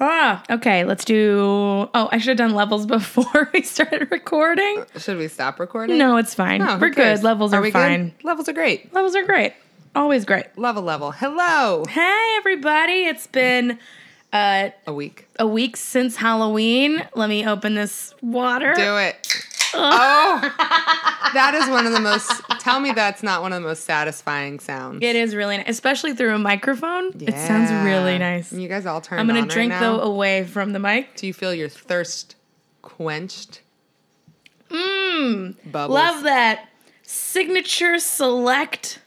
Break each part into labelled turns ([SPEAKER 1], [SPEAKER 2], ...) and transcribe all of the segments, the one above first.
[SPEAKER 1] Ah, okay. Let's do. Oh, I should have done levels before we started recording.
[SPEAKER 2] Should we stop recording?
[SPEAKER 1] No, it's fine.
[SPEAKER 2] No, Oh, who
[SPEAKER 1] We're
[SPEAKER 2] cares?
[SPEAKER 1] good. Levels are,
[SPEAKER 2] we good?
[SPEAKER 1] fine.
[SPEAKER 2] Levels are great.
[SPEAKER 1] Levels are great. Always great.
[SPEAKER 2] Level level. Hello.
[SPEAKER 1] Hey, everybody. It's been uh,
[SPEAKER 2] A week.
[SPEAKER 1] a week since Halloween. Let me open this water.
[SPEAKER 2] Do it.
[SPEAKER 1] uh.
[SPEAKER 2] Oh, that is one of the most. Tell me that's not one of the most satisfying sounds.
[SPEAKER 1] It is really nice, especially through a microphone. It sounds really nice.
[SPEAKER 2] You guys all turned.
[SPEAKER 1] I'm going
[SPEAKER 2] on
[SPEAKER 1] to drink,
[SPEAKER 2] right now.
[SPEAKER 1] though, away from the mic.
[SPEAKER 2] Do you feel your thirst quenched? Mmm. Bubbles.
[SPEAKER 1] Love that. Signature Select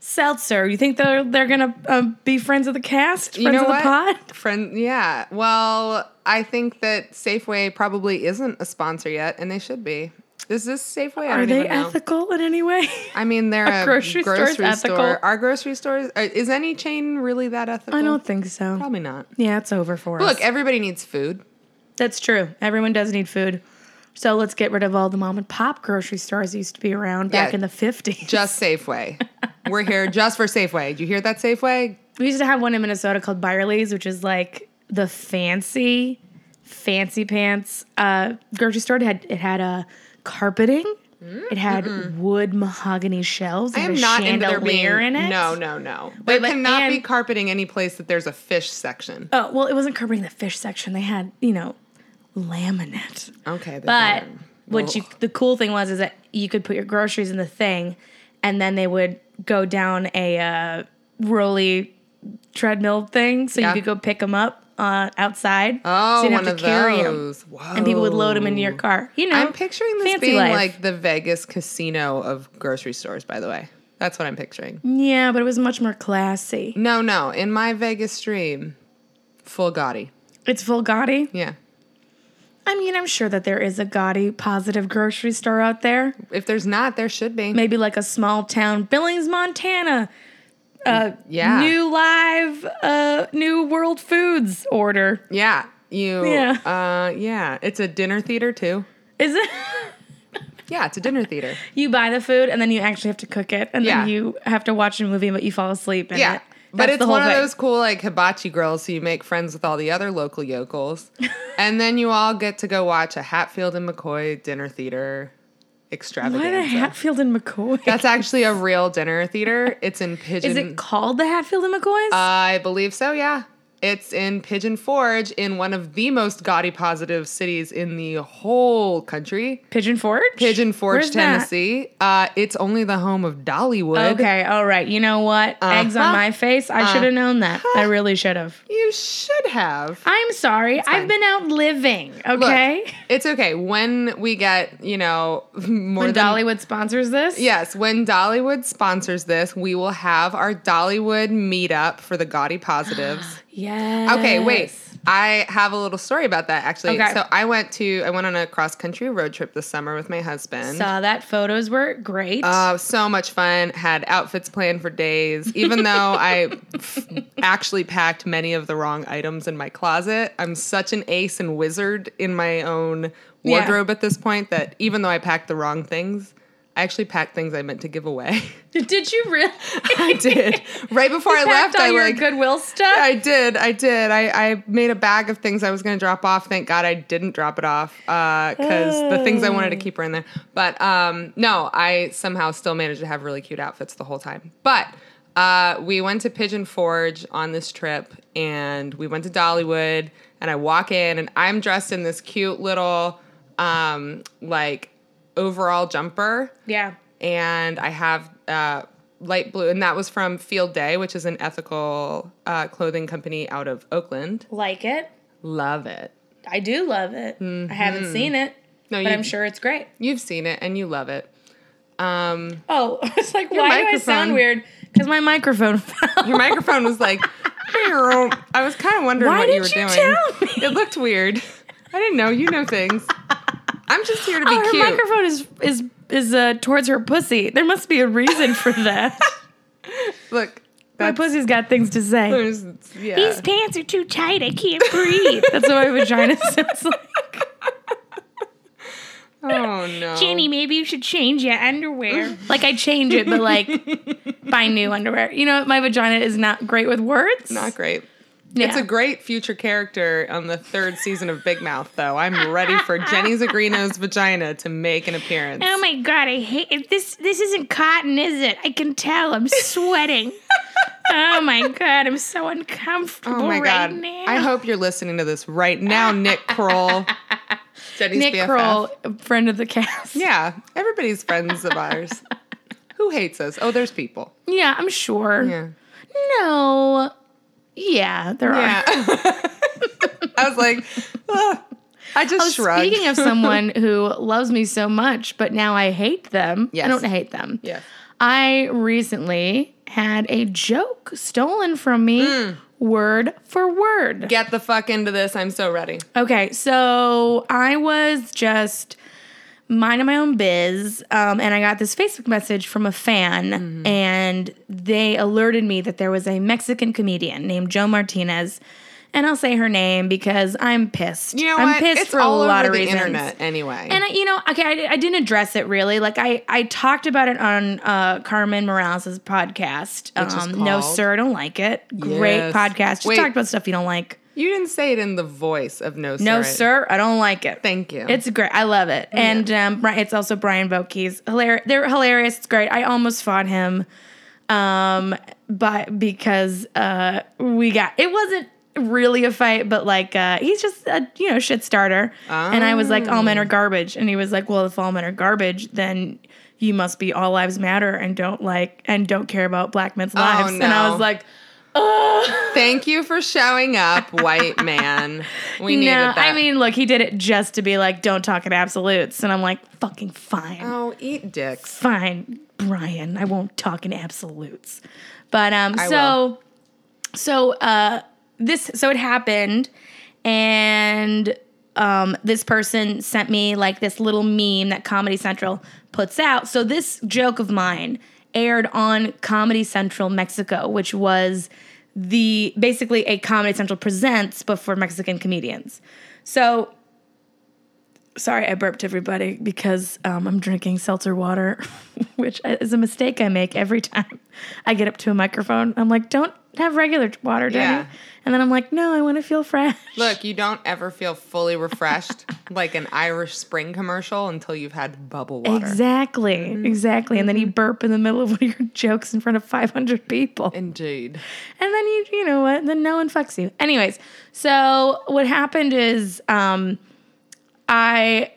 [SPEAKER 1] Seltzer. You think they're, they're going to um be friends of the cast? Friends
[SPEAKER 2] you know
[SPEAKER 1] of the
[SPEAKER 2] what?
[SPEAKER 1] pod?
[SPEAKER 2] Friend, yeah. Well, I think that Safeway probably isn't a sponsor yet, and they should be. Is this Safeway? I
[SPEAKER 1] Are
[SPEAKER 2] don't
[SPEAKER 1] they
[SPEAKER 2] even know.
[SPEAKER 1] ethical in any way?
[SPEAKER 2] I mean, they're a,
[SPEAKER 1] grocery
[SPEAKER 2] grocery,
[SPEAKER 1] store is ethical?
[SPEAKER 2] store. Our grocery stores uh, is any chain really that ethical?
[SPEAKER 1] I don't think so.
[SPEAKER 2] Probably not.
[SPEAKER 1] Yeah, it's over for us.
[SPEAKER 2] Look, everybody needs food.
[SPEAKER 1] That's true. Everyone does need food. So let's get rid of all the mom and pop grocery stores that used to be around back
[SPEAKER 2] Yeah.
[SPEAKER 1] in the 50s.
[SPEAKER 2] Just Safeway. We're here just for Safeway. Do you hear that Safeway?
[SPEAKER 1] we used to have one in Minnesota called Byerly's, which is like the fancy, fancy pants uh, grocery store. It had, it had a carpeting. It had wood mahogany shelves. It
[SPEAKER 2] Mm-hmm. I
[SPEAKER 1] had
[SPEAKER 2] am
[SPEAKER 1] a
[SPEAKER 2] not into
[SPEAKER 1] chandelier
[SPEAKER 2] there being
[SPEAKER 1] in it.
[SPEAKER 2] no, no, no.
[SPEAKER 1] Wait,
[SPEAKER 2] there
[SPEAKER 1] but-
[SPEAKER 2] cannot be
[SPEAKER 1] and-
[SPEAKER 2] carpeting any place that there's a fish section.
[SPEAKER 1] Oh, well, it wasn't carpeting the fish section. They had, you know, laminate.
[SPEAKER 2] Okay,
[SPEAKER 1] But
[SPEAKER 2] then-
[SPEAKER 1] what you
[SPEAKER 2] Ugh.
[SPEAKER 1] the cool thing was is that you could put your groceries in the thing, and then they would go down a uh, rolly treadmill thing, so
[SPEAKER 2] Yeah.
[SPEAKER 1] you could go pick them up uh, outside.
[SPEAKER 2] Oh,
[SPEAKER 1] so you
[SPEAKER 2] one
[SPEAKER 1] didn't have
[SPEAKER 2] of
[SPEAKER 1] to carry 'em.
[SPEAKER 2] those. Whoa.
[SPEAKER 1] and people would load them into your car. You know,
[SPEAKER 2] I'm picturing this
[SPEAKER 1] fancy
[SPEAKER 2] being
[SPEAKER 1] life.
[SPEAKER 2] like the Vegas casino of grocery stores. By the way, that's what I'm picturing.
[SPEAKER 1] yeah, but it was much more classy.
[SPEAKER 2] No, no. In my Vegas dream, full Gotti.
[SPEAKER 1] It's full Gotti.
[SPEAKER 2] Yeah.
[SPEAKER 1] I mean, I'm sure that there is a Gotti positive grocery store out there.
[SPEAKER 2] If there's not, there should be.
[SPEAKER 1] Maybe like a small town, Billings, Montana. Uh,
[SPEAKER 2] Yeah.
[SPEAKER 1] new live uh new world foods order
[SPEAKER 2] yeah. You.
[SPEAKER 1] Yeah.
[SPEAKER 2] Uh, yeah. It's a dinner theater too.
[SPEAKER 1] is it
[SPEAKER 2] Yeah, it's a dinner theater.
[SPEAKER 1] you buy the food and then you actually have to cook it and
[SPEAKER 2] Yeah.
[SPEAKER 1] then you have to watch a movie but you fall asleep in
[SPEAKER 2] Yeah.
[SPEAKER 1] it.
[SPEAKER 2] But
[SPEAKER 1] That's
[SPEAKER 2] it's
[SPEAKER 1] the whole
[SPEAKER 2] one of
[SPEAKER 1] thing.
[SPEAKER 2] those cool like hibachi grills, so you make friends with all the other local yokels, and then you all get to go watch a Hatfield and McCoy dinner theater
[SPEAKER 1] why
[SPEAKER 2] extravaganza.
[SPEAKER 1] the Hatfield and McCoy
[SPEAKER 2] That's actually a real dinner theater. It's in Uh, Pigeon.
[SPEAKER 1] is it called the Hatfield and McCoys
[SPEAKER 2] I believe so. Yeah, it's in Pigeon Forge, in one of the most gaudy positive cities in the whole country.
[SPEAKER 1] Pigeon Forge
[SPEAKER 2] Pigeon Forge,
[SPEAKER 1] Where's that?
[SPEAKER 2] Tennessee. Uh, it's only the home of Dollywood.
[SPEAKER 1] okay all right you know what eggs on
[SPEAKER 2] Uh-huh.
[SPEAKER 1] my face I should have known that I really should have
[SPEAKER 2] You should have.
[SPEAKER 1] I'm sorry I've been out living
[SPEAKER 2] Look,
[SPEAKER 1] okay
[SPEAKER 2] it's okay. When we get, you know, more
[SPEAKER 1] when
[SPEAKER 2] than
[SPEAKER 1] Dollywood sponsors this
[SPEAKER 2] Yes, when Dollywood sponsors this, we will have our Dollywood meetup for the Gaudy Positives.
[SPEAKER 1] yes
[SPEAKER 2] Okay, wait. I have a little story about that actually.
[SPEAKER 1] Okay.
[SPEAKER 2] So I went to I went on a cross country road trip this summer with my husband.
[SPEAKER 1] Saw that photos were great.
[SPEAKER 2] Uh, so much fun. Had outfits planned for days. Even though I actually packed many of the wrong items in my closet, I'm such an ace and wizard in my own
[SPEAKER 1] Yeah.
[SPEAKER 2] wardrobe at this point that even though I packed the wrong things, I actually packed things I meant to give away.
[SPEAKER 1] did you really?
[SPEAKER 2] I did. Right before I
[SPEAKER 1] packed
[SPEAKER 2] left,
[SPEAKER 1] all
[SPEAKER 2] I
[SPEAKER 1] your
[SPEAKER 2] like.
[SPEAKER 1] Goodwill stuff.
[SPEAKER 2] I did. I did. I, I made a bag of things I was going to drop off. Thank God I didn't drop it off because the things I wanted to keep are in there. But um, no, I somehow still managed to have really cute outfits the whole time. But uh, we went to Pigeon Forge on this trip and we went to Dollywood. And I walk in and I'm dressed in this cute little um, like overall jumper
[SPEAKER 1] yeah.
[SPEAKER 2] and I have uh, light blue, and that was from Field Day, which is an ethical uh, clothing company out of Oakland.
[SPEAKER 1] Like it.
[SPEAKER 2] Love it.
[SPEAKER 1] I do love it. I haven't seen it,
[SPEAKER 2] Mm-hmm. No,
[SPEAKER 1] but
[SPEAKER 2] you,
[SPEAKER 1] I'm sure it's great.
[SPEAKER 2] you've seen it and you love it. Um,
[SPEAKER 1] Oh, it's like, why do I sound
[SPEAKER 2] microphone.
[SPEAKER 1] weird? Because my microphone fell.
[SPEAKER 2] your microphone was like, I was kind of wondering
[SPEAKER 1] Why
[SPEAKER 2] what you were
[SPEAKER 1] didn't you
[SPEAKER 2] doing.
[SPEAKER 1] tell me?
[SPEAKER 2] It looked weird. I didn't know. You know things. I'm just here to be
[SPEAKER 1] Oh, her
[SPEAKER 2] cute.
[SPEAKER 1] microphone is is is uh, towards her pussy. There must be a reason for that.
[SPEAKER 2] Look,
[SPEAKER 1] my
[SPEAKER 2] that's,
[SPEAKER 1] pussy's got things to say.
[SPEAKER 2] there's- yeah.
[SPEAKER 1] These pants are too tight. I can't breathe. That's what my vagina sounds like.
[SPEAKER 2] oh no.
[SPEAKER 1] Jenny, maybe you should change your underwear. like I change it, but like buy new underwear. You know, my vagina is not great with words.
[SPEAKER 2] Not great. It's
[SPEAKER 1] Yeah.
[SPEAKER 2] a great future character on the third season of Big Mouth, though. I'm ready for Jenny Zagrino's vagina to make an appearance.
[SPEAKER 1] Oh my god, I hate it. this. This isn't cotton, is it? I can tell. I'm sweating. oh my god, I'm so uncomfortable
[SPEAKER 2] Oh my
[SPEAKER 1] right
[SPEAKER 2] god!
[SPEAKER 1] now.
[SPEAKER 2] I hope you're listening to this right now, Nick Kroll. Jenny's
[SPEAKER 1] Nick
[SPEAKER 2] BFF.
[SPEAKER 1] Kroll, a friend of the cast.
[SPEAKER 2] Yeah, everybody's friends of ours. Who hates us? Oh, there's people.
[SPEAKER 1] Yeah, I'm sure.
[SPEAKER 2] Yeah.
[SPEAKER 1] No. Yeah, there
[SPEAKER 2] Yeah.
[SPEAKER 1] are.
[SPEAKER 2] I was like, "Ugh." I just
[SPEAKER 1] Oh,
[SPEAKER 2] shrugged.
[SPEAKER 1] Speaking of someone who loves me so much, but now I hate them.
[SPEAKER 2] Yes.
[SPEAKER 1] I don't hate them.
[SPEAKER 2] yeah.
[SPEAKER 1] I recently had a joke stolen from me,
[SPEAKER 2] Mm.
[SPEAKER 1] word for word.
[SPEAKER 2] Get the fuck into this. I'm so ready.
[SPEAKER 1] Okay, so I was just minding my own biz, um, and I got this Facebook message from a fan,
[SPEAKER 2] Mm-hmm.
[SPEAKER 1] and they alerted me that there was a Mexican comedian named Joe Martinez, and I'll say her name because I'm pissed.
[SPEAKER 2] You know
[SPEAKER 1] I'm
[SPEAKER 2] what?
[SPEAKER 1] pissed
[SPEAKER 2] it's
[SPEAKER 1] for
[SPEAKER 2] all
[SPEAKER 1] a lot
[SPEAKER 2] over
[SPEAKER 1] of
[SPEAKER 2] the
[SPEAKER 1] reasons.
[SPEAKER 2] internet anyway.
[SPEAKER 1] And I, you know, okay, I, I didn't address it really. Like I, I talked about it on uh, Carmen Morales' podcast. Um,
[SPEAKER 2] is
[SPEAKER 1] no,
[SPEAKER 2] called-
[SPEAKER 1] sir, I don't like it. Great
[SPEAKER 2] Yes.
[SPEAKER 1] podcast. Just
[SPEAKER 2] Wait.
[SPEAKER 1] talked about stuff you don't like.
[SPEAKER 2] you didn't say it in the voice of no sir.
[SPEAKER 1] No, sir, I don't like it.
[SPEAKER 2] Thank you.
[SPEAKER 1] It's great. I love
[SPEAKER 2] Oh,
[SPEAKER 1] it. And um, Bri- it's also Brian Vokey's. Hilar- they're hilarious. It's great. I almost fought him, um, but because uh, we got it wasn't really a fight, but like uh, he's just a you know shit starter. And I was like, all
[SPEAKER 2] Oh.
[SPEAKER 1] men are garbage, and he was like, well, if all men are garbage, then you must be all lives matter and don't like and don't care about black men's lives. And I
[SPEAKER 2] Oh, no.
[SPEAKER 1] was like, oh.
[SPEAKER 2] Thank you for showing up, white man. We needed
[SPEAKER 1] No,
[SPEAKER 2] that.
[SPEAKER 1] I mean, look, he did it just to be like, don't talk in absolutes. And I'm like, fucking fine.
[SPEAKER 2] oh, eat dicks.
[SPEAKER 1] Fine, Brian. I won't talk in absolutes. But um so
[SPEAKER 2] will.
[SPEAKER 1] so uh this so it happened and um this person sent me like this little meme that Comedy Central puts out. So this joke of mine aired on Comedy Central Mexico, which was the basically a Comedy Central presents but for Mexican comedians. So Sorry, I burped everybody because um, I'm drinking seltzer water, which is a mistake I make every time I get up to a microphone. I'm like, don't have regular water, Jenny.
[SPEAKER 2] Yeah.
[SPEAKER 1] And then I'm like, no, I want to feel fresh.
[SPEAKER 2] Look, you don't ever feel fully refreshed like an Irish Spring commercial until you've had bubble water. Mm-hmm.
[SPEAKER 1] Exactly, exactly. And then you burp in the middle of one of your jokes in front of 500 people.
[SPEAKER 2] Indeed.
[SPEAKER 1] and then you you know what then no one fucks you anyways so what happened is um i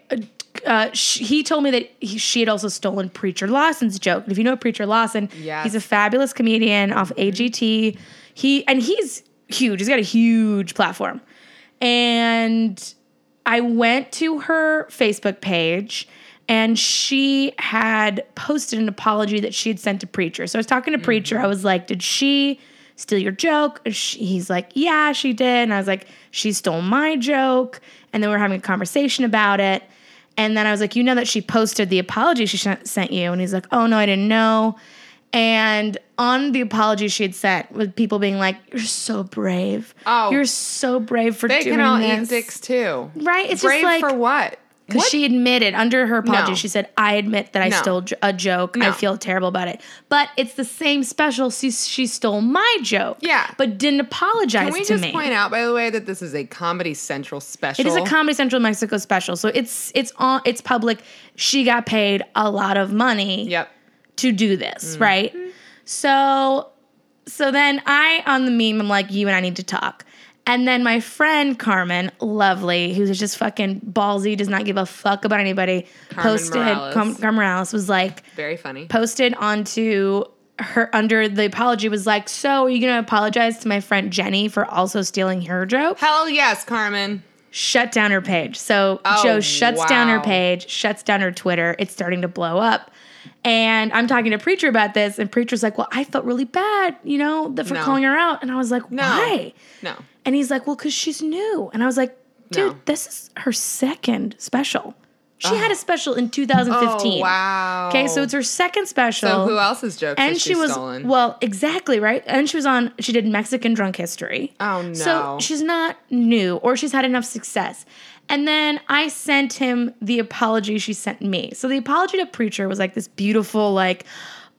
[SPEAKER 1] uh, sh- he told me that he, she had also stolen Preacher Lawson's joke. And if you know Preacher Lawson,
[SPEAKER 2] Yes. Mm-hmm.
[SPEAKER 1] he's a fabulous comedian off AGT. He and he's huge. He's got a huge platform. And I went to her Facebook page and she had posted an apology that she had sent to Preacher. So I was talking to
[SPEAKER 2] Mm-hmm.
[SPEAKER 1] Preacher. I was like, Did she steal your joke? And she- he's like, Yeah, she did. And I was like, She stole my joke. And then we were having a conversation about it. And then I was like, You know that she posted the apology she sent sent you? And he's like, Oh, no, I didn't know. And on the apology she had sent, with people being like, "You're so brave.
[SPEAKER 2] Oh.
[SPEAKER 1] You're so brave for
[SPEAKER 2] They
[SPEAKER 1] doing
[SPEAKER 2] can all
[SPEAKER 1] this."
[SPEAKER 2] eat dicks too.
[SPEAKER 1] Right? It's
[SPEAKER 2] Brave
[SPEAKER 1] just like
[SPEAKER 2] for what?
[SPEAKER 1] because she admitted under her apology,
[SPEAKER 2] No.
[SPEAKER 1] she said, "I admit that I
[SPEAKER 2] No.
[SPEAKER 1] stole j- a joke. I
[SPEAKER 2] No.
[SPEAKER 1] feel terrible about it." But it's the same special. She, she stole my joke,
[SPEAKER 2] Yeah.
[SPEAKER 1] but didn't apologize
[SPEAKER 2] Can we
[SPEAKER 1] to
[SPEAKER 2] just
[SPEAKER 1] me.
[SPEAKER 2] point out, by the way, that this is a Comedy Central special?
[SPEAKER 1] it is a Comedy Central Mexico special, so it's it's on it's public. She got paid a lot of money
[SPEAKER 2] Yep.
[SPEAKER 1] to do
[SPEAKER 2] Mm-hmm.
[SPEAKER 1] this, right? So so then I on the meme, I'm like, you and I need to talk. And then my friend Carmen, lovely, who's just fucking ballsy, does not give a fuck about anybody,
[SPEAKER 2] Carmen
[SPEAKER 1] posted
[SPEAKER 2] Morales.
[SPEAKER 1] Com- Carmen Morales was like,
[SPEAKER 2] Very funny.
[SPEAKER 1] posted onto her under the apology was like, so are you gonna apologize to my friend Jenny for also stealing her joke?
[SPEAKER 2] Hell yes, Carmen.
[SPEAKER 1] shut down her page. So
[SPEAKER 2] Oh,
[SPEAKER 1] Joe shuts down her
[SPEAKER 2] wow.
[SPEAKER 1] page, shuts down her Twitter. It's starting to blow up. And I'm talking to Preacher about this, and Preacher's like, Well, I felt really bad, you know, that for
[SPEAKER 2] No.
[SPEAKER 1] calling her out. And I was like, Why?
[SPEAKER 2] No.
[SPEAKER 1] And he's like, Well, because she's new. And I was like, Dude,
[SPEAKER 2] No.
[SPEAKER 1] this is her second special. She had a special in 2015.
[SPEAKER 2] Oh, wow.
[SPEAKER 1] Okay, so it's her second special.
[SPEAKER 2] So who else's jokes
[SPEAKER 1] and
[SPEAKER 2] has
[SPEAKER 1] she was
[SPEAKER 2] stolen?
[SPEAKER 1] well, exactly right. And she was on. She did Mexican Drunk History.
[SPEAKER 2] Oh,
[SPEAKER 1] So
[SPEAKER 2] no.
[SPEAKER 1] she's not new, or she's had enough success. And then I sent him the apology she sent me. So the apology to Preacher was like this beautiful, like,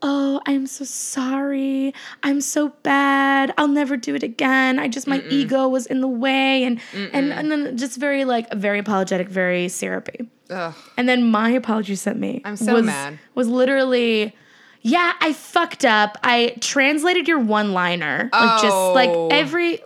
[SPEAKER 1] "Oh, I'm so sorry. I'm so bad. I'll never do it again. I just my ego was in the way." And and and then just very like very apologetic, very syrupy.
[SPEAKER 2] Ugh.
[SPEAKER 1] And then my apology sent me. I'm
[SPEAKER 2] so
[SPEAKER 1] was,
[SPEAKER 2] mad.
[SPEAKER 1] Was literally, yeah, I fucked up. I translated your one liner. Like
[SPEAKER 2] Oh.
[SPEAKER 1] just like every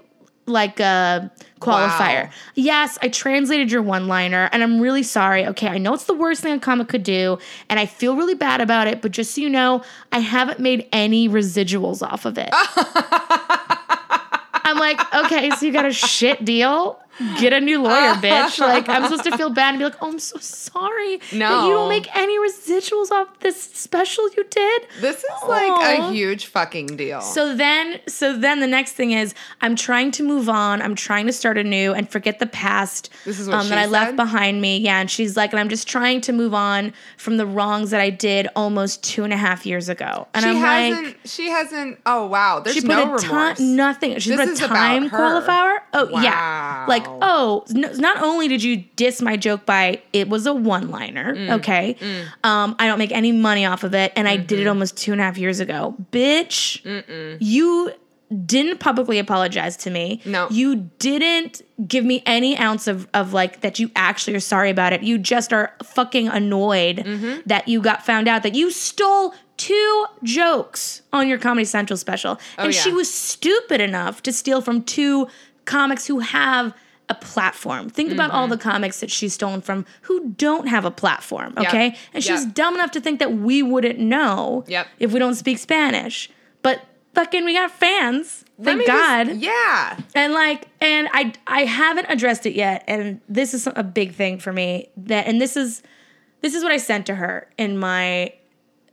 [SPEAKER 1] like uh qualifier.
[SPEAKER 2] Wow.
[SPEAKER 1] Yes, I translated your one liner and I'm really sorry. Okay, I know it's the worst thing a comic could do, and I feel really bad about it, but just so you know, I haven't made any residuals off of it. I'm like, okay, so you got a shit deal? Get a new lawyer, bitch. Like, I'm supposed to feel bad and be like, oh, I'm so sorry. That you
[SPEAKER 2] No.
[SPEAKER 1] don't make any residuals off this special you did.
[SPEAKER 2] This is like
[SPEAKER 1] Aw.
[SPEAKER 2] a huge fucking deal.
[SPEAKER 1] So then, so then the next thing is, I'm trying to move on. I'm trying to start anew and forget the past um,
[SPEAKER 2] This is what she
[SPEAKER 1] that I left
[SPEAKER 2] said?
[SPEAKER 1] behind me. Yeah, and she's like, and I'm just trying to move on from the wrongs that I did almost two and a half years ago. And
[SPEAKER 2] she
[SPEAKER 1] I'm
[SPEAKER 2] hasn't.
[SPEAKER 1] like,
[SPEAKER 2] she hasn't. Oh wow. There's
[SPEAKER 1] she put
[SPEAKER 2] no
[SPEAKER 1] a
[SPEAKER 2] remorse.
[SPEAKER 1] time, nothing. She
[SPEAKER 2] This
[SPEAKER 1] put a
[SPEAKER 2] is about
[SPEAKER 1] time
[SPEAKER 2] her.
[SPEAKER 1] qualifier. Oh yeah,
[SPEAKER 2] Wow.
[SPEAKER 1] like oh, no, not only did you diss my joke by it was a one liner.
[SPEAKER 2] Mm,
[SPEAKER 1] Okay, um, I don't make any money off of it, and I did it almost two and a half years ago, bitch. You didn't publicly apologize to me.
[SPEAKER 2] No.
[SPEAKER 1] you didn't give me any ounce of of like that you actually are sorry about it. You just are fucking annoyed
[SPEAKER 2] Mm-hmm.
[SPEAKER 1] that you got found out that you stole. Two jokes on your Comedy Central special. And she
[SPEAKER 2] Oh, yeah.
[SPEAKER 1] was stupid enough to steal from two comics who have a platform. Think about
[SPEAKER 2] Mm-hmm.
[SPEAKER 1] all the comics that she's stolen from who don't have a platform, okay? And she's
[SPEAKER 2] Yep.
[SPEAKER 1] dumb enough to think that we wouldn't know
[SPEAKER 2] Yep.
[SPEAKER 1] if we don't speak Spanish. But fucking we got fans.
[SPEAKER 2] Let
[SPEAKER 1] Thank
[SPEAKER 2] me
[SPEAKER 1] God.
[SPEAKER 2] just- yeah.
[SPEAKER 1] And like, and I I haven't addressed it yet, and this is a big thing for me. That and this is this is what I sent to her in my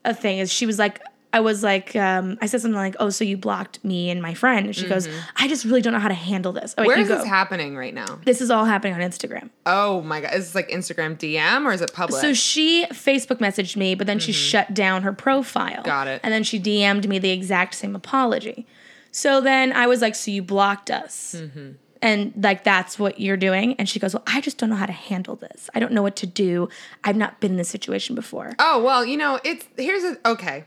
[SPEAKER 1] a thing is she was like I was like um, I said something like oh so you blocked me and my friend and she goes I just really don't know how to handle this.
[SPEAKER 2] Mm-hmm. Where is this happening right now?
[SPEAKER 1] This is all happening on Instagram.
[SPEAKER 2] Oh my god. Is this like Instagram DM or is it public?
[SPEAKER 1] So she Facebook messaged me, but then she shut down her profile.
[SPEAKER 2] Mm-hmm. Got it.
[SPEAKER 1] And then she DM'd me the exact same apology. So then I was like, So you blocked us.
[SPEAKER 2] Mm-hmm.
[SPEAKER 1] And like, that's what you're doing. And she goes, Well, I just don't know how to handle this. I don't know what to do. I've not been in this situation before.
[SPEAKER 2] oh well, you know it's here's a okay.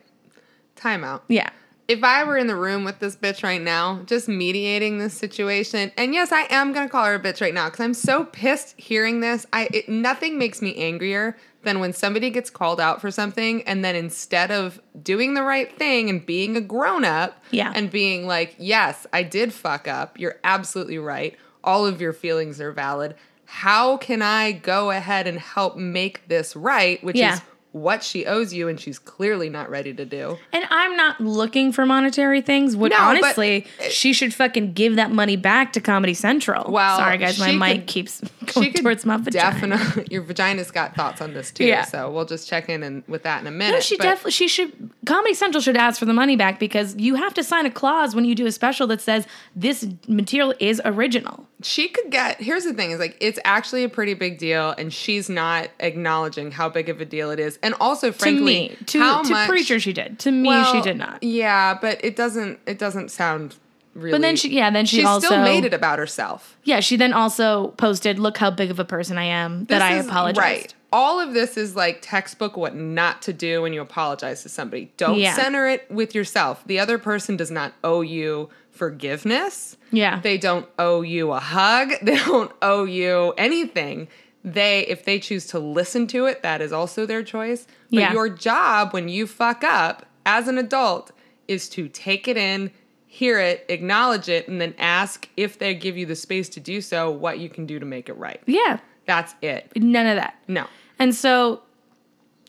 [SPEAKER 2] Timeout.
[SPEAKER 1] Yeah.
[SPEAKER 2] If I were in the room with this bitch right now, just mediating this situation, and yes, I am gonna call her a bitch right now because I'm so pissed hearing this. I it, nothing makes me angrier than when somebody gets called out for something, and then instead of doing the right thing and being a grown up,
[SPEAKER 1] Yeah.
[SPEAKER 2] and being like, yes, I did fuck up. You're absolutely right. All of your feelings are valid. How can I go ahead and help make this right? Which
[SPEAKER 1] Yeah.
[SPEAKER 2] is what she owes you, and she's clearly not ready to do.
[SPEAKER 1] And I'm not looking for monetary things, which
[SPEAKER 2] No, but-
[SPEAKER 1] honestly, she should fucking give that money back to Comedy Central.
[SPEAKER 2] Well,
[SPEAKER 1] Sorry, guys, my
[SPEAKER 2] she
[SPEAKER 1] mic
[SPEAKER 2] could-
[SPEAKER 1] keeps going
[SPEAKER 2] could
[SPEAKER 1] towards my vagina.
[SPEAKER 2] Definitely, your vagina's got thoughts on this too.
[SPEAKER 1] Yeah.
[SPEAKER 2] So we'll just check in and with that in a minute.
[SPEAKER 1] No, she
[SPEAKER 2] but-
[SPEAKER 1] definitely she should Comedy Central should ask for the money back because you have to sign a clause when you do a special that says this material is original.
[SPEAKER 2] she could get here's the thing is like it's actually a pretty big deal and she's not acknowledging how big of a deal it is and also frankly
[SPEAKER 1] to me, to,
[SPEAKER 2] how
[SPEAKER 1] to
[SPEAKER 2] much
[SPEAKER 1] preacher she did. To me, she
[SPEAKER 2] Well,
[SPEAKER 1] did not.
[SPEAKER 2] Yeah, but it doesn't it doesn't sound really
[SPEAKER 1] But then she yeah, then she,
[SPEAKER 2] she
[SPEAKER 1] also
[SPEAKER 2] still made it about herself.
[SPEAKER 1] Yeah, she then also posted, look how big of a person I am that I
[SPEAKER 2] This is-
[SPEAKER 1] apologize.
[SPEAKER 2] Right. All of this is like textbook what not to do when you apologize to somebody. Don't
[SPEAKER 1] Yeah.
[SPEAKER 2] center it with yourself. The other person does not owe you forgiveness.
[SPEAKER 1] Yeah.
[SPEAKER 2] They don't owe you a hug. They don't owe you anything. They if they choose to listen to it, that is also their choice. But
[SPEAKER 1] Yeah.
[SPEAKER 2] your job when you fuck up as an adult is to take it in, hear it, acknowledge it, and then ask if they give you the space to do so, what you can do to make it right.
[SPEAKER 1] yeah.
[SPEAKER 2] That's it.
[SPEAKER 1] None of that.
[SPEAKER 2] No.
[SPEAKER 1] And so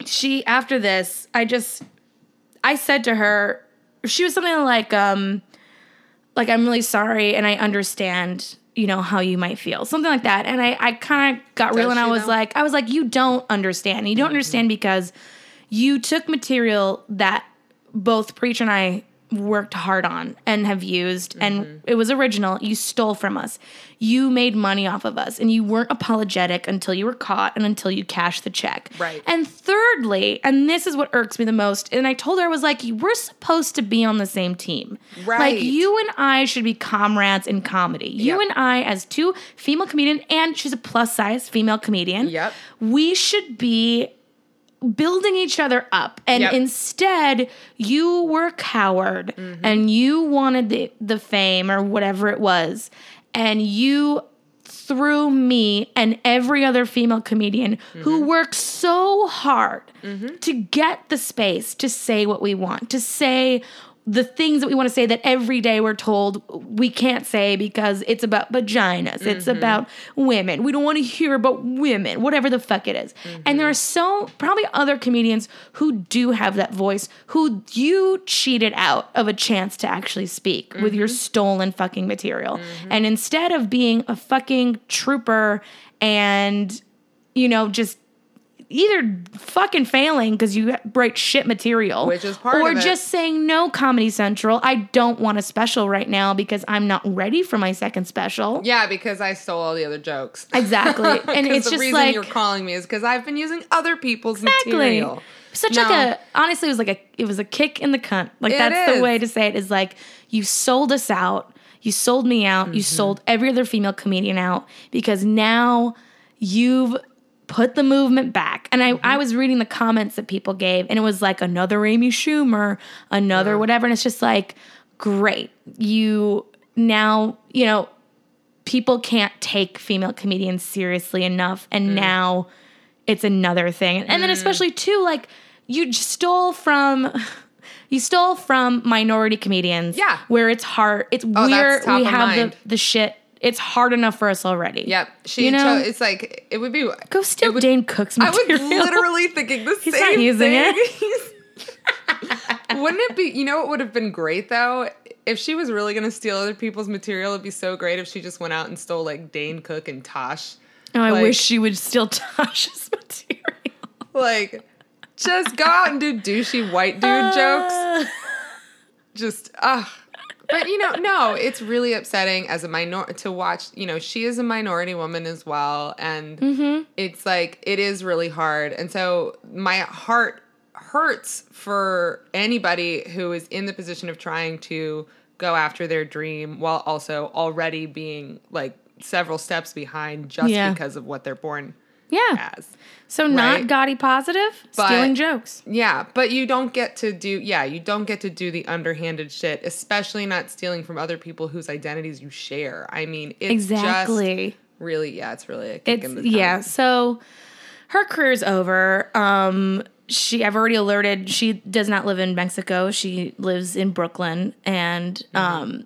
[SPEAKER 1] she after this, I just I said to her, she was something like, um, like I'm really sorry and I understand, you know, how you might feel. Something like that. And I, I kinda got real
[SPEAKER 2] Does
[SPEAKER 1] and I
[SPEAKER 2] she,
[SPEAKER 1] was
[SPEAKER 2] though? Mm-hmm.
[SPEAKER 1] like, I was like, you don't understand. You don't understand because you took material that both Preach and I worked hard on and have used
[SPEAKER 2] Mm-hmm.
[SPEAKER 1] and it was original you stole from us you made money off of us and you weren't apologetic until you were caught and until you cashed the check
[SPEAKER 2] Right.
[SPEAKER 1] and thirdly and this is what irks me the most and i told her i was like we're supposed to be on the same team like
[SPEAKER 2] Right.
[SPEAKER 1] you and i should be comrades in comedy you
[SPEAKER 2] Yep.
[SPEAKER 1] and i as two female comedian and she's a plus size female comedian
[SPEAKER 2] Yep.
[SPEAKER 1] we should be building each other up and
[SPEAKER 2] Yep.
[SPEAKER 1] instead you were a coward and you wanted the, the fame or whatever it was and you threw me and every other female comedian who worked so hard to get the space to say what we want to say the things that we want to say that every day we're told we can't say because it's about vaginas, it's about women. We don't want to hear about women, whatever the fuck it is. And
[SPEAKER 2] Mm-hmm.
[SPEAKER 1] there are so probably other comedians who do have that voice who you cheated out of a chance to actually speak with
[SPEAKER 2] Mm-hmm.
[SPEAKER 1] your stolen fucking material. And instead of being a fucking trooper and, you know, just either fucking failing because you write shit material,
[SPEAKER 2] Which is part
[SPEAKER 1] or
[SPEAKER 2] of it.
[SPEAKER 1] just saying no, Comedy Central. I don't want a special right now because I'm not ready for my second special.
[SPEAKER 2] Yeah, because I stole all the other jokes.
[SPEAKER 1] Exactly, and
[SPEAKER 2] 'Cause
[SPEAKER 1] it's
[SPEAKER 2] the
[SPEAKER 1] just
[SPEAKER 2] reason
[SPEAKER 1] like
[SPEAKER 2] you're calling me is because I've been using other people's
[SPEAKER 1] exactly.
[SPEAKER 2] material.
[SPEAKER 1] Such
[SPEAKER 2] No.
[SPEAKER 1] like a honestly, it was like a it was a kick in the cunt. Like
[SPEAKER 2] It
[SPEAKER 1] that's
[SPEAKER 2] is.
[SPEAKER 1] the way to say it is like you sold us out, you sold me out, you
[SPEAKER 2] Mm-hmm.
[SPEAKER 1] sold every other female comedian out because now you've put the movement back. And I,
[SPEAKER 2] Mm-hmm.
[SPEAKER 1] I was reading the comments that people gave, and it was like another Amy Schumer, another whatever, and it's just like great. You now you know people can't take female comedians seriously enough
[SPEAKER 2] Mm.
[SPEAKER 1] and now it's another thing and then especially too like you j- stole from you stole from minority comedians
[SPEAKER 2] Yeah. Oh,
[SPEAKER 1] where it's hard it's
[SPEAKER 2] that's
[SPEAKER 1] weird
[SPEAKER 2] top
[SPEAKER 1] we
[SPEAKER 2] of
[SPEAKER 1] have
[SPEAKER 2] mind.
[SPEAKER 1] the, the shit it's hard enough for us already
[SPEAKER 2] Yep. She
[SPEAKER 1] You know?
[SPEAKER 2] chose, it's like it would be
[SPEAKER 1] go steal
[SPEAKER 2] it would-
[SPEAKER 1] dane cook's
[SPEAKER 2] I was
[SPEAKER 1] material
[SPEAKER 2] literally thinking the same
[SPEAKER 1] not using
[SPEAKER 2] thing.
[SPEAKER 1] it.
[SPEAKER 2] Wouldn't it be? You know, what would have been great though, if she was really going to steal other people's material. It'd be so great if she just went out and stole like Dane Cook and Tosh.
[SPEAKER 1] oh i
[SPEAKER 2] like-
[SPEAKER 1] wish she would steal tasha's material
[SPEAKER 2] Like, just go out and do douchey white dude jokes.
[SPEAKER 1] Uh,
[SPEAKER 2] Just ah. But you know, no, it's really upsetting as a minor to watch. You know, she is a minority woman as well, and it's like it is really hard. And so my heart hurts for anybody who is in the position of trying to go after their dream while also already being like several steps behind just
[SPEAKER 1] Yeah.
[SPEAKER 2] because of what they're born
[SPEAKER 1] yeah
[SPEAKER 2] as.
[SPEAKER 1] so not
[SPEAKER 2] Right.
[SPEAKER 1] gaudy positive stealing jokes
[SPEAKER 2] Yeah, but you don't get to do yeah, you don't get to do the underhanded shit, especially not stealing from other people whose identities you share. I mean, it's just
[SPEAKER 1] exactly
[SPEAKER 2] really yeah, it's really a kick
[SPEAKER 1] it's
[SPEAKER 2] in the
[SPEAKER 1] yeah
[SPEAKER 2] nuts.
[SPEAKER 1] so her career's over um she i've already alerted she does not live in mexico she lives in brooklyn and um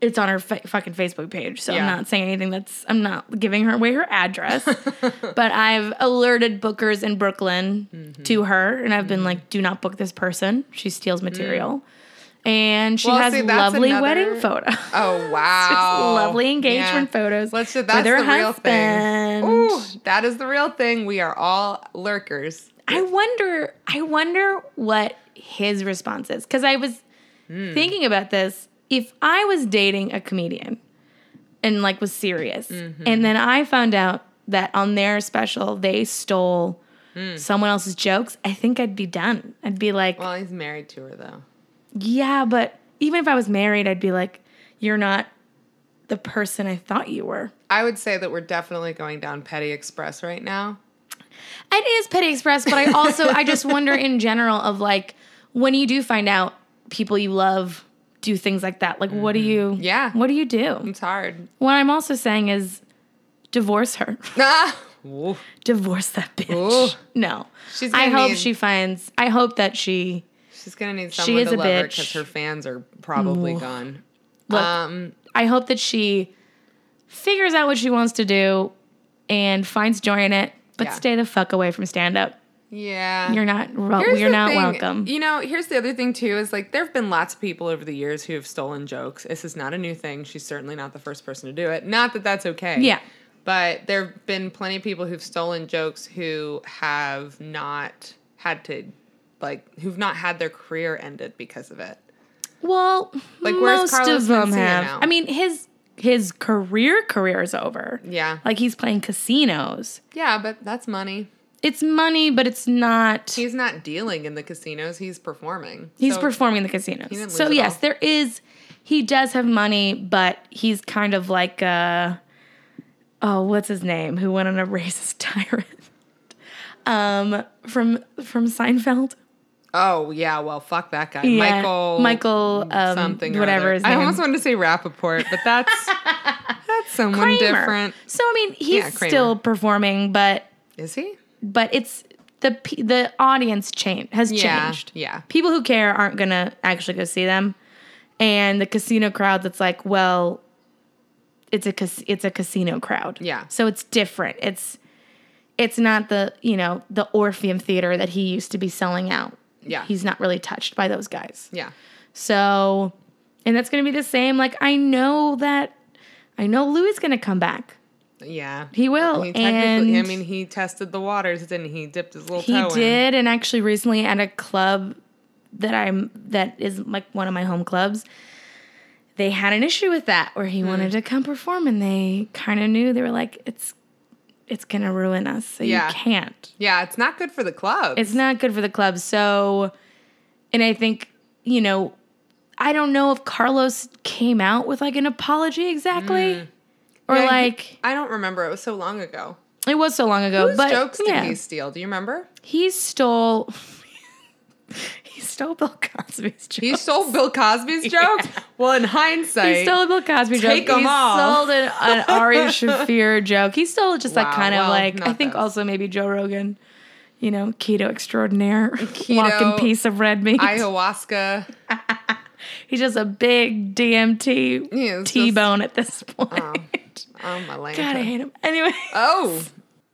[SPEAKER 1] it's on her fa- fucking facebook page so i'm
[SPEAKER 2] Mm-hmm. Yeah.
[SPEAKER 1] not saying anything that's i'm not giving her away her address but i've alerted bookers in brooklyn
[SPEAKER 2] Mm-hmm.
[SPEAKER 1] to her and i've been like do not book this person she steals material and she
[SPEAKER 2] Mm. Well,
[SPEAKER 1] has
[SPEAKER 2] see, that's
[SPEAKER 1] lovely
[SPEAKER 2] another-
[SPEAKER 1] wedding photos
[SPEAKER 2] Oh wow.
[SPEAKER 1] lovely engagement
[SPEAKER 2] Yeah.
[SPEAKER 1] photos
[SPEAKER 2] Let's do
[SPEAKER 1] with
[SPEAKER 2] that's
[SPEAKER 1] her
[SPEAKER 2] the real
[SPEAKER 1] husband.
[SPEAKER 2] thing. Ooh, that is the real thing. We are all lurkers.
[SPEAKER 1] I wonder. I wonder what his response is because I was thinking about this. If I was dating a comedian and like was serious, and then I found out that on their special they stole someone else's jokes, I think I'd be done. I'd be like,
[SPEAKER 2] Well, he's married to her though.
[SPEAKER 1] yeah, but even if I was married, I'd be like, you're not the person I thought you were.
[SPEAKER 2] I would say that we're definitely going down Petty Express right now.
[SPEAKER 1] It is Petty Express, but I also I just wonder in general of like when you do find out people you love do things like that. Like what do you
[SPEAKER 2] Mm-hmm. Yeah.
[SPEAKER 1] What do you do?
[SPEAKER 2] It's hard.
[SPEAKER 1] What I'm also saying is divorce her.
[SPEAKER 2] Ah. Ooh.
[SPEAKER 1] divorce that bitch.
[SPEAKER 2] Ooh.
[SPEAKER 1] No.
[SPEAKER 2] She's
[SPEAKER 1] I
[SPEAKER 2] gonna
[SPEAKER 1] hope
[SPEAKER 2] need-
[SPEAKER 1] she finds I hope that she
[SPEAKER 2] She's gonna need
[SPEAKER 1] She
[SPEAKER 2] someone
[SPEAKER 1] is
[SPEAKER 2] to
[SPEAKER 1] a
[SPEAKER 2] love her
[SPEAKER 1] bitch.
[SPEAKER 2] because her fans are probably gone.
[SPEAKER 1] look,
[SPEAKER 2] Um,
[SPEAKER 1] I hope that she figures out what she wants to do and finds joy in it, but
[SPEAKER 2] Yeah.
[SPEAKER 1] stay the fuck away from stand up.
[SPEAKER 2] yeah.
[SPEAKER 1] You're not ro-
[SPEAKER 2] Here's
[SPEAKER 1] you're
[SPEAKER 2] the
[SPEAKER 1] not
[SPEAKER 2] thing,
[SPEAKER 1] welcome.
[SPEAKER 2] You know, here's the other thing too is like there have been lots of people over the years who have stolen jokes. This is not a new thing. She's certainly not the first person to do it. Not that that's okay.
[SPEAKER 1] Yeah.
[SPEAKER 2] But there have been plenty of people who've stolen jokes who have not had to, like, who've not had their career ended because of it.
[SPEAKER 1] Well,
[SPEAKER 2] Like, where's
[SPEAKER 1] most
[SPEAKER 2] Carlos
[SPEAKER 1] of them
[SPEAKER 2] Mencia
[SPEAKER 1] have.
[SPEAKER 2] now?
[SPEAKER 1] I mean, his his career career is over.
[SPEAKER 2] Yeah.
[SPEAKER 1] Like he's playing casinos.
[SPEAKER 2] Yeah, but that's money.
[SPEAKER 1] It's money, but it's not.
[SPEAKER 2] He's not dealing in the casinos. He's performing.
[SPEAKER 1] He's
[SPEAKER 2] So-
[SPEAKER 1] performing the casinos.
[SPEAKER 2] didn't
[SPEAKER 1] So
[SPEAKER 2] lose it
[SPEAKER 1] yes,
[SPEAKER 2] all.
[SPEAKER 1] there is. He does have money, but he's kind of like uh, oh, what's his name? Who went on a racist tyrant? um, from from Seinfeld.
[SPEAKER 2] Oh yeah, well fuck that guy,
[SPEAKER 1] Yeah.
[SPEAKER 2] Michael.
[SPEAKER 1] Michael, um,
[SPEAKER 2] something. or
[SPEAKER 1] whatever
[SPEAKER 2] other.
[SPEAKER 1] his
[SPEAKER 2] I
[SPEAKER 1] name.
[SPEAKER 2] almost wanted to say Rappaport, but that's that's someone
[SPEAKER 1] Kramer.
[SPEAKER 2] different.
[SPEAKER 1] So I mean, he's
[SPEAKER 2] Yeah, Kramer.
[SPEAKER 1] still performing, but
[SPEAKER 2] Is he?
[SPEAKER 1] but it's the p- the audience change has
[SPEAKER 2] Yeah,
[SPEAKER 1] changed.
[SPEAKER 2] yeah.
[SPEAKER 1] people who care aren't gonna actually go see them, and the casino crowd that's like, well, it's a cas- it's a casino crowd.
[SPEAKER 2] Yeah.
[SPEAKER 1] so it's different. It's it's not the you know the Orpheum Theater that he used to be selling out.
[SPEAKER 2] Yeah.
[SPEAKER 1] he's not really touched by those guys.
[SPEAKER 2] Yeah.
[SPEAKER 1] So, and that's gonna be the same. Like I know that I know Louis gonna come back.
[SPEAKER 2] Yeah.
[SPEAKER 1] He will.
[SPEAKER 2] He
[SPEAKER 1] and
[SPEAKER 2] technically, I mean, he tested the waters, didn't he? Dipped his little
[SPEAKER 1] He
[SPEAKER 2] toe in.
[SPEAKER 1] did, and actually recently at a club that I'm that is like one of my home clubs, they had an issue with that where
[SPEAKER 2] Hmm.
[SPEAKER 1] he wanted to come perform, and they kind of knew they were like, it's it's gonna ruin us, so
[SPEAKER 2] Yeah.
[SPEAKER 1] you can't.
[SPEAKER 2] Yeah, it's not good for the club.
[SPEAKER 1] It's not good for the club. So, and I think you know, I don't know if Carlos came out with like an apology exactly, or
[SPEAKER 2] Hmm. Yeah, he-
[SPEAKER 1] like
[SPEAKER 2] I don't remember. It was so long ago.
[SPEAKER 1] it was so long ago.
[SPEAKER 2] Whose
[SPEAKER 1] but
[SPEAKER 2] jokes did
[SPEAKER 1] yeah.
[SPEAKER 2] he steal? Do you remember?
[SPEAKER 1] He stole. he stole Bill Cosby's joke.
[SPEAKER 2] He stole Bill Cosby's jokes. Well, in hindsight,
[SPEAKER 1] He stole a Bill Cosby
[SPEAKER 2] Take
[SPEAKER 1] joke.
[SPEAKER 2] 'em
[SPEAKER 1] he
[SPEAKER 2] all.
[SPEAKER 1] stole an, an Ari Shafir joke. He stole just
[SPEAKER 2] Wow,
[SPEAKER 1] like kind of
[SPEAKER 2] well,
[SPEAKER 1] like I
[SPEAKER 2] not
[SPEAKER 1] think
[SPEAKER 2] those.
[SPEAKER 1] also maybe Joe Rogan. You know, keto extraordinaire, walking piece of red meat.
[SPEAKER 2] ayahuasca.
[SPEAKER 1] He's just a big DMT
[SPEAKER 2] Yeah, it's just-
[SPEAKER 1] T-bone at this point.
[SPEAKER 2] Oh my land.
[SPEAKER 1] God, I hate him. Anyway,
[SPEAKER 2] Oh,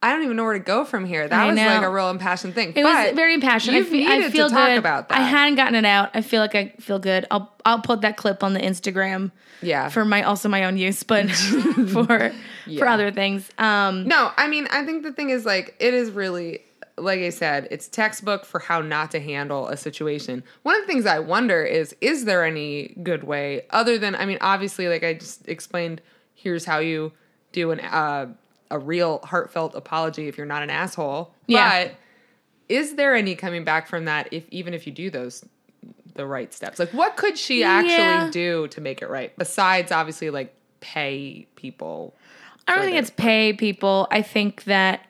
[SPEAKER 2] I don't even know where to go from here. That
[SPEAKER 1] I
[SPEAKER 2] was like
[SPEAKER 1] know.
[SPEAKER 2] a real impassioned thing.
[SPEAKER 1] it
[SPEAKER 2] but
[SPEAKER 1] was very impassioned. I
[SPEAKER 2] you've
[SPEAKER 1] fe- I,
[SPEAKER 2] needed to
[SPEAKER 1] feel
[SPEAKER 2] talk
[SPEAKER 1] good
[SPEAKER 2] about
[SPEAKER 1] I
[SPEAKER 2] that.
[SPEAKER 1] hadn't gotten it out. I feel like I feel good. I'll I'll put that clip on the Instagram.
[SPEAKER 2] yeah.
[SPEAKER 1] for my also my own use, but for for
[SPEAKER 2] Yeah.
[SPEAKER 1] other things. Um,
[SPEAKER 2] no, I mean, I think the thing is like it is really like I said, it's textbook for how not to handle a situation. One of the things I wonder is is there any good way other than I mean, obviously like I just explained here's how you do an uh, a real heartfelt apology if you're not an asshole.
[SPEAKER 1] Yeah.
[SPEAKER 2] But is there any coming back from that if even if you do those the right steps like what could she actually
[SPEAKER 1] Yeah.
[SPEAKER 2] do to make it right besides obviously like pay people
[SPEAKER 1] I don't
[SPEAKER 2] for
[SPEAKER 1] think
[SPEAKER 2] the-
[SPEAKER 1] it's pay people. I think that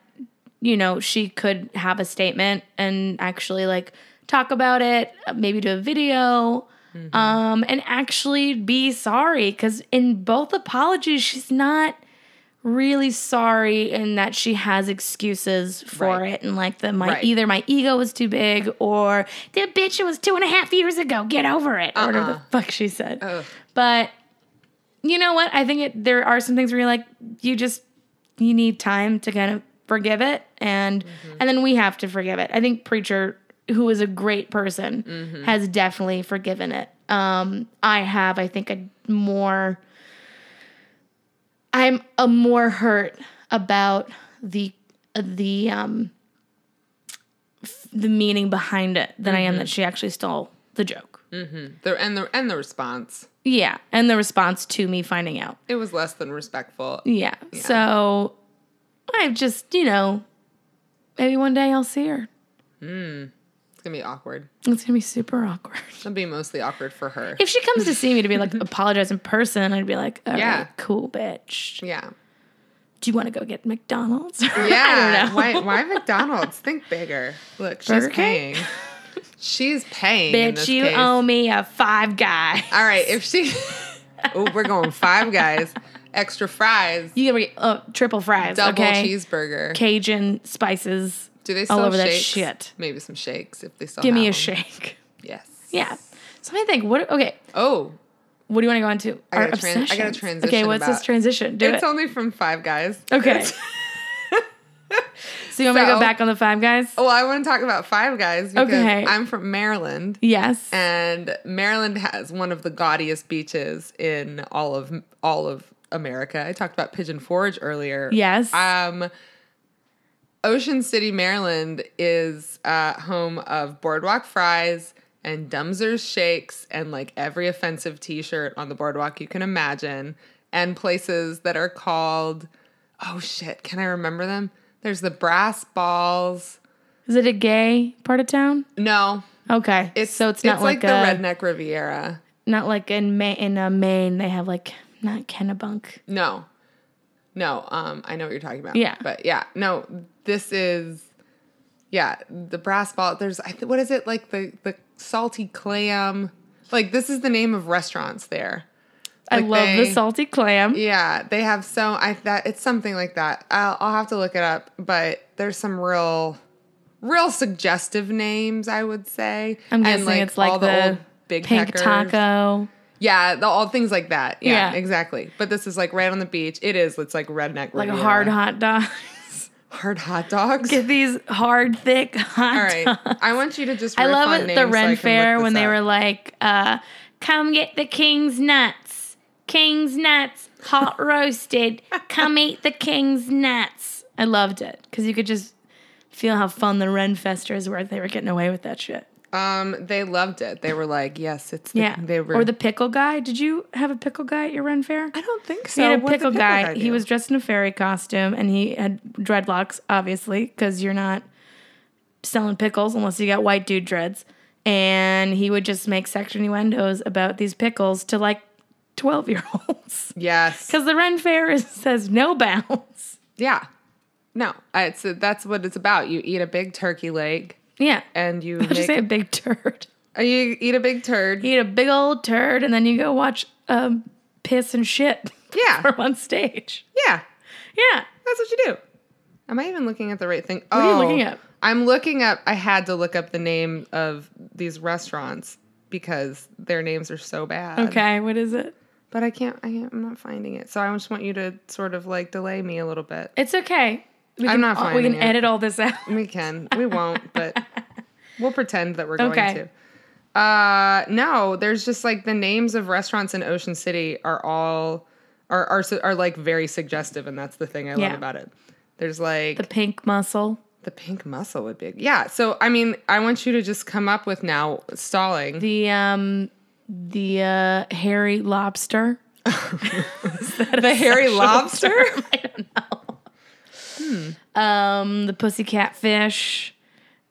[SPEAKER 1] you know she could have a statement and actually like talk about it, maybe do a video,
[SPEAKER 2] Mm-hmm.
[SPEAKER 1] um, and actually be sorry because in both apologies she's not really sorry in that she has excuses for
[SPEAKER 2] Right.
[SPEAKER 1] it and like the my
[SPEAKER 2] Right.
[SPEAKER 1] either my ego was too big or the bitch it was two and a half years ago get over it or whatever the fuck she said
[SPEAKER 2] Uh-uh. Ugh.
[SPEAKER 1] but you know what i think it, there are some things where you're like you just you need time to kind of forgive it and
[SPEAKER 2] Mm-hmm.
[SPEAKER 1] and then we have to forgive it i think preacher who is a great person
[SPEAKER 2] Mm-hmm.
[SPEAKER 1] has definitely forgiven it um i have i think a more i'm a more hurt about the the um f- the meaning behind it than i am that she actually stole the joke
[SPEAKER 2] the and the and the response
[SPEAKER 1] yeah and the response to me finding out
[SPEAKER 2] it was less than respectful
[SPEAKER 1] Yeah. So I've just, you know, maybe one day I'll see her.
[SPEAKER 2] it's gonna be awkward
[SPEAKER 1] It's gonna be super awkward.
[SPEAKER 2] it'll be mostly awkward for her
[SPEAKER 1] If she comes to see me to be like apologize in person, I'd be like, "All
[SPEAKER 2] Yeah.
[SPEAKER 1] right, cool, bitch.
[SPEAKER 2] yeah
[SPEAKER 1] Do you want to go get McDonald's?"
[SPEAKER 2] yeah
[SPEAKER 1] I don't know.
[SPEAKER 2] why why mcdonald's think bigger look she's
[SPEAKER 1] Burger King?
[SPEAKER 2] paying she's paying in
[SPEAKER 1] Bitch,
[SPEAKER 2] this
[SPEAKER 1] you
[SPEAKER 2] case.
[SPEAKER 1] owe me a five guy.
[SPEAKER 2] all right if she oh we're going five guys extra fries
[SPEAKER 1] You gonna get uh, triple fries,
[SPEAKER 2] double
[SPEAKER 1] okay?
[SPEAKER 2] cheeseburger
[SPEAKER 1] Cajun spices.
[SPEAKER 2] do they
[SPEAKER 1] all
[SPEAKER 2] sell
[SPEAKER 1] over that
[SPEAKER 2] shakes?
[SPEAKER 1] shit.
[SPEAKER 2] maybe some shakes if they sell
[SPEAKER 1] Give me a
[SPEAKER 2] shake
[SPEAKER 1] shake.
[SPEAKER 2] yes
[SPEAKER 1] Yeah. So I think what? Okay,
[SPEAKER 2] oh
[SPEAKER 1] what do you want to go into?
[SPEAKER 2] I got
[SPEAKER 1] Our
[SPEAKER 2] a tran- I got a
[SPEAKER 1] obsessions.
[SPEAKER 2] transition
[SPEAKER 1] Okay, what's this
[SPEAKER 2] about-
[SPEAKER 1] transition? Do
[SPEAKER 2] it's
[SPEAKER 1] it.
[SPEAKER 2] only from Five Guys.
[SPEAKER 1] Okay.
[SPEAKER 2] It's-
[SPEAKER 1] so you want me to
[SPEAKER 2] So- Oh.
[SPEAKER 1] go back on the Five Guys?
[SPEAKER 2] well, I want to talk about Five Guys because
[SPEAKER 1] Okay.
[SPEAKER 2] I'm from Maryland,
[SPEAKER 1] Yes.
[SPEAKER 2] and Maryland has one of the gaudiest beaches in all of all of America. I talked about Pigeon Forge earlier.
[SPEAKER 1] Yes.
[SPEAKER 2] Um, Ocean City, Maryland is uh, home of Boardwalk Fries and Dumbser's Shakes and like every offensive t shirt on the boardwalk you can imagine, and places that are called, oh shit, can I remember them? There's the Brass Balls.
[SPEAKER 1] Is it a gay part of town?
[SPEAKER 2] No,
[SPEAKER 1] Okay.
[SPEAKER 2] it's
[SPEAKER 1] so it's not like,
[SPEAKER 2] like,
[SPEAKER 1] a,
[SPEAKER 2] the Redneck Riviera.
[SPEAKER 1] not like in Ma- in uh, Maine they have like not Kennebunk.
[SPEAKER 2] No. No, um, I know what you're talking about.
[SPEAKER 1] Yeah.
[SPEAKER 2] But yeah, no, this is yeah, the brass ball. There's I th- what is it like the the salty clam? Like this is the name of restaurants there.
[SPEAKER 1] I
[SPEAKER 2] Like,
[SPEAKER 1] love
[SPEAKER 2] they-
[SPEAKER 1] the salty clam.
[SPEAKER 2] Yeah, they have so I that it's something like that. I'll, I'll have to look it up, but there's some real, real suggestive names I would say.
[SPEAKER 1] I'm guessing it's like the
[SPEAKER 2] big
[SPEAKER 1] Pink
[SPEAKER 2] peckers.
[SPEAKER 1] taco.
[SPEAKER 2] Yeah, the, all things like that. Yeah,
[SPEAKER 1] Yeah.
[SPEAKER 2] exactly. But this is like right on the beach. It is. It's like redneck.
[SPEAKER 1] Like
[SPEAKER 2] Riviera.
[SPEAKER 1] hard hot dogs.
[SPEAKER 2] hard hot dogs.
[SPEAKER 1] Get these hard, thick hot
[SPEAKER 2] all right, I want you to just.
[SPEAKER 1] I
[SPEAKER 2] riff
[SPEAKER 1] love it
[SPEAKER 2] on
[SPEAKER 1] at
[SPEAKER 2] names
[SPEAKER 1] the
[SPEAKER 2] so I
[SPEAKER 1] Ren
[SPEAKER 2] can look
[SPEAKER 1] Fair
[SPEAKER 2] this
[SPEAKER 1] when they
[SPEAKER 2] up.
[SPEAKER 1] were like, uh, come get the king's nuts. King's nuts, hot roasted. Come eat the king's nuts. I loved it because you could just feel how fun the Ren Festers were. They were getting away with that shit.
[SPEAKER 2] Um, they loved it. They were like, "Yes, it's the,
[SPEAKER 1] Yeah.
[SPEAKER 2] They were
[SPEAKER 1] or the pickle guy. Did you have a pickle guy at your Ren Fair?
[SPEAKER 2] I don't think so.
[SPEAKER 1] We had a
[SPEAKER 2] What did
[SPEAKER 1] pickle,
[SPEAKER 2] the
[SPEAKER 1] guy. He
[SPEAKER 2] do?
[SPEAKER 1] was dressed in a fairy costume and he had dreadlocks, obviously, because you're not selling pickles unless you got white dude dreads. And he would just make sexual innuendos about these pickles to like 12 year olds.
[SPEAKER 2] yes.
[SPEAKER 1] Because the Ren Fair is, says no bounds.
[SPEAKER 2] Yeah. No, I- it's that's what it's about. You eat a big turkey leg
[SPEAKER 1] Yeah.
[SPEAKER 2] and you
[SPEAKER 1] I'll just
[SPEAKER 2] make-
[SPEAKER 1] say a big turd.
[SPEAKER 2] uh, you eat a big turd.
[SPEAKER 1] You eat a big old turd and then you go watch um, piss and shit
[SPEAKER 2] Yeah.
[SPEAKER 1] from on stage.
[SPEAKER 2] Yeah.
[SPEAKER 1] Yeah.
[SPEAKER 2] That's what you do. Am I even looking at the right thing?
[SPEAKER 1] are you
[SPEAKER 2] Oh,
[SPEAKER 1] looking up?
[SPEAKER 2] I'm looking up. I had to look up the name of these restaurants because their names are so bad.
[SPEAKER 1] Okay. What is it?
[SPEAKER 2] But I can't. I can't, I'm not finding it. So I just want you to sort of like delay me a little bit.
[SPEAKER 1] It's okay. We
[SPEAKER 2] I'm
[SPEAKER 1] can,
[SPEAKER 2] not
[SPEAKER 1] We
[SPEAKER 2] finding
[SPEAKER 1] can
[SPEAKER 2] it.
[SPEAKER 1] edit all this out.
[SPEAKER 2] We can. We won't, but we'll pretend that we're going
[SPEAKER 1] Okay.
[SPEAKER 2] to. Uh no, there's just like the names of restaurants in Ocean City are all are are, su- are like very suggestive and that's the thing I love
[SPEAKER 1] Yeah.
[SPEAKER 2] about it. There's like
[SPEAKER 1] The
[SPEAKER 2] the,
[SPEAKER 1] pink muscle.
[SPEAKER 2] pink muscle would be. Yeah, so I mean, I want you to just come up with now stalling.
[SPEAKER 1] The um the uh hairy lobster.
[SPEAKER 2] The, hairy lobster?
[SPEAKER 1] I don't know. Um the pussycat fish.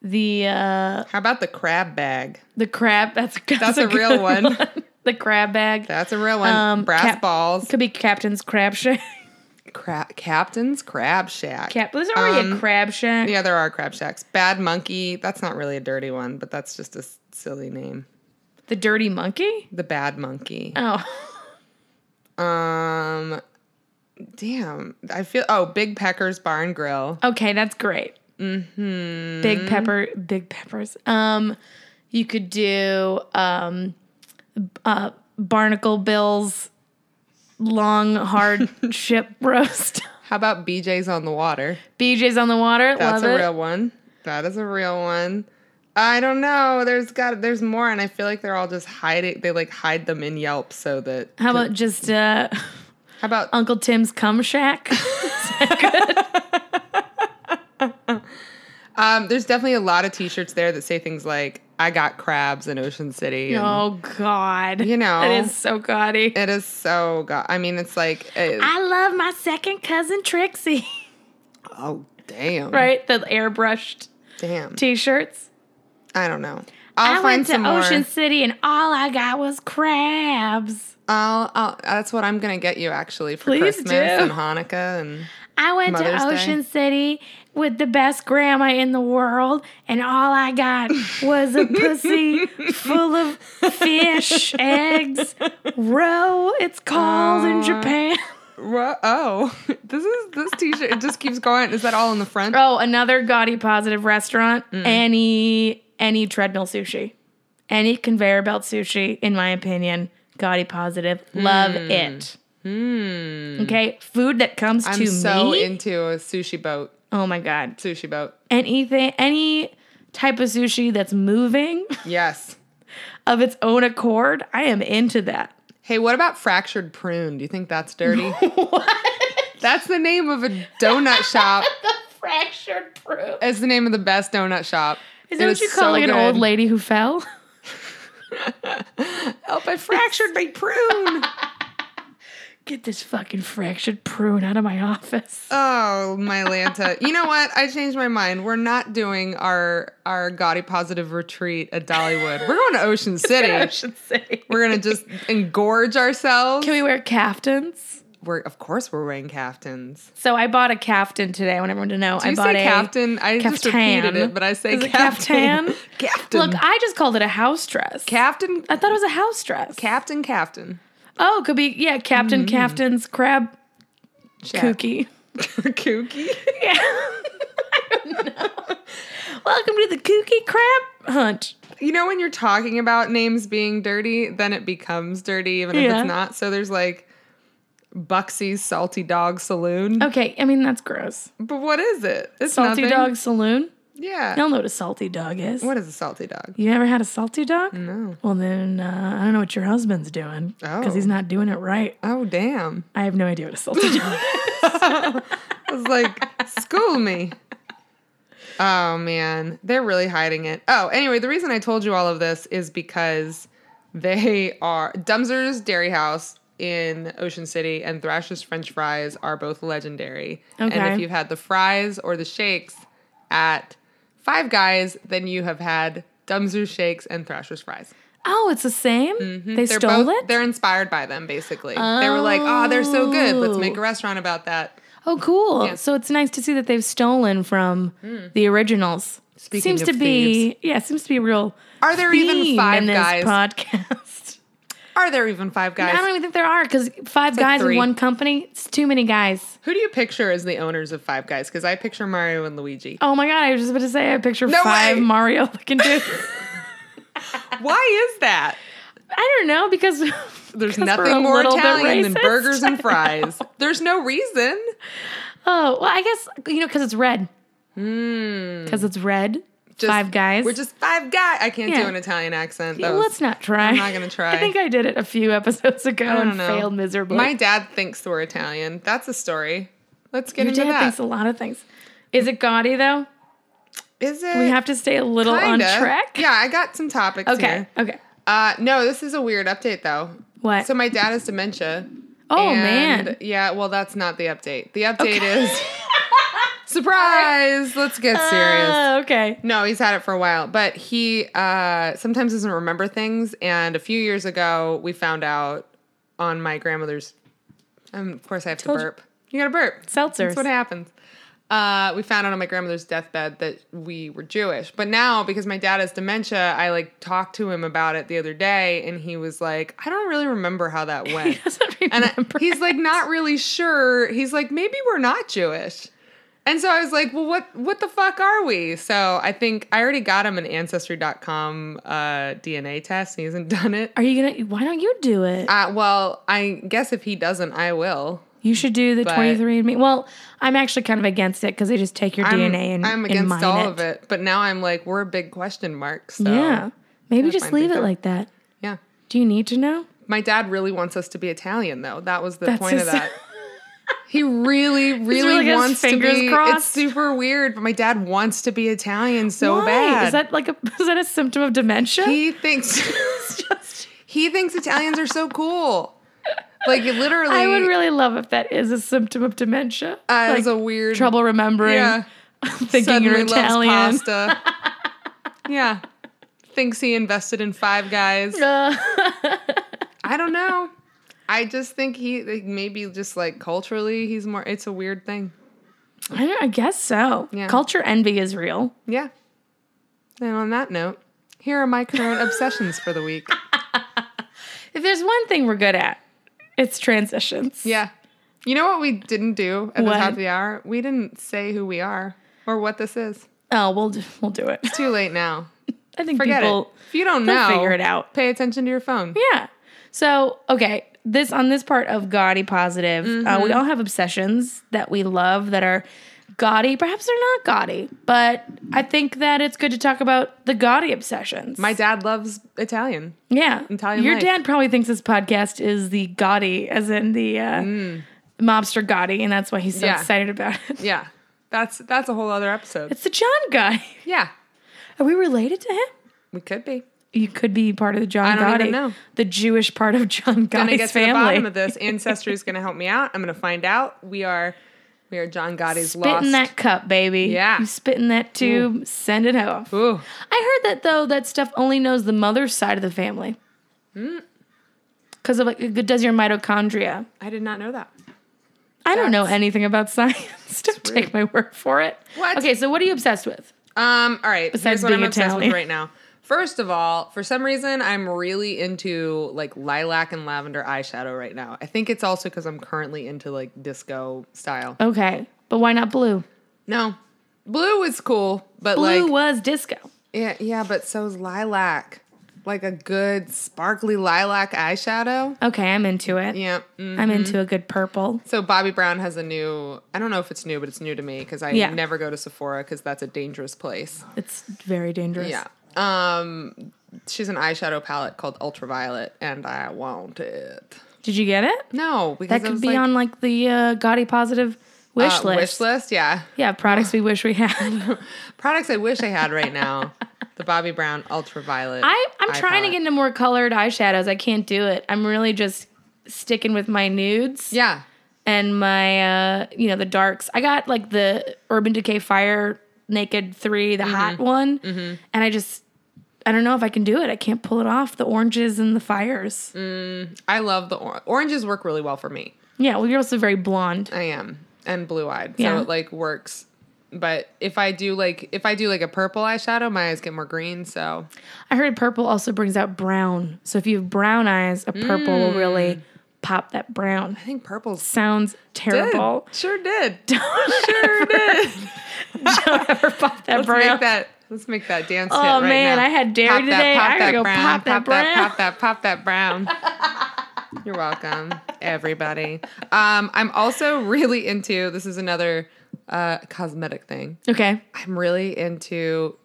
[SPEAKER 1] The uh
[SPEAKER 2] How about the crab bag?
[SPEAKER 1] the crab that's that's,
[SPEAKER 2] That's a real
[SPEAKER 1] good
[SPEAKER 2] one.
[SPEAKER 1] The crab bag.
[SPEAKER 2] That's a real one.
[SPEAKER 1] Um,
[SPEAKER 2] Brass
[SPEAKER 1] cap-
[SPEAKER 2] balls.
[SPEAKER 1] Could be Captain's Crab Shack.
[SPEAKER 2] Cra- Captain's Crab Shack.
[SPEAKER 1] Cap there's already a
[SPEAKER 2] Um,
[SPEAKER 1] crab shack.
[SPEAKER 2] Yeah, there are crab shacks. Bad Monkey, that's not really a dirty one, but that's just a s- silly name.
[SPEAKER 1] The dirty monkey?
[SPEAKER 2] The Bad Monkey.
[SPEAKER 1] Oh.
[SPEAKER 2] Um damn. I feel oh, Big Pecker's Barn Grill.
[SPEAKER 1] Okay, that's great. Mm-hmm. Big pepper, big peppers. Um, you could do um, uh, Barnacle Bill's long hard ship roast.
[SPEAKER 2] How about BJ's on the water?
[SPEAKER 1] BJ's on the water.
[SPEAKER 2] That's
[SPEAKER 1] Love
[SPEAKER 2] a
[SPEAKER 1] it.
[SPEAKER 2] real one. That is a real one. I don't know. There's got there's more and I feel like they're all just hiding they like hide them in Yelp so that
[SPEAKER 1] How about just uh,
[SPEAKER 2] How about
[SPEAKER 1] Uncle Tim's cum shack?
[SPEAKER 2] um there's definitely a lot of t-shirts there that say things like I got crabs in Ocean City and
[SPEAKER 1] oh God!
[SPEAKER 2] You know.
[SPEAKER 1] it is so gaudy.
[SPEAKER 2] it is so god. I mean, it's like it-
[SPEAKER 1] I love my second cousin Trixie.
[SPEAKER 2] Oh damn!
[SPEAKER 1] right, the airbrushed
[SPEAKER 2] Damn.
[SPEAKER 1] T-shirts.
[SPEAKER 2] I don't know.
[SPEAKER 1] i
[SPEAKER 2] I'll find
[SPEAKER 1] went to
[SPEAKER 2] some
[SPEAKER 1] Ocean
[SPEAKER 2] more.
[SPEAKER 1] City and all I got was crabs.
[SPEAKER 2] I'll, I'll. That's what I'm gonna get you actually for
[SPEAKER 1] Please
[SPEAKER 2] Christmas
[SPEAKER 1] do.
[SPEAKER 2] and Hanukkah and.
[SPEAKER 1] I went
[SPEAKER 2] Mother's
[SPEAKER 1] to
[SPEAKER 2] Day.
[SPEAKER 1] Ocean City with the best grandma in the world, and all I got was a pussy full of fish, eggs, roe, it's called in Japan.
[SPEAKER 2] Wha- Oh, this is this T-shirt. It just keeps going. Is that all in the front?
[SPEAKER 1] Oh, another gaudy positive restaurant.
[SPEAKER 2] Mm.
[SPEAKER 1] Any any treadmill sushi. Any conveyor belt sushi, in my opinion, gaudy positive. Love
[SPEAKER 2] Mm.
[SPEAKER 1] it. Okay, food that comes
[SPEAKER 2] Hmm. I'm
[SPEAKER 1] to
[SPEAKER 2] so
[SPEAKER 1] me.
[SPEAKER 2] into a sushi boat.
[SPEAKER 1] oh my god!
[SPEAKER 2] Sushi boat.
[SPEAKER 1] Anything, any type of sushi that's moving
[SPEAKER 2] Yes.
[SPEAKER 1] of its own accord, I am into that.
[SPEAKER 2] Hey, what about fractured prune? Do you think that's dirty? what? That's the name of a donut shop.
[SPEAKER 1] The fractured proof.
[SPEAKER 2] It's the name of the best donut shop.
[SPEAKER 1] Is that what you call
[SPEAKER 2] so
[SPEAKER 1] like an
[SPEAKER 2] good.
[SPEAKER 1] old lady who fell?
[SPEAKER 2] Oh, I fractured my prune.
[SPEAKER 1] Get this fucking fractured prune out of my office.
[SPEAKER 2] Oh, my Lanta. you know what? I changed my mind. We're not doing our our gaudy positive retreat at Dollywood. We're going to Ocean City.
[SPEAKER 1] I should say.
[SPEAKER 2] We're gonna just engorge ourselves.
[SPEAKER 1] Can we wear caftans?
[SPEAKER 2] we're of course we're wearing caftans.
[SPEAKER 1] So I bought a caftan today. I want everyone to know
[SPEAKER 2] Do
[SPEAKER 1] I
[SPEAKER 2] you
[SPEAKER 1] bought
[SPEAKER 2] say
[SPEAKER 1] a
[SPEAKER 2] caftan? I just repeated
[SPEAKER 1] caftan.
[SPEAKER 2] it, but I say
[SPEAKER 1] Is it
[SPEAKER 2] caftan.
[SPEAKER 1] caftan?
[SPEAKER 2] Caftan.
[SPEAKER 1] Look, I just called it a house dress.
[SPEAKER 2] Captain,
[SPEAKER 1] I thought it was a house dress.
[SPEAKER 2] Captain, Captain.
[SPEAKER 1] Oh, it could be yeah,
[SPEAKER 2] Mm.
[SPEAKER 1] Captain Caftan's crab kooky.
[SPEAKER 2] Kooky.
[SPEAKER 1] Yeah. I don't know. Welcome to the kooky crab hunt.
[SPEAKER 2] You know when you're talking about names being dirty, then it becomes dirty even if
[SPEAKER 1] Yeah.
[SPEAKER 2] it's not. So there's like Buxy's Salty Dog Saloon.
[SPEAKER 1] Okay, I mean that's gross.
[SPEAKER 2] But what is it? It's
[SPEAKER 1] Salty
[SPEAKER 2] nothing.
[SPEAKER 1] dog saloon.
[SPEAKER 2] Yeah.
[SPEAKER 1] Y'all know what a salty dog is.
[SPEAKER 2] What is a salty dog?
[SPEAKER 1] You ever had a salty dog?
[SPEAKER 2] No.
[SPEAKER 1] Well, then uh, I don't know what your husband's doing because
[SPEAKER 2] Oh.
[SPEAKER 1] he's not doing it right.
[SPEAKER 2] Oh damn.
[SPEAKER 1] I have no idea what a salty dog
[SPEAKER 2] I was like, school me. Oh man, they're really hiding it. Oh, anyway, the reason I told you all of this is because they are Dumpster's Dairy House in Ocean City and Thrasher's French Fries are both legendary. And
[SPEAKER 1] Okay.
[SPEAKER 2] if you've had the fries or the shakes at Five Guys, then you have had Dumpster's Shakes and Thrasher's Fries.
[SPEAKER 1] Oh, it's the same. They
[SPEAKER 2] Mm-hmm. They're
[SPEAKER 1] stole
[SPEAKER 2] both,
[SPEAKER 1] it.
[SPEAKER 2] They're inspired by them, basically. They were like, "Oh, they're so good. Let's
[SPEAKER 1] Oh.
[SPEAKER 2] make a restaurant about that."
[SPEAKER 1] Oh, cool. So it's nice to see that they've stolen from the originals.
[SPEAKER 2] Mm. Speaking
[SPEAKER 1] seems
[SPEAKER 2] of
[SPEAKER 1] to be yeah, seems to be a real.
[SPEAKER 2] Are there even
[SPEAKER 1] theme
[SPEAKER 2] Five
[SPEAKER 1] in this
[SPEAKER 2] Guys?
[SPEAKER 1] podcast?
[SPEAKER 2] Are there even five guys?
[SPEAKER 1] I don't even think there are because five guys
[SPEAKER 2] three.
[SPEAKER 1] in one company. It's too many guys.
[SPEAKER 2] Who do you picture as the owners of Five Guys? Because I picture Mario and Luigi.
[SPEAKER 1] Oh my god! I was just about to say I picture
[SPEAKER 2] No
[SPEAKER 1] five
[SPEAKER 2] way.
[SPEAKER 1] Mario looking dudes.
[SPEAKER 2] Why is that?
[SPEAKER 1] I don't know because
[SPEAKER 2] There's
[SPEAKER 1] 'cause we're a
[SPEAKER 2] nothing more
[SPEAKER 1] little bit
[SPEAKER 2] Italian than
[SPEAKER 1] racist.
[SPEAKER 2] burgers and fries. There's no reason.
[SPEAKER 1] Oh well, I guess you know because it's red. Because it's red.
[SPEAKER 2] Hmm. Just-
[SPEAKER 1] five guys.
[SPEAKER 2] We're just five guys. I can't
[SPEAKER 1] Yeah.
[SPEAKER 2] do an Italian accent.
[SPEAKER 1] Yeah,
[SPEAKER 2] That was-
[SPEAKER 1] Let's not try.
[SPEAKER 2] I'm not gonna try.
[SPEAKER 1] I think I did it a few episodes ago
[SPEAKER 2] I
[SPEAKER 1] and
[SPEAKER 2] don't know.
[SPEAKER 1] failed miserably.
[SPEAKER 2] My dad thinks we're Italian. That's a story. Let's get
[SPEAKER 1] Your
[SPEAKER 2] into
[SPEAKER 1] dad
[SPEAKER 2] that.
[SPEAKER 1] thinks a lot of things. Is it gaudy though?
[SPEAKER 2] Is it?
[SPEAKER 1] We have to stay a little on track.
[SPEAKER 2] Yeah, I got some topics
[SPEAKER 1] Okay.
[SPEAKER 2] here.
[SPEAKER 1] Okay.
[SPEAKER 2] Uh, no, this is a weird update though.
[SPEAKER 1] What?
[SPEAKER 2] So my dad has dementia.
[SPEAKER 1] oh
[SPEAKER 2] And,
[SPEAKER 1] man.
[SPEAKER 2] Yeah, well, that's not the update. The update is surprise. Let's get serious.
[SPEAKER 1] Oh, okay.
[SPEAKER 2] No, he's had it for a while, but he uh, sometimes doesn't remember things. And a few years ago, we found out on my grandmother's. Um, of course, I have to
[SPEAKER 1] Told you.
[SPEAKER 2] burp. You got to burp.
[SPEAKER 1] Seltzers.
[SPEAKER 2] That's what happens. Uh, we found out on my grandmother's deathbed that we were Jewish. But now, because my dad has dementia, I like talked to him about it the other day, and he was like, "I don't really remember how that went."
[SPEAKER 1] doesn't
[SPEAKER 2] and I-
[SPEAKER 1] remember.
[SPEAKER 2] he's like not really sure he's like maybe we're not jewish and so i was like well what what the fuck are we so i think i already got him an ancestry.com uh, dna test and he hasn't done it
[SPEAKER 1] Are you gonna? Why don't you do it?
[SPEAKER 2] uh, well i guess if he doesn't i will
[SPEAKER 1] you should do the
[SPEAKER 2] but-
[SPEAKER 1] twenty three and me. Well, I'm actually kind of against it because they just take your
[SPEAKER 2] I'm-
[SPEAKER 1] DNA and
[SPEAKER 2] i'm
[SPEAKER 1] and
[SPEAKER 2] against
[SPEAKER 1] mine
[SPEAKER 2] all of it but now i'm like we're a big question mark so
[SPEAKER 1] Yeah. Maybe just
[SPEAKER 2] find
[SPEAKER 1] leave
[SPEAKER 2] people.
[SPEAKER 1] it like that.
[SPEAKER 2] yeah.
[SPEAKER 1] Do you need to know?
[SPEAKER 2] my dad really wants us to be italian though that was the
[SPEAKER 1] That's
[SPEAKER 2] point of
[SPEAKER 1] his-
[SPEAKER 2] that He really, really,
[SPEAKER 1] really got his
[SPEAKER 2] wants to
[SPEAKER 1] fingers
[SPEAKER 2] be. It's
[SPEAKER 1] crossed.
[SPEAKER 2] super weird, but my dad wants to be Italian so
[SPEAKER 1] Why?
[SPEAKER 2] bad.
[SPEAKER 1] Is that like a is that a symptom of dementia?
[SPEAKER 2] he thinks
[SPEAKER 1] It's just-
[SPEAKER 2] he thinks Italians are so cool. Like literally,
[SPEAKER 1] I would really love if that is a symptom of dementia.
[SPEAKER 2] uh, is
[SPEAKER 1] Like,
[SPEAKER 2] a weird
[SPEAKER 1] trouble remembering,
[SPEAKER 2] Yeah,
[SPEAKER 1] thinking you're
[SPEAKER 2] suddenly
[SPEAKER 1] Italian.
[SPEAKER 2] loves pasta. yeah, thinks he invested in Five Guys.
[SPEAKER 1] Uh,
[SPEAKER 2] I don't know. I just think he like, maybe just like culturally, he's more. It's a weird thing.
[SPEAKER 1] I, don't- I guess so.
[SPEAKER 2] Yeah.
[SPEAKER 1] Culture envy is real.
[SPEAKER 2] Yeah. And on that note, here are my current obsessions for the week.
[SPEAKER 1] If there's one thing we're good at, it's transitions.
[SPEAKER 2] Yeah. You know what we didn't do at
[SPEAKER 1] What?
[SPEAKER 2] the top of the hour? We didn't say who we are or what this is.
[SPEAKER 1] Oh, we'll do- we'll do it.
[SPEAKER 2] Too late now.
[SPEAKER 1] I think
[SPEAKER 2] Forget
[SPEAKER 1] people
[SPEAKER 2] it. If you don't
[SPEAKER 1] they'll
[SPEAKER 2] know,
[SPEAKER 1] figure it out.
[SPEAKER 2] Pay attention to your phone.
[SPEAKER 1] Yeah. So okay, this on this part of gaudy positive, uh, we all have obsessions that we love that are gaudy. Perhaps they're not gaudy, but I think that it's good to talk about the gaudy obsessions.
[SPEAKER 2] My dad loves Italian.
[SPEAKER 1] yeah,
[SPEAKER 2] Italian
[SPEAKER 1] your
[SPEAKER 2] life.
[SPEAKER 1] dad probably thinks this podcast is the gaudy, as in the uh, mobster gaudy, and that's why he's so
[SPEAKER 2] Yeah.
[SPEAKER 1] excited about it.
[SPEAKER 2] Yeah. That's that's a whole other episode.
[SPEAKER 1] It's the John guy.
[SPEAKER 2] Yeah.
[SPEAKER 1] Are we related to him?
[SPEAKER 2] We could be.
[SPEAKER 1] You could be part of the John
[SPEAKER 2] I don't
[SPEAKER 1] Gotti,
[SPEAKER 2] even know.
[SPEAKER 1] the Jewish part of John
[SPEAKER 2] Gonna
[SPEAKER 1] Gotti's
[SPEAKER 2] get to
[SPEAKER 1] family.
[SPEAKER 2] the bottom of this. Ancestry is gonna help me out. I'm gonna find out. We are we are John Gotti's
[SPEAKER 1] spit
[SPEAKER 2] lost.
[SPEAKER 1] in that cup, baby.
[SPEAKER 2] Yeah.
[SPEAKER 1] You spit in that tube, send it off.
[SPEAKER 2] Ooh.
[SPEAKER 1] I heard that though that stuff only knows the mother's side of the
[SPEAKER 2] Mm.
[SPEAKER 1] family. Because of like it does your mitochondria.
[SPEAKER 2] I did not know that.
[SPEAKER 1] I don't know anything about science. Don't take my word for it.
[SPEAKER 2] What?
[SPEAKER 1] Okay, so what are you obsessed with?
[SPEAKER 2] Um, all right.
[SPEAKER 1] Besides
[SPEAKER 2] here's what
[SPEAKER 1] being
[SPEAKER 2] I'm obsessed
[SPEAKER 1] Italian.
[SPEAKER 2] with right now. First of all, for some reason, I'm really into like lilac and lavender eyeshadow right now. I think it's also because I'm currently into like disco style.
[SPEAKER 1] Okay, but why not blue?
[SPEAKER 2] No, blue is cool, but
[SPEAKER 1] Blue
[SPEAKER 2] like
[SPEAKER 1] was disco.
[SPEAKER 2] yeah, yeah, but so is lilac. Like a good sparkly lilac eyeshadow.
[SPEAKER 1] Okay, I'm into it.
[SPEAKER 2] Yeah. mm.
[SPEAKER 1] I'm into a good purple.
[SPEAKER 2] So Bobby Brown has a new. I don't know if it's new, but it's new to me because I
[SPEAKER 1] Yeah.
[SPEAKER 2] never go to Sephora because that's a dangerous place.
[SPEAKER 1] It's very dangerous.
[SPEAKER 2] Yeah. Um, she's an eyeshadow palette called Ultraviolet, and I want it.
[SPEAKER 1] Did you get it?
[SPEAKER 2] No, because
[SPEAKER 1] That
[SPEAKER 2] I
[SPEAKER 1] could
[SPEAKER 2] was
[SPEAKER 1] be
[SPEAKER 2] like,
[SPEAKER 1] on like the uh, gaudy positive wish
[SPEAKER 2] uh,
[SPEAKER 1] list.
[SPEAKER 2] Wish list, yeah.
[SPEAKER 1] Yeah, products we wish we had.
[SPEAKER 2] Products I wish I had right now. the Bobby Brown Ultraviolet.
[SPEAKER 1] I I'm
[SPEAKER 2] eye
[SPEAKER 1] trying to
[SPEAKER 2] palette.
[SPEAKER 1] get into more colored eyeshadows. I can't do it. I'm really just sticking with my nudes
[SPEAKER 2] Yeah.
[SPEAKER 1] and my uh, you know the darks. I got like the Urban Decay Fire Naked Three, the
[SPEAKER 2] Mm-hmm.
[SPEAKER 1] hot one, and I just I don't know if I can do it. I can't pull it off. The oranges and the fires.
[SPEAKER 2] Mm. I love the or- oranges. Work really well for me.
[SPEAKER 1] Yeah, well, you're also very blonde.
[SPEAKER 2] I am and blue eyed,
[SPEAKER 1] Yeah.
[SPEAKER 2] so it like works. But if I do like if I do like a purple eyeshadow, my eyes get more green. So
[SPEAKER 1] I heard purple also brings out brown. So if you have brown eyes, a purple will
[SPEAKER 2] Mm.
[SPEAKER 1] really pop that brown.
[SPEAKER 2] I think purple's
[SPEAKER 1] Sounds
[SPEAKER 2] did.
[SPEAKER 1] terrible.
[SPEAKER 2] Sure did.
[SPEAKER 1] Don't
[SPEAKER 2] Sure did.
[SPEAKER 1] ever pop that
[SPEAKER 2] Let's
[SPEAKER 1] brown.
[SPEAKER 2] make that. Let's make that dance
[SPEAKER 1] Oh,
[SPEAKER 2] hit right
[SPEAKER 1] man,
[SPEAKER 2] now.
[SPEAKER 1] I had dairy
[SPEAKER 2] pop
[SPEAKER 1] today.
[SPEAKER 2] That, pop
[SPEAKER 1] I gotta
[SPEAKER 2] that
[SPEAKER 1] go
[SPEAKER 2] brown.
[SPEAKER 1] pop that brown.
[SPEAKER 2] Pop that. Pop that brown. You're welcome, everybody. Um, I'm also really into. This is another uh, cosmetic thing.
[SPEAKER 1] Okay.
[SPEAKER 2] I'm really into.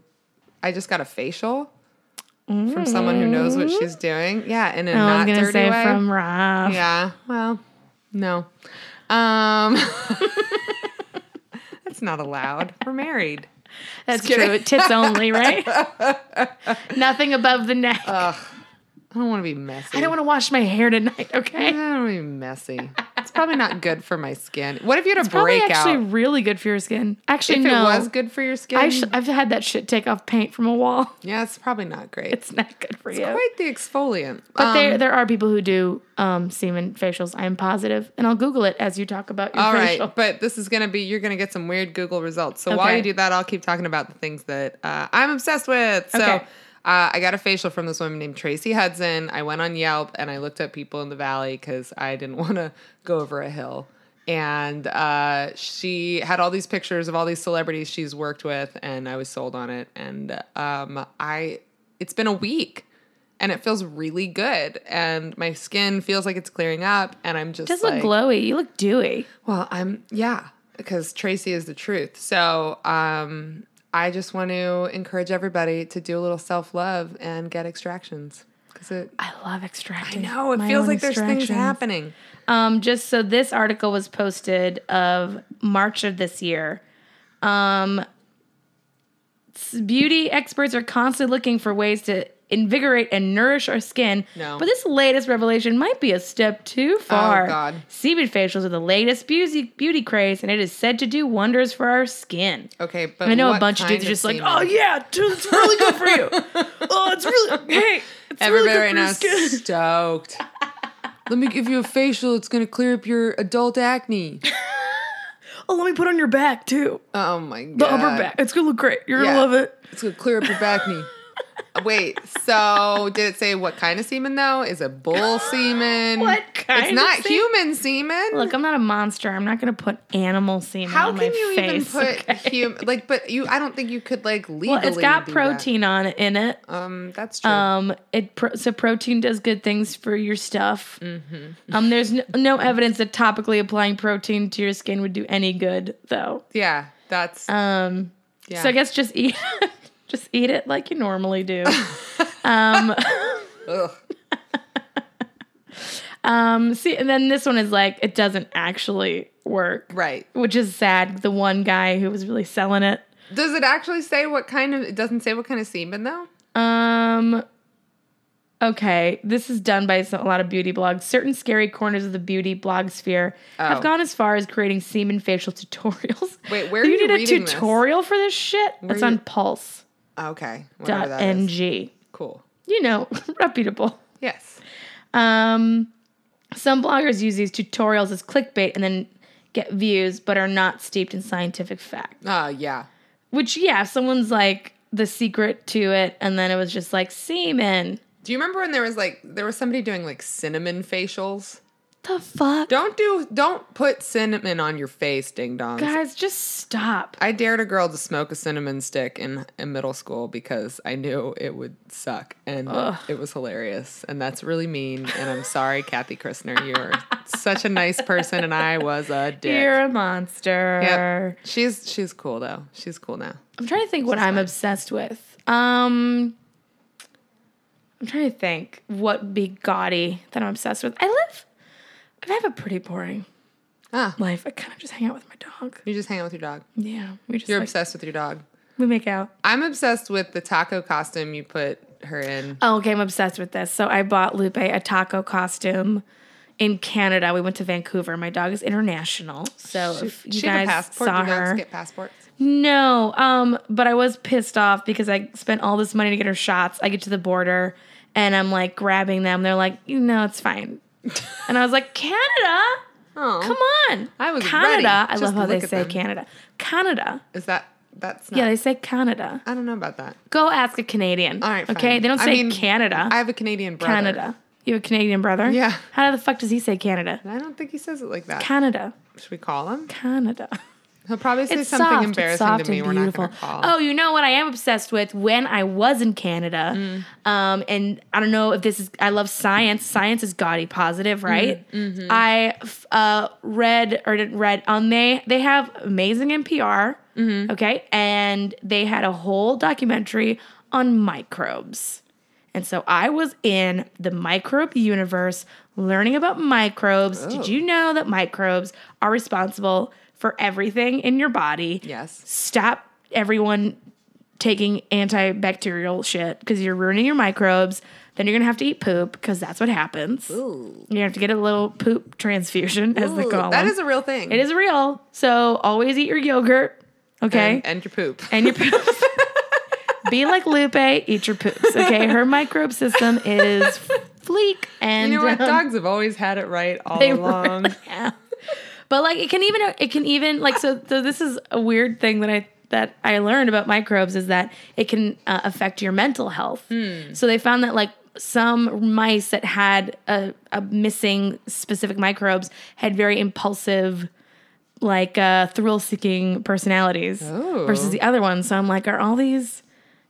[SPEAKER 2] I just got a facial from someone who knows what she's doing. Yeah, in a
[SPEAKER 1] Mm. I was
[SPEAKER 2] not
[SPEAKER 1] gonna
[SPEAKER 2] dirty
[SPEAKER 1] say
[SPEAKER 2] way.
[SPEAKER 1] from Rob.
[SPEAKER 2] yeah. Well, no. Um, that's not allowed. We're married.
[SPEAKER 1] That's
[SPEAKER 2] Just
[SPEAKER 1] true.
[SPEAKER 2] kidding.
[SPEAKER 1] Tits only, right? Nothing above the neck.
[SPEAKER 2] I don't want to be messy.
[SPEAKER 1] I don't want to wash my hair tonight. Okay.
[SPEAKER 2] That would be messy. It's probably not good for my skin. What if you had a
[SPEAKER 1] Probably actually
[SPEAKER 2] breakout?
[SPEAKER 1] really good for your skin. Actually,
[SPEAKER 2] If
[SPEAKER 1] no.
[SPEAKER 2] it was good for your skin,
[SPEAKER 1] I sh- I've had that shit take off paint from a wall.
[SPEAKER 2] yeah, it's probably not great. It's
[SPEAKER 1] It's not good for you.
[SPEAKER 2] quite the exfoliant.
[SPEAKER 1] But there,
[SPEAKER 2] Um,
[SPEAKER 1] there are people who do um, semen facials. I am positive, and I'll Google it as you talk about your
[SPEAKER 2] all right,
[SPEAKER 1] facial.
[SPEAKER 2] but this is gonna be you're gonna get some weird Google results. So while
[SPEAKER 1] Okay.
[SPEAKER 2] you do that, I'll keep talking about the things that uh, I'm obsessed with. So.
[SPEAKER 1] Okay.
[SPEAKER 2] Uh, I got a facial from this woman named Tracy Hudson. I went on Yelp and I looked up people in the valley because I didn't want to go over a hill. And uh, she had all these pictures of all these celebrities she's worked with, and I was sold on it. And um, I, it's been a week, and it feels really good. And my skin feels like it's clearing up, and I'm just
[SPEAKER 1] You just
[SPEAKER 2] like-
[SPEAKER 1] look glowy. You look dewy.
[SPEAKER 2] well, I'm yeah, because Tracy is the truth. So, um I just want to encourage everybody to do a little self-love and get extractions cuz it
[SPEAKER 1] I love extracting.
[SPEAKER 2] No, it
[SPEAKER 1] my
[SPEAKER 2] feels
[SPEAKER 1] own
[SPEAKER 2] like there's things
[SPEAKER 1] extractions.
[SPEAKER 2] happening.
[SPEAKER 1] Um, just so this article was posted of March of this year. Um, s- beauty experts are constantly looking for ways to invigorate and nourish our skin.
[SPEAKER 2] No. Oh,
[SPEAKER 1] But this latest revelation might be a step too far.
[SPEAKER 2] God.
[SPEAKER 1] Semen facials are the latest beauty, beauty craze, and it is said to do wonders for our skin.
[SPEAKER 2] Okay, but
[SPEAKER 1] I know a
[SPEAKER 2] Oh, what
[SPEAKER 1] bunch of
[SPEAKER 2] kind
[SPEAKER 1] dudes are just like,
[SPEAKER 2] semen?
[SPEAKER 1] oh yeah, dude, it's really good for you. oh, it's really hey, it's
[SPEAKER 2] Everybody
[SPEAKER 1] really
[SPEAKER 2] right
[SPEAKER 1] good
[SPEAKER 2] now
[SPEAKER 1] for your skin.
[SPEAKER 2] is stoked. Let me give you a facial. It's going to clear up your adult acne.
[SPEAKER 1] Oh, let me put on your back too.
[SPEAKER 2] Oh my god.
[SPEAKER 1] The upper back. It's gonna look great. You're
[SPEAKER 2] Yeah.
[SPEAKER 1] gonna love it.
[SPEAKER 2] It's going to clear up your back knee. Wait, so did it say what kind of semen though? Is it bull semen?
[SPEAKER 1] What kind
[SPEAKER 2] It's
[SPEAKER 1] of
[SPEAKER 2] not
[SPEAKER 1] semen?
[SPEAKER 2] human semen.
[SPEAKER 1] Look, I'm not a monster. I'm not gonna put animal semen
[SPEAKER 2] How
[SPEAKER 1] on
[SPEAKER 2] can
[SPEAKER 1] my
[SPEAKER 2] you
[SPEAKER 1] face.
[SPEAKER 2] even put
[SPEAKER 1] okay?
[SPEAKER 2] human like? But you, I don't think you could like legally.
[SPEAKER 1] Well, it's got
[SPEAKER 2] do that.
[SPEAKER 1] protein on it in it.
[SPEAKER 2] Um, that's true.
[SPEAKER 1] Um, it pro- so protein does good things for your stuff.
[SPEAKER 2] Mm-hmm.
[SPEAKER 1] Um, there's no, no evidence that topically applying protein to your skin would do any good though.
[SPEAKER 2] yeah, that's
[SPEAKER 1] Um,
[SPEAKER 2] yeah.
[SPEAKER 1] so I guess just eat, just eat it like you normally do.
[SPEAKER 2] Ugh.
[SPEAKER 1] Um, see, and then this one is like it doesn't actually work,
[SPEAKER 2] right.
[SPEAKER 1] which is sad. The one guy who was really selling it.
[SPEAKER 2] Does it actually say what kind of? It doesn't say what kind of semen though.
[SPEAKER 1] Um. Okay, this is done by some, a lot of beauty blogs. Certain scary corners of the beauty blog sphere have
[SPEAKER 2] Oh.
[SPEAKER 1] gone as far as creating semen facial tutorials.
[SPEAKER 2] Wait, where
[SPEAKER 1] Do
[SPEAKER 2] are you
[SPEAKER 1] need
[SPEAKER 2] reading
[SPEAKER 1] a
[SPEAKER 2] this?
[SPEAKER 1] tutorial for this shit? it's
[SPEAKER 2] you-
[SPEAKER 1] on pulse.ng.
[SPEAKER 2] Okay, whatever that is. Cool.
[SPEAKER 1] You know, reputable.
[SPEAKER 2] Yes.
[SPEAKER 1] Um, some bloggers use these tutorials as clickbait and then get views but are not steeped in scientific fact.
[SPEAKER 2] Uh, yeah.
[SPEAKER 1] Which, yeah, if someone's like the secret to it, and then it was just like semen.
[SPEAKER 2] Do you remember when there was like there was somebody doing like cinnamon facials?
[SPEAKER 1] The fuck?
[SPEAKER 2] Don't do don't put cinnamon on your face, ding dongs.
[SPEAKER 1] Guys, just stop.
[SPEAKER 2] I dared a girl to smoke a cinnamon stick in, in middle school because I knew it would suck, and it was hilarious. And that's really mean. And I'm sorry, Kathy Christner, you're such a nice person, and I was a dick.
[SPEAKER 1] You're a monster.
[SPEAKER 2] Yep. She's she's cool though. She's cool now.
[SPEAKER 1] I'm trying to think what I'm obsessed with. Um, I'm trying to think what would be gaudy that I'm obsessed with. I live, I have a pretty boring
[SPEAKER 2] Ah,
[SPEAKER 1] life. I kind of just hang out with my dog.
[SPEAKER 2] you just hang out with your dog.
[SPEAKER 1] Yeah, we just
[SPEAKER 2] You're
[SPEAKER 1] like,
[SPEAKER 2] obsessed with your dog.
[SPEAKER 1] we make out.
[SPEAKER 2] I'm obsessed with the taco costume you put her in.
[SPEAKER 1] Oh, okay, I'm obsessed with this. So I bought Lupe a taco costume in Canada. We went to Vancouver. My dog is international, so Oh, if you
[SPEAKER 2] she had
[SPEAKER 1] guys
[SPEAKER 2] a passport.
[SPEAKER 1] saw
[SPEAKER 2] Do
[SPEAKER 1] her,
[SPEAKER 2] dogs get passports?
[SPEAKER 1] No, um, but I was pissed off because I spent all this money to get her shots. I get to the border and I'm like grabbing them. They're like, you know, it's fine. and I was like, Canada,
[SPEAKER 2] Oh,
[SPEAKER 1] come on.
[SPEAKER 2] I was
[SPEAKER 1] Canada.
[SPEAKER 2] ready.
[SPEAKER 1] I
[SPEAKER 2] Just
[SPEAKER 1] love how they
[SPEAKER 2] look at
[SPEAKER 1] say
[SPEAKER 2] them.
[SPEAKER 1] Canada. Canada.
[SPEAKER 2] Is that that's not?
[SPEAKER 1] Yeah, they say Canada.
[SPEAKER 2] I don't know about that.
[SPEAKER 1] Go ask a Canadian.
[SPEAKER 2] All right, fine.
[SPEAKER 1] Okay. They don't
[SPEAKER 2] I
[SPEAKER 1] say
[SPEAKER 2] mean,
[SPEAKER 1] Canada.
[SPEAKER 2] I have a Canadian brother.
[SPEAKER 1] Canada. You have a Canadian brother?
[SPEAKER 2] Yeah.
[SPEAKER 1] How the fuck does he say Canada?
[SPEAKER 2] I don't think he says it like that.
[SPEAKER 1] Canada.
[SPEAKER 2] Should we call him?
[SPEAKER 1] Canada.
[SPEAKER 2] He'll probably say
[SPEAKER 1] It's
[SPEAKER 2] something
[SPEAKER 1] soft. it's
[SPEAKER 2] embarrassing
[SPEAKER 1] soft
[SPEAKER 2] to me.
[SPEAKER 1] and
[SPEAKER 2] We're not
[SPEAKER 1] beautiful.
[SPEAKER 2] going to call.
[SPEAKER 1] Oh, you know what I am obsessed with? When I was in Canada,
[SPEAKER 2] Mm.
[SPEAKER 1] um, and I don't know if this is. I love science. Science is gaudy, positive,
[SPEAKER 2] Mm-hmm.
[SPEAKER 1] right? I f I uh, read or didn't read on they they have amazing NPR.
[SPEAKER 2] Mm-hmm.
[SPEAKER 1] Okay, and they had a whole documentary on microbes. And so I was in the microbe universe learning about microbes.
[SPEAKER 2] Oh.
[SPEAKER 1] Did you know that microbes are responsible for everything in your body?
[SPEAKER 2] Yes.
[SPEAKER 1] Stop everyone taking antibacterial shit because you're ruining your microbes. Then you're going to have to eat poop because that's what happens.
[SPEAKER 2] Ooh.
[SPEAKER 1] You have to get a little poop transfusion, as they
[SPEAKER 2] Ooh,
[SPEAKER 1] call
[SPEAKER 2] that
[SPEAKER 1] them.
[SPEAKER 2] is a real thing.
[SPEAKER 1] it is real. So always eat your yogurt. Okay
[SPEAKER 2] And, and your poop.
[SPEAKER 1] and your poops. Be like Lupe, eat your poops. Okay, her microbe system is fleek, and
[SPEAKER 2] you know what?
[SPEAKER 1] um,
[SPEAKER 2] Dogs have always had it right all
[SPEAKER 1] they
[SPEAKER 2] along.
[SPEAKER 1] really have. But like, it can even it can even like so. So this is a weird thing that I that I learned about microbes is that it can uh, affect your mental health.
[SPEAKER 2] Hmm.
[SPEAKER 1] So they found that like some mice that had a, a missing specific microbes had very impulsive like uh, thrill seeking personalities
[SPEAKER 2] Oh.
[SPEAKER 1] versus the other ones. So I'm like, are all these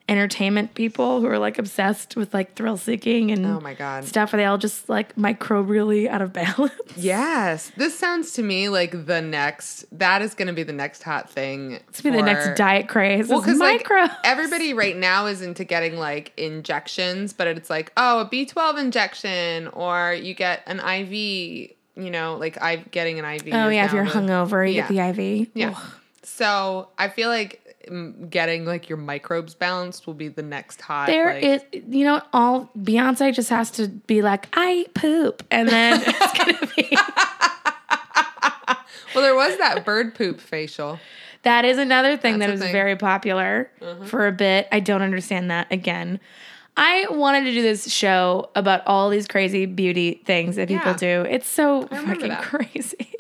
[SPEAKER 1] entertainment people who are like obsessed with like thrill seeking and
[SPEAKER 2] Oh my God.
[SPEAKER 1] stuff? Are they all just like microbially out of balance?
[SPEAKER 2] Yes. This sounds to me like the next, that is going to be the next hot thing.
[SPEAKER 1] It's gonna be the next diet craze.
[SPEAKER 2] Well,
[SPEAKER 1] is
[SPEAKER 2] because like
[SPEAKER 1] micro.
[SPEAKER 2] everybody right now is into getting like injections, but it's like oh a B twelve injection or you get an IV. You know, like I getting an IV.
[SPEAKER 1] oh
[SPEAKER 2] is
[SPEAKER 1] yeah, if
[SPEAKER 2] now
[SPEAKER 1] you're
[SPEAKER 2] the-
[SPEAKER 1] hungover, you get the IV.
[SPEAKER 2] Yeah.
[SPEAKER 1] Ugh.
[SPEAKER 2] So I feel like mm, getting like your microbes balanced will be the next hot.
[SPEAKER 1] There
[SPEAKER 2] like,
[SPEAKER 1] is, you know, all Beyonce just has to be like, I eat poop, and then it's gonna be
[SPEAKER 2] Well, there was that bird poop facial.
[SPEAKER 1] That is another thing
[SPEAKER 2] That's
[SPEAKER 1] that
[SPEAKER 2] a
[SPEAKER 1] was
[SPEAKER 2] thing. Uh-huh.
[SPEAKER 1] very popular for a bit. I don't understand that again. I wanted to do this show about all these crazy beauty things that people do. It's so
[SPEAKER 2] remember
[SPEAKER 1] fucking
[SPEAKER 2] that.
[SPEAKER 1] crazy.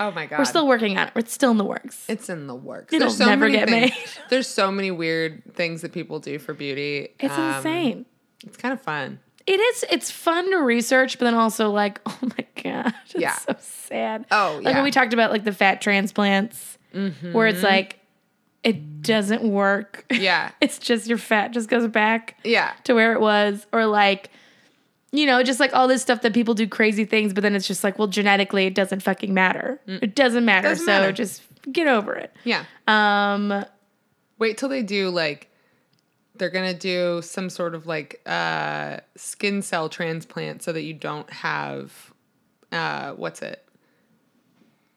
[SPEAKER 2] Oh my god.
[SPEAKER 1] We're still working on it. It's still in the works.
[SPEAKER 2] it's in the works.
[SPEAKER 1] It'll
[SPEAKER 2] There's so
[SPEAKER 1] never
[SPEAKER 2] many
[SPEAKER 1] get
[SPEAKER 2] things-
[SPEAKER 1] made.
[SPEAKER 2] There's so many weird things that people do for beauty.
[SPEAKER 1] It's
[SPEAKER 2] Um,
[SPEAKER 1] insane.
[SPEAKER 2] It's kind of fun.
[SPEAKER 1] It is. It's fun to research, but then also like, oh my god, it's
[SPEAKER 2] Yeah.
[SPEAKER 1] so sad. like
[SPEAKER 2] Oh, yeah. Mm-hmm.
[SPEAKER 1] when we talked about like the fat transplants, where it's like it doesn't work.
[SPEAKER 2] Yeah.
[SPEAKER 1] it's just your fat just goes back.
[SPEAKER 2] Yeah.
[SPEAKER 1] to where it was or like you know just like all this stuff that people do crazy things but then it's just like well genetically it doesn't fucking matter it doesn't matter
[SPEAKER 2] Mm. Doesn't
[SPEAKER 1] so
[SPEAKER 2] matter.
[SPEAKER 1] just get over it
[SPEAKER 2] Yeah.
[SPEAKER 1] um
[SPEAKER 2] Wait till they do like they're gonna do some sort of like uh skin cell transplant so that you don't have uh what's it?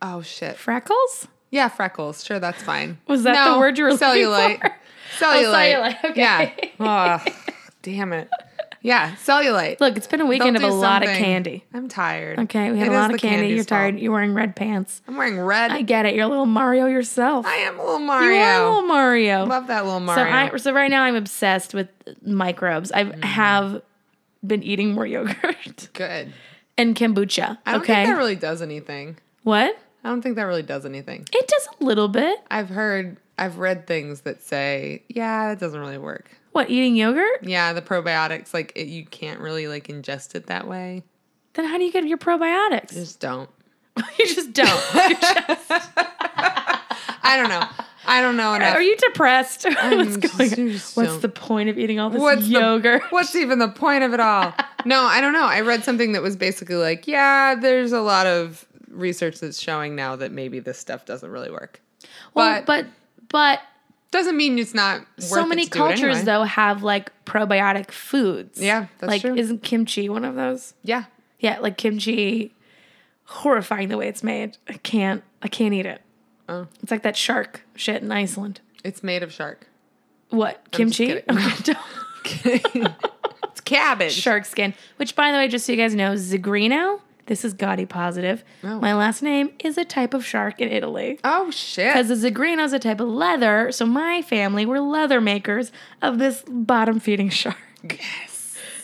[SPEAKER 2] Oh shit.
[SPEAKER 1] freckles
[SPEAKER 2] Yeah, freckles. Sure, that's fine.
[SPEAKER 1] Was that the word you were looking
[SPEAKER 2] cellulite.
[SPEAKER 1] for? Oh,
[SPEAKER 2] Cellulite.
[SPEAKER 1] cellulite, okay.
[SPEAKER 2] Yeah. Oh, damn it. Yeah, cellulite.
[SPEAKER 1] look it's been a
[SPEAKER 2] They'll
[SPEAKER 1] weekend of a
[SPEAKER 2] do
[SPEAKER 1] lot of
[SPEAKER 2] something.
[SPEAKER 1] candy
[SPEAKER 2] I'm tired.
[SPEAKER 1] okay we had
[SPEAKER 2] It
[SPEAKER 1] a
[SPEAKER 2] is
[SPEAKER 1] lot
[SPEAKER 2] the
[SPEAKER 1] of candy
[SPEAKER 2] candy's
[SPEAKER 1] you're tired
[SPEAKER 2] fault.
[SPEAKER 1] you're wearing red pants
[SPEAKER 2] I'm wearing red.
[SPEAKER 1] i
[SPEAKER 2] I,
[SPEAKER 1] get it you're a little mario yourself
[SPEAKER 2] am a little
[SPEAKER 1] you
[SPEAKER 2] Mario.
[SPEAKER 1] are a little mario
[SPEAKER 2] Love that little
[SPEAKER 1] so
[SPEAKER 2] Mario. Mm.
[SPEAKER 1] i so right now i'm obsessed with microbes i have been eating more yogurt
[SPEAKER 2] Good.
[SPEAKER 1] and kombucha
[SPEAKER 2] I don't
[SPEAKER 1] okay
[SPEAKER 2] think that really does anything.
[SPEAKER 1] what
[SPEAKER 2] I I don't think that really does anything.
[SPEAKER 1] It does a little bit.
[SPEAKER 2] I've heard, I've read things that say, yeah, it doesn't really work.
[SPEAKER 1] What, eating yogurt?
[SPEAKER 2] Yeah, the probiotics, like it, you can't really like ingest it that way.
[SPEAKER 1] Then how do you get your probiotics?
[SPEAKER 2] Just don't.
[SPEAKER 1] you just don't. You just-
[SPEAKER 2] I don't know. I don't know enough.
[SPEAKER 1] are you depressed? what's
[SPEAKER 2] I'm
[SPEAKER 1] going on?
[SPEAKER 2] just-
[SPEAKER 1] What's
[SPEAKER 2] don't.
[SPEAKER 1] the point of eating all this
[SPEAKER 2] What's the-
[SPEAKER 1] yogurt?
[SPEAKER 2] What's even the point of it all? No, I don't know. I read something that was basically like, yeah, there's a lot of research that's showing now that maybe this stuff doesn't really work.
[SPEAKER 1] Well,
[SPEAKER 2] but,
[SPEAKER 1] but but
[SPEAKER 2] doesn't mean it's not. worth
[SPEAKER 1] so
[SPEAKER 2] it
[SPEAKER 1] many
[SPEAKER 2] to do it
[SPEAKER 1] cultures
[SPEAKER 2] anyway.
[SPEAKER 1] though have like probiotic foods.
[SPEAKER 2] Yeah, that's
[SPEAKER 1] like
[SPEAKER 2] true.
[SPEAKER 1] isn't kimchi one of those?
[SPEAKER 2] Yeah,
[SPEAKER 1] Yeah, like kimchi. Horrifying the way it's made. I can't. I can't eat it.
[SPEAKER 2] Oh.
[SPEAKER 1] It's like that shark shit in Iceland.
[SPEAKER 2] it's made of shark.
[SPEAKER 1] What kimchi?
[SPEAKER 2] kidding.
[SPEAKER 1] Okay, don't-
[SPEAKER 2] it's cabbage.
[SPEAKER 1] shark skin. Which, by the way, just so you guys know, Zagrino. This is gaudy positive.
[SPEAKER 2] Oh.
[SPEAKER 1] My last name is a type of shark in Italy.
[SPEAKER 2] Oh shit.
[SPEAKER 1] Because the Zagrino is a type of leather, so my family were leather makers of this bottom feeding shark.
[SPEAKER 2] Yes.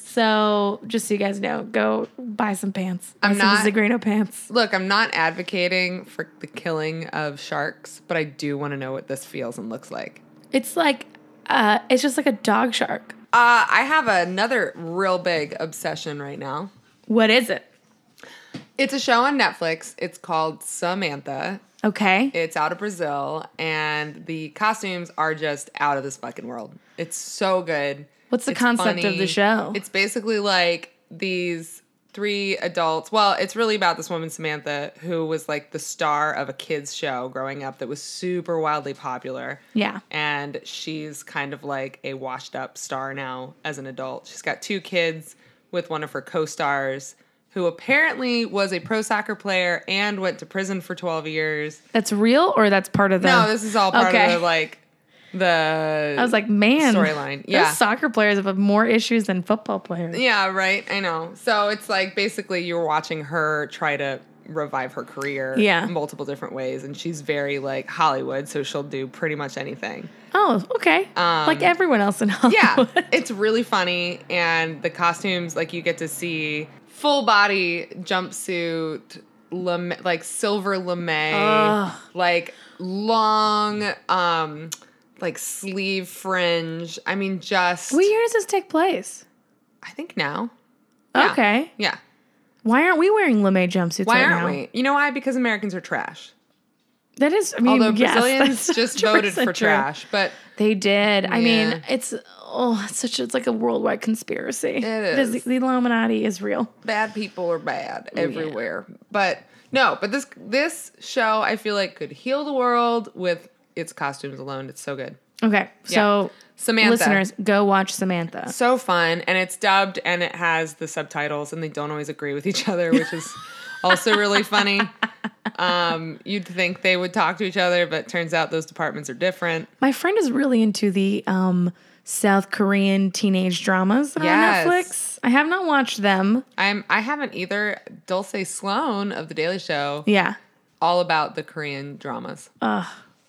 [SPEAKER 1] So just so you guys know, go buy some pants. Buy
[SPEAKER 2] I'm
[SPEAKER 1] some
[SPEAKER 2] not-
[SPEAKER 1] Zagrino pants.
[SPEAKER 2] Look, I'm not advocating for the killing of sharks, but I do want to know what this feels and looks like.
[SPEAKER 1] It's like, uh, it's just like a dog shark.
[SPEAKER 2] Uh, I have another real big obsession right now.
[SPEAKER 1] What is it?
[SPEAKER 2] It's a show on Netflix. It's called Samantha.
[SPEAKER 1] Okay.
[SPEAKER 2] It's out of Brazil, and the costumes are just out of this fucking world. It's so good.
[SPEAKER 1] What's the
[SPEAKER 2] It's
[SPEAKER 1] concept of the show?
[SPEAKER 2] It's basically like these three adults. Well, it's really about this woman, Samantha, who was like the star of a kids' show growing up that was super wildly popular.
[SPEAKER 1] yeah.
[SPEAKER 2] And she's kind of like a washed up star now as an adult. She's got two kids with one of her co stars, who apparently was a pro soccer player and went to prison for 12 years.
[SPEAKER 1] That's real or that's part of the.
[SPEAKER 2] No, this is all part
[SPEAKER 1] Okay.
[SPEAKER 2] of the like the
[SPEAKER 1] I was like, man.
[SPEAKER 2] Storyline,
[SPEAKER 1] those
[SPEAKER 2] yeah.
[SPEAKER 1] soccer players have more issues than football players.
[SPEAKER 2] Yeah, right. I know. So it's like basically you're watching her try to revive her career
[SPEAKER 1] Yeah.
[SPEAKER 2] multiple different ways and she's very like Hollywood, so she'll do pretty much anything.
[SPEAKER 1] Oh, okay.
[SPEAKER 2] Um,
[SPEAKER 1] like everyone else in
[SPEAKER 2] Yeah,
[SPEAKER 1] Hollywood.
[SPEAKER 2] it's really funny. And the costumes, like, you get to see full body jumpsuit, lame, like silver lame,
[SPEAKER 1] Ugh.
[SPEAKER 2] like long, um, like sleeve fringe. I mean, just
[SPEAKER 1] what year does this take place?
[SPEAKER 2] I think now. Yeah.
[SPEAKER 1] Okay.
[SPEAKER 2] Yeah.
[SPEAKER 1] Why aren't we wearing lame jumpsuits
[SPEAKER 2] Why
[SPEAKER 1] right
[SPEAKER 2] aren't
[SPEAKER 1] now?
[SPEAKER 2] we? You know why? Because Americans are trash.
[SPEAKER 1] That is, I mean,
[SPEAKER 2] Although
[SPEAKER 1] yes,
[SPEAKER 2] Brazilians
[SPEAKER 1] that's
[SPEAKER 2] just
[SPEAKER 1] 100%
[SPEAKER 2] voted for
[SPEAKER 1] true.
[SPEAKER 2] trash, but
[SPEAKER 1] They did. I
[SPEAKER 2] Yeah.
[SPEAKER 1] mean, it's oh, it's such it's like a worldwide conspiracy.
[SPEAKER 2] It
[SPEAKER 1] is.
[SPEAKER 2] is.
[SPEAKER 1] the Illuminati is real.
[SPEAKER 2] bad people are bad everywhere. But no, but this this show I feel like could heal the world with its costumes alone. It's so good.
[SPEAKER 1] Okay, so
[SPEAKER 2] Samantha.
[SPEAKER 1] listeners, go watch Samantha.
[SPEAKER 2] So fun and it's dubbed and it has the subtitles and they don't always agree with each other, which is also really funny. Um, you'd think they would talk to each other, but turns out those departments are different.
[SPEAKER 1] My friend is really into the um, South Korean teenage dramas that are
[SPEAKER 2] Yes.
[SPEAKER 1] on Netflix. I have not watched them.
[SPEAKER 2] I'm I haven't either. Dulce Sloan of The Daily Show,
[SPEAKER 1] Yeah,
[SPEAKER 2] all about the Korean dramas.
[SPEAKER 1] I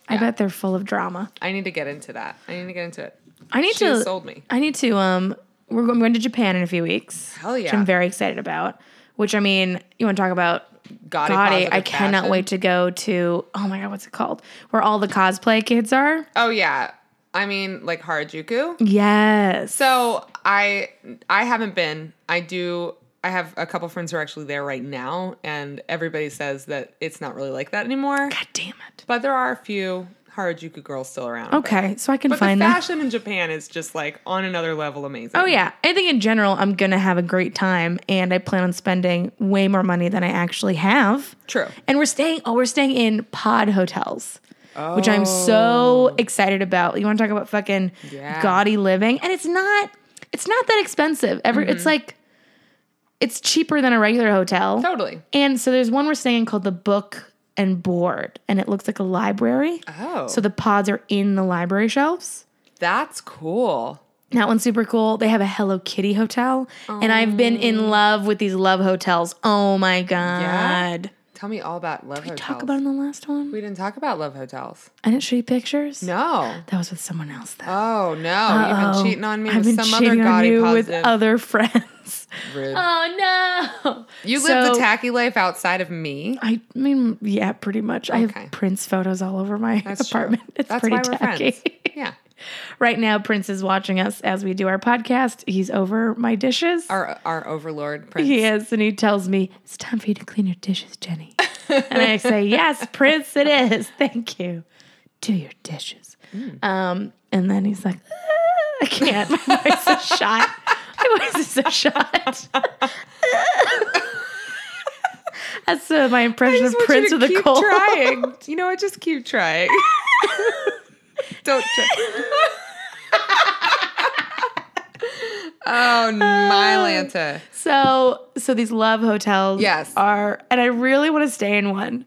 [SPEAKER 1] bet they're full of drama.
[SPEAKER 2] I need to get into that. I need to get into it.
[SPEAKER 1] I need
[SPEAKER 2] She
[SPEAKER 1] to.
[SPEAKER 2] sold me.
[SPEAKER 1] I need to. Um, we're going, I'm going to Japan in a few weeks.
[SPEAKER 2] Hell
[SPEAKER 1] Which
[SPEAKER 2] yeah.
[SPEAKER 1] I'm very excited about. Which I mean, you want to talk about
[SPEAKER 2] Gaudy,
[SPEAKER 1] body?
[SPEAKER 2] positive
[SPEAKER 1] I cannot
[SPEAKER 2] fashion.
[SPEAKER 1] wait to go to. Oh my god, what's it called? Where all the cosplay kids are?
[SPEAKER 2] Oh yeah. I mean like Harajuku.
[SPEAKER 1] Yes.
[SPEAKER 2] So I I haven't been. I do I have a couple friends who are actually there right now and everybody says that it's not really like that anymore.
[SPEAKER 1] God damn it.
[SPEAKER 2] But there are a few Harajuku girls still around.
[SPEAKER 1] Okay, so I can
[SPEAKER 2] But
[SPEAKER 1] find
[SPEAKER 2] the
[SPEAKER 1] that.
[SPEAKER 2] fashion in Japan is just like on another level amazing.
[SPEAKER 1] Oh yeah, I think in general I'm gonna have a great time, and I plan on spending way more money than I actually have.
[SPEAKER 2] True.
[SPEAKER 1] And we're staying. Oh, we're staying in pod hotels. Which I'm so excited about. You want to talk about fucking
[SPEAKER 2] Oh. Yeah.
[SPEAKER 1] gaudy living? And it's not, it's not that expensive. Every,
[SPEAKER 2] Mm-hmm.
[SPEAKER 1] it's like, it's cheaper than a regular hotel.
[SPEAKER 2] Totally.
[SPEAKER 1] And so there's one we're staying in called the Book and Board, and it looks like a library.
[SPEAKER 2] Oh.
[SPEAKER 1] So the pods are in the library shelves.
[SPEAKER 2] that's cool.
[SPEAKER 1] That one's super cool. They have a Hello Kitty hotel, and I've been in love with these love hotels. Oh my Oh god.
[SPEAKER 2] Tell me all about love hotels.
[SPEAKER 1] Talk about in the last one.
[SPEAKER 2] we didn't talk about love hotels.
[SPEAKER 1] I didn't show you pictures.
[SPEAKER 2] No.
[SPEAKER 1] That was with someone else, though.
[SPEAKER 2] Oh no! You've
[SPEAKER 1] Uh-oh.
[SPEAKER 2] been cheating on me
[SPEAKER 1] I've
[SPEAKER 2] with
[SPEAKER 1] been
[SPEAKER 2] some other
[SPEAKER 1] cheating on
[SPEAKER 2] gaudy
[SPEAKER 1] you with
[SPEAKER 2] positive.
[SPEAKER 1] other friends.
[SPEAKER 2] Rude.
[SPEAKER 1] Oh no!
[SPEAKER 2] you live
[SPEAKER 1] So,
[SPEAKER 2] the tacky life outside of me.
[SPEAKER 1] I mean, yeah, pretty much. I
[SPEAKER 2] Okay.
[SPEAKER 1] have Prince photos all over my
[SPEAKER 2] That's true.
[SPEAKER 1] apartment. It's
[SPEAKER 2] That's
[SPEAKER 1] pretty
[SPEAKER 2] why we're
[SPEAKER 1] tacky.
[SPEAKER 2] friends. Yeah.
[SPEAKER 1] right now, Prince is watching us as we do our podcast. He's over my dishes.
[SPEAKER 2] Our our overlord prince.
[SPEAKER 1] He is, and he tells me, It's time for you to clean your dishes, Jenny. and I say, Yes, Prince, it is. Thank you. Do your dishes.
[SPEAKER 2] Mm.
[SPEAKER 1] Um, and then he's like, "Ah, I can't. My voice is shot. My voice is so shot. That's uh, my impression of
[SPEAKER 2] just want
[SPEAKER 1] Prince
[SPEAKER 2] you
[SPEAKER 1] with
[SPEAKER 2] to
[SPEAKER 1] a
[SPEAKER 2] keep
[SPEAKER 1] cold.
[SPEAKER 2] trying. You know what? Just keep trying. Don't try. oh, my
[SPEAKER 1] Uh,
[SPEAKER 2] Lanta.
[SPEAKER 1] So, so these love hotels
[SPEAKER 2] Yes.
[SPEAKER 1] are, and I really want to stay in one,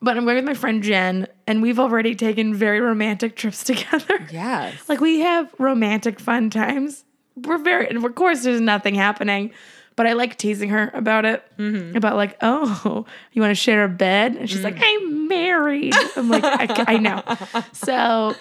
[SPEAKER 1] but I'm going with my friend Jen, and we've already taken very romantic trips together.
[SPEAKER 2] Yes.
[SPEAKER 1] Like we have romantic fun times. We're very, and of course, there's nothing happening, but I like teasing her about it.
[SPEAKER 2] Mm-hmm.
[SPEAKER 1] About like, oh, you want to share a bed? And she's like,
[SPEAKER 2] Mm.
[SPEAKER 1] I'm married. I'm like, I, ca- I know. So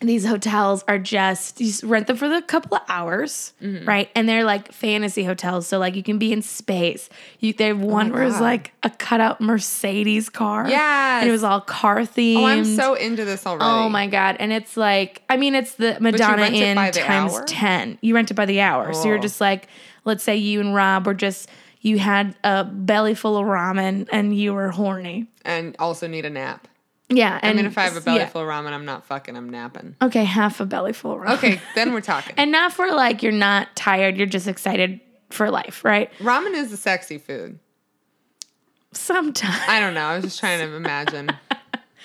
[SPEAKER 1] these hotels are just you s- rent them for the couple of hours,
[SPEAKER 2] Mm-hmm.
[SPEAKER 1] right? And they're like fantasy hotels, so like you can be in space. You they have one where it's
[SPEAKER 2] Oh God.
[SPEAKER 1] like a cutout Mercedes car. and
[SPEAKER 2] Yes.
[SPEAKER 1] it was all car themed.
[SPEAKER 2] Oh, I'm so into this already.
[SPEAKER 1] Oh my god! And it's like, I mean, it's the Madonna
[SPEAKER 2] rent it
[SPEAKER 1] Inn
[SPEAKER 2] by the
[SPEAKER 1] times
[SPEAKER 2] hour?
[SPEAKER 1] ten. You rent it by the hour, so you're
[SPEAKER 2] Oh.
[SPEAKER 1] just like, let's say you and Rob were just you had a belly full of ramen and you were horny.
[SPEAKER 2] And also need a nap.
[SPEAKER 1] Yeah,
[SPEAKER 2] I
[SPEAKER 1] and
[SPEAKER 2] mean, if I have a belly
[SPEAKER 1] yeah.
[SPEAKER 2] full of ramen, I'm not fucking. I'm napping.
[SPEAKER 1] okay, half a belly full of ramen.
[SPEAKER 2] Okay, then we're talking.
[SPEAKER 1] and not for like you're not tired, you're just excited for life, right?
[SPEAKER 2] ramen is a sexy food.
[SPEAKER 1] Sometimes.
[SPEAKER 2] I don't know. I was just trying to imagine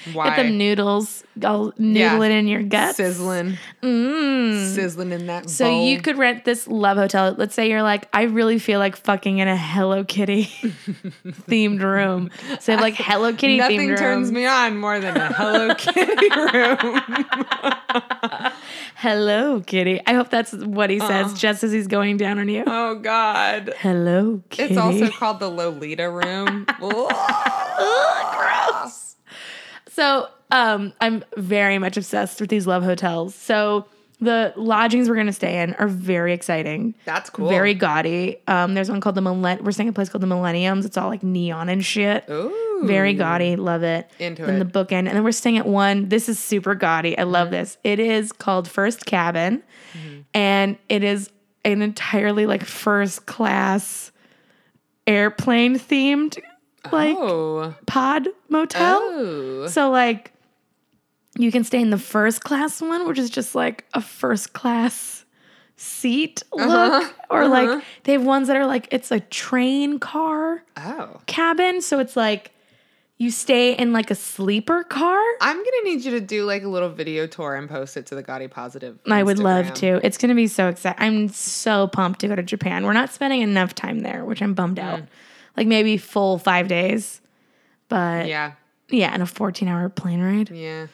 [SPEAKER 1] Get
[SPEAKER 2] why
[SPEAKER 1] them noodles, all noodling in your gut.
[SPEAKER 2] sizzling, Oh. sizzling in that.
[SPEAKER 1] Mm. So
[SPEAKER 2] bowl.
[SPEAKER 1] you could rent this love hotel. Let's say you're like, I really feel like fucking in a Hello Kitty themed room. So like Hello Kitty
[SPEAKER 2] Nothing
[SPEAKER 1] themed
[SPEAKER 2] turns
[SPEAKER 1] room.
[SPEAKER 2] me on more than a Hello Kitty room.
[SPEAKER 1] Hello Kitty. I hope that's what he
[SPEAKER 2] Uh-huh.
[SPEAKER 1] says just as he's going down on you.
[SPEAKER 2] Oh God.
[SPEAKER 1] Hello Kitty.
[SPEAKER 2] It's also called the Lolita room.
[SPEAKER 1] Ugh, gross. So um, I'm very much obsessed with these love hotels. So the lodgings we're gonna stay in are very exciting.
[SPEAKER 2] That's cool.
[SPEAKER 1] Very gaudy. Um, there's one called the Millenn. We're staying at a place called the Millenniums. It's all like neon and shit.
[SPEAKER 2] Ooh.
[SPEAKER 1] Very gaudy. Love it.
[SPEAKER 2] Into
[SPEAKER 1] then
[SPEAKER 2] it. Mm-hmm.
[SPEAKER 1] the bookend. And then we're staying at one. This is super gaudy. I love this. It is called First Cabin. And it is an entirely like first class airplane themed like
[SPEAKER 2] Oh.
[SPEAKER 1] pod motel.
[SPEAKER 2] Oh.
[SPEAKER 1] So like you can stay in the first class one, which is just like a first class seat look. Or like they have ones that are like it's a train car
[SPEAKER 2] Oh.
[SPEAKER 1] cabin. So it's like you stay in like a sleeper car.
[SPEAKER 2] I'm gonna need you to do like a little video tour and post it to the Gaudy Positive.
[SPEAKER 1] I would love
[SPEAKER 2] Instagram.
[SPEAKER 1] to. It's going to be so exciting. I'm so pumped to go to Japan. We're not spending enough time there, which I'm bummed out. Like maybe full five days, but yeah,
[SPEAKER 2] Yeah.
[SPEAKER 1] and a 14 hour plane ride.
[SPEAKER 2] Yeah.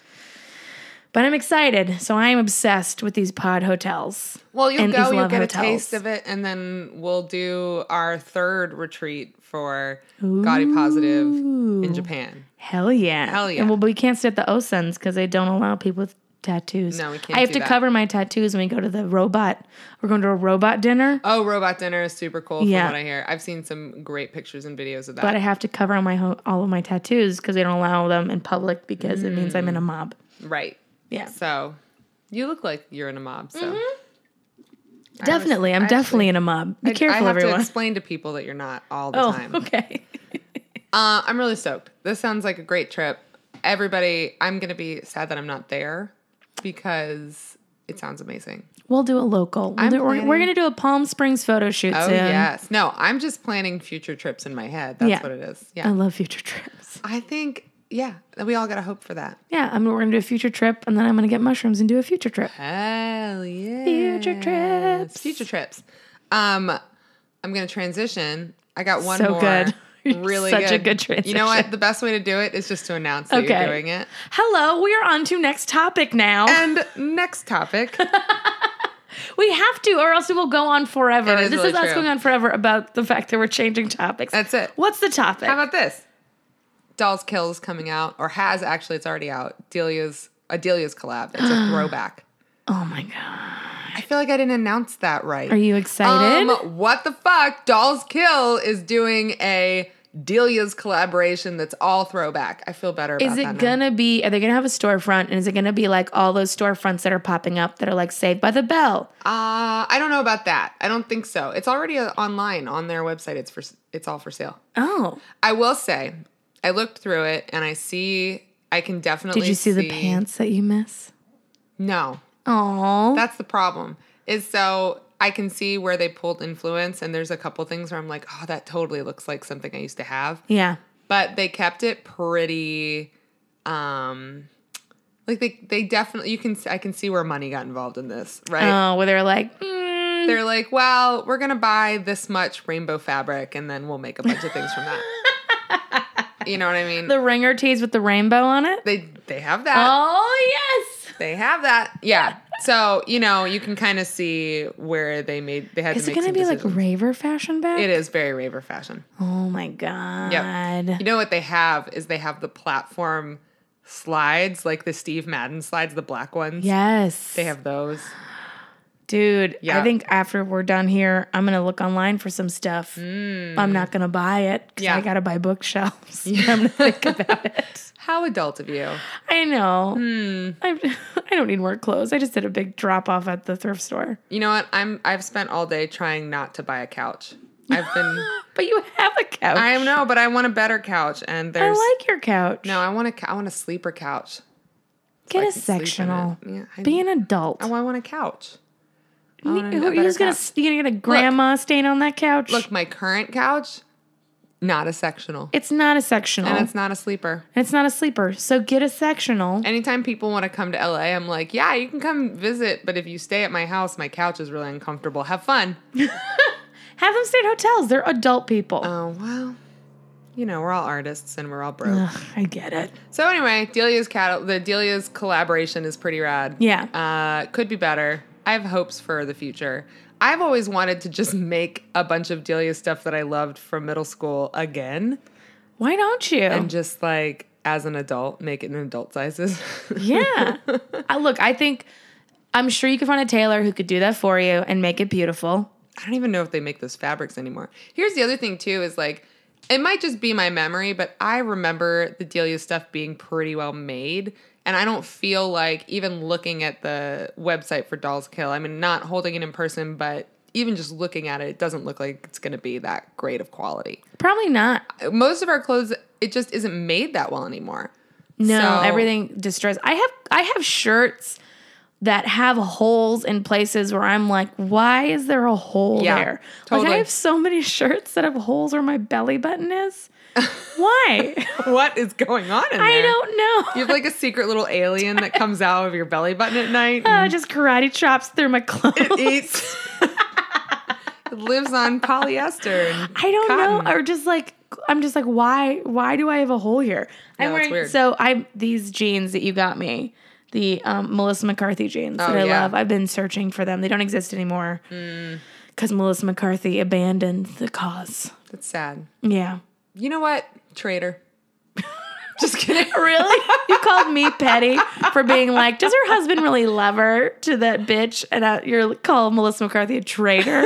[SPEAKER 1] But I'm excited. So I am obsessed with these pod hotels.
[SPEAKER 2] Well, you'll
[SPEAKER 1] And
[SPEAKER 2] go,
[SPEAKER 1] these
[SPEAKER 2] you'll
[SPEAKER 1] love
[SPEAKER 2] get a
[SPEAKER 1] hotels.
[SPEAKER 2] taste of it, and then we'll do our third retreat for Gaudy Positive in
[SPEAKER 1] Ooh.
[SPEAKER 2] Japan.
[SPEAKER 1] Hell yeah.
[SPEAKER 2] Hell yeah.
[SPEAKER 1] And well, but we can't sit at the Osens because they don't allow people with tattoos.
[SPEAKER 2] No, we can't
[SPEAKER 1] I have
[SPEAKER 2] do
[SPEAKER 1] to
[SPEAKER 2] that.
[SPEAKER 1] cover my tattoos when we go to the robot. We're going to a robot dinner,
[SPEAKER 2] Oh, robot dinner is super cool from
[SPEAKER 1] Yeah.
[SPEAKER 2] what I hear. I've seen some great pictures and videos of that.
[SPEAKER 1] but I have to cover my ho- all of my tattoos because they don't allow them in public because it means
[SPEAKER 2] Mm.
[SPEAKER 1] I'm in a mob.
[SPEAKER 2] right.
[SPEAKER 1] Yeah.
[SPEAKER 2] So you look like you're in a mob. So
[SPEAKER 1] Mm-hmm. definitely. I'm
[SPEAKER 2] actually-
[SPEAKER 1] definitely in a mob. Be
[SPEAKER 2] I- I
[SPEAKER 1] careful,
[SPEAKER 2] have to
[SPEAKER 1] everyone.
[SPEAKER 2] explain to people that you're not all the
[SPEAKER 1] oh,
[SPEAKER 2] time.
[SPEAKER 1] okay.
[SPEAKER 2] Uh, I'm really stoked. This sounds like a great trip. Everybody, I'm gonna be sad that I'm not there because it sounds amazing.
[SPEAKER 1] We'll do a local. We'll do- we're, we're
[SPEAKER 2] planning-
[SPEAKER 1] going to do a Palm Springs photo shoot
[SPEAKER 2] Oh
[SPEAKER 1] soon.
[SPEAKER 2] yes. No, I'm just planning future trips in my head. That's
[SPEAKER 1] Yeah. Uh-huh.
[SPEAKER 2] what it is.
[SPEAKER 1] I
[SPEAKER 2] Yeah.
[SPEAKER 1] love future trips.
[SPEAKER 2] I think yeah, we all gotta hope for that.
[SPEAKER 1] Yeah, I mean, we're going to do a future trip and then I'm going to get mushrooms and do a future trip.
[SPEAKER 2] Hell yeah.
[SPEAKER 1] Future trips.
[SPEAKER 2] Future trips. Um, I'm gonna transition. I got one
[SPEAKER 1] So
[SPEAKER 2] more.
[SPEAKER 1] good.
[SPEAKER 2] Really
[SPEAKER 1] Such a
[SPEAKER 2] good.
[SPEAKER 1] good
[SPEAKER 2] You know
[SPEAKER 1] transition.
[SPEAKER 2] what? The best way to do it is just to announce that
[SPEAKER 1] Okay.
[SPEAKER 2] you're doing it.
[SPEAKER 1] Hello, we are on to next topic now.
[SPEAKER 2] And next topic.
[SPEAKER 1] we have to, or else we will go on forever.
[SPEAKER 2] It is
[SPEAKER 1] this
[SPEAKER 2] really
[SPEAKER 1] is us
[SPEAKER 2] true.
[SPEAKER 1] going on forever about the fact that we're changing topics.
[SPEAKER 2] That's it.
[SPEAKER 1] What's the topic?
[SPEAKER 2] How about this? Dolls Kill is coming out, or has actually, it's already out. Delia's Adelia's collab. It's a throwback.
[SPEAKER 1] Oh my god.
[SPEAKER 2] I feel like I didn't announce that right.
[SPEAKER 1] Are you excited?
[SPEAKER 2] Um, what the fuck? Dolls Kill is doing a Delia's collaboration that's all throwback. I feel better about
[SPEAKER 1] is
[SPEAKER 2] that
[SPEAKER 1] it
[SPEAKER 2] now.
[SPEAKER 1] gonna be are they gonna have a storefront and is it gonna be like all those storefronts that are popping up that are like saved by the bell?
[SPEAKER 2] Uh, I don't know about that. I don't think so. It's already uh, online on their website. It's for it's all for sale.
[SPEAKER 1] Oh.
[SPEAKER 2] I will say, I looked through it and I see I can definitely
[SPEAKER 1] Did you see the pants that you miss?
[SPEAKER 2] No.
[SPEAKER 1] Oh.
[SPEAKER 2] That's the problem. Is so I can see where they pulled influence and there's a couple things where I'm like, "Oh, that totally looks like something I used to have."
[SPEAKER 1] Yeah.
[SPEAKER 2] but they kept it pretty um like they they definitely you can I can see where money got involved in this, right?
[SPEAKER 1] Oh, where they're like, mm,
[SPEAKER 2] They're like, "Well, we're going to buy this much rainbow fabric and then we'll make a bunch of things from that." you know what I mean?
[SPEAKER 1] the ringer tees with the rainbow on it.
[SPEAKER 2] they they have that.
[SPEAKER 1] Oh yes.
[SPEAKER 2] They have that. Yeah. So, you know, you can kind of see where they made they had
[SPEAKER 1] Is it
[SPEAKER 2] to make
[SPEAKER 1] gonna
[SPEAKER 2] some
[SPEAKER 1] be
[SPEAKER 2] decisions.
[SPEAKER 1] like raver fashion back?
[SPEAKER 2] it is very raver fashion.
[SPEAKER 1] Oh my god.
[SPEAKER 2] You know what they have is they have the platform slides, like the Steve Madden slides, the black ones.
[SPEAKER 1] Yes.
[SPEAKER 2] They have those.
[SPEAKER 1] Dude, I
[SPEAKER 2] Yeah.
[SPEAKER 1] think after we're done here, I'm gonna look online for some stuff. I'm not gonna buy it because
[SPEAKER 2] Mm. Yeah.
[SPEAKER 1] I gotta buy bookshelves. I'm gonna think about it.
[SPEAKER 2] How adult of you.
[SPEAKER 1] I know.
[SPEAKER 2] Hmm.
[SPEAKER 1] I, I don't need more clothes. I just did a big drop off at the thrift store.
[SPEAKER 2] You know what? I'm I've spent all day trying not to buy a couch. I've been
[SPEAKER 1] But you have a couch.
[SPEAKER 2] I know, but I want a better couch and
[SPEAKER 1] I
[SPEAKER 2] there's
[SPEAKER 1] like your couch.
[SPEAKER 2] no, I want a cou- I want a sleeper couch.
[SPEAKER 1] get
[SPEAKER 2] I
[SPEAKER 1] a
[SPEAKER 2] can sleep in it.
[SPEAKER 1] sectional.
[SPEAKER 2] Yeah, I,
[SPEAKER 1] Be an adult.
[SPEAKER 2] I want a couch. I
[SPEAKER 1] Who-
[SPEAKER 2] want a- a better
[SPEAKER 1] who's gonna
[SPEAKER 2] couch.
[SPEAKER 1] s- you gonna get a grandma stain on that couch?
[SPEAKER 2] Look, my current couch not a sectional.
[SPEAKER 1] it's not a sectional.
[SPEAKER 2] And it's not a sleeper.
[SPEAKER 1] And it's not a sleeper. So get a sectional.
[SPEAKER 2] Anytime people want to come to LA, I'm like, yeah, you can come visit, but if you stay at my house, my couch is really uncomfortable. Have fun.
[SPEAKER 1] Have them stay at hotels. They're adult people.
[SPEAKER 2] Oh, well, you know, we're all artists and we're all broke.
[SPEAKER 1] Ugh, I get it.
[SPEAKER 2] So anyway, Delia's cat, the Delia's collaboration is pretty rad.
[SPEAKER 1] Yeah.
[SPEAKER 2] uh, could be better. I have hopes for the future. I've always wanted to just make a bunch of Delia stuff that I loved from middle school again,
[SPEAKER 1] Why don't you?
[SPEAKER 2] and just like as an adult, make it in adult sizes.
[SPEAKER 1] yeah. I, look, I think I'm sure you could find a tailor who could do that for you and make it beautiful.
[SPEAKER 2] I don't even know if they make those fabrics anymore. Here's the other thing too is like it might just be my memory, but I remember the Delia stuff being pretty well made. And I don't feel like even looking at the website for Dolls Kill, I mean not holding it in person, but even just looking at it, it doesn't look like it's gonna be that great of quality.
[SPEAKER 1] Probably not.
[SPEAKER 2] Most of our clothes, it just isn't made that well anymore.
[SPEAKER 1] No,
[SPEAKER 2] So-
[SPEAKER 1] everything destroys. I have I have shirts that have holes in places where I'm like, why is there a hole
[SPEAKER 2] Yeah,
[SPEAKER 1] there? Like I
[SPEAKER 2] totally.
[SPEAKER 1] have so many shirts that have holes where my belly button is. why?
[SPEAKER 2] What is going on in
[SPEAKER 1] I
[SPEAKER 2] there?
[SPEAKER 1] don't know.
[SPEAKER 2] You have like a secret little alien that comes out of your belly button at night. and-
[SPEAKER 1] Uh, just karate chops through my clothes.
[SPEAKER 2] eats lives on polyester. and
[SPEAKER 1] I don't
[SPEAKER 2] cotton.
[SPEAKER 1] know, or just like I'm just like, why? Why do I have a hole here? I'm
[SPEAKER 2] it's
[SPEAKER 1] wearing
[SPEAKER 2] weird.
[SPEAKER 1] so I these jeans that you got me, the um, Melissa McCarthy jeans that
[SPEAKER 2] Oh,
[SPEAKER 1] I
[SPEAKER 2] yeah. Mm.
[SPEAKER 1] love. I've been searching for them. They don't exist anymore because Melissa McCarthy abandoned the cause.
[SPEAKER 2] That's sad.
[SPEAKER 1] Yeah,
[SPEAKER 2] You know what? Traitor. Just kidding.
[SPEAKER 1] really? you called me petty for being like, does her husband really love her to that bitch? And uh, you're call Melissa McCarthy a traitor?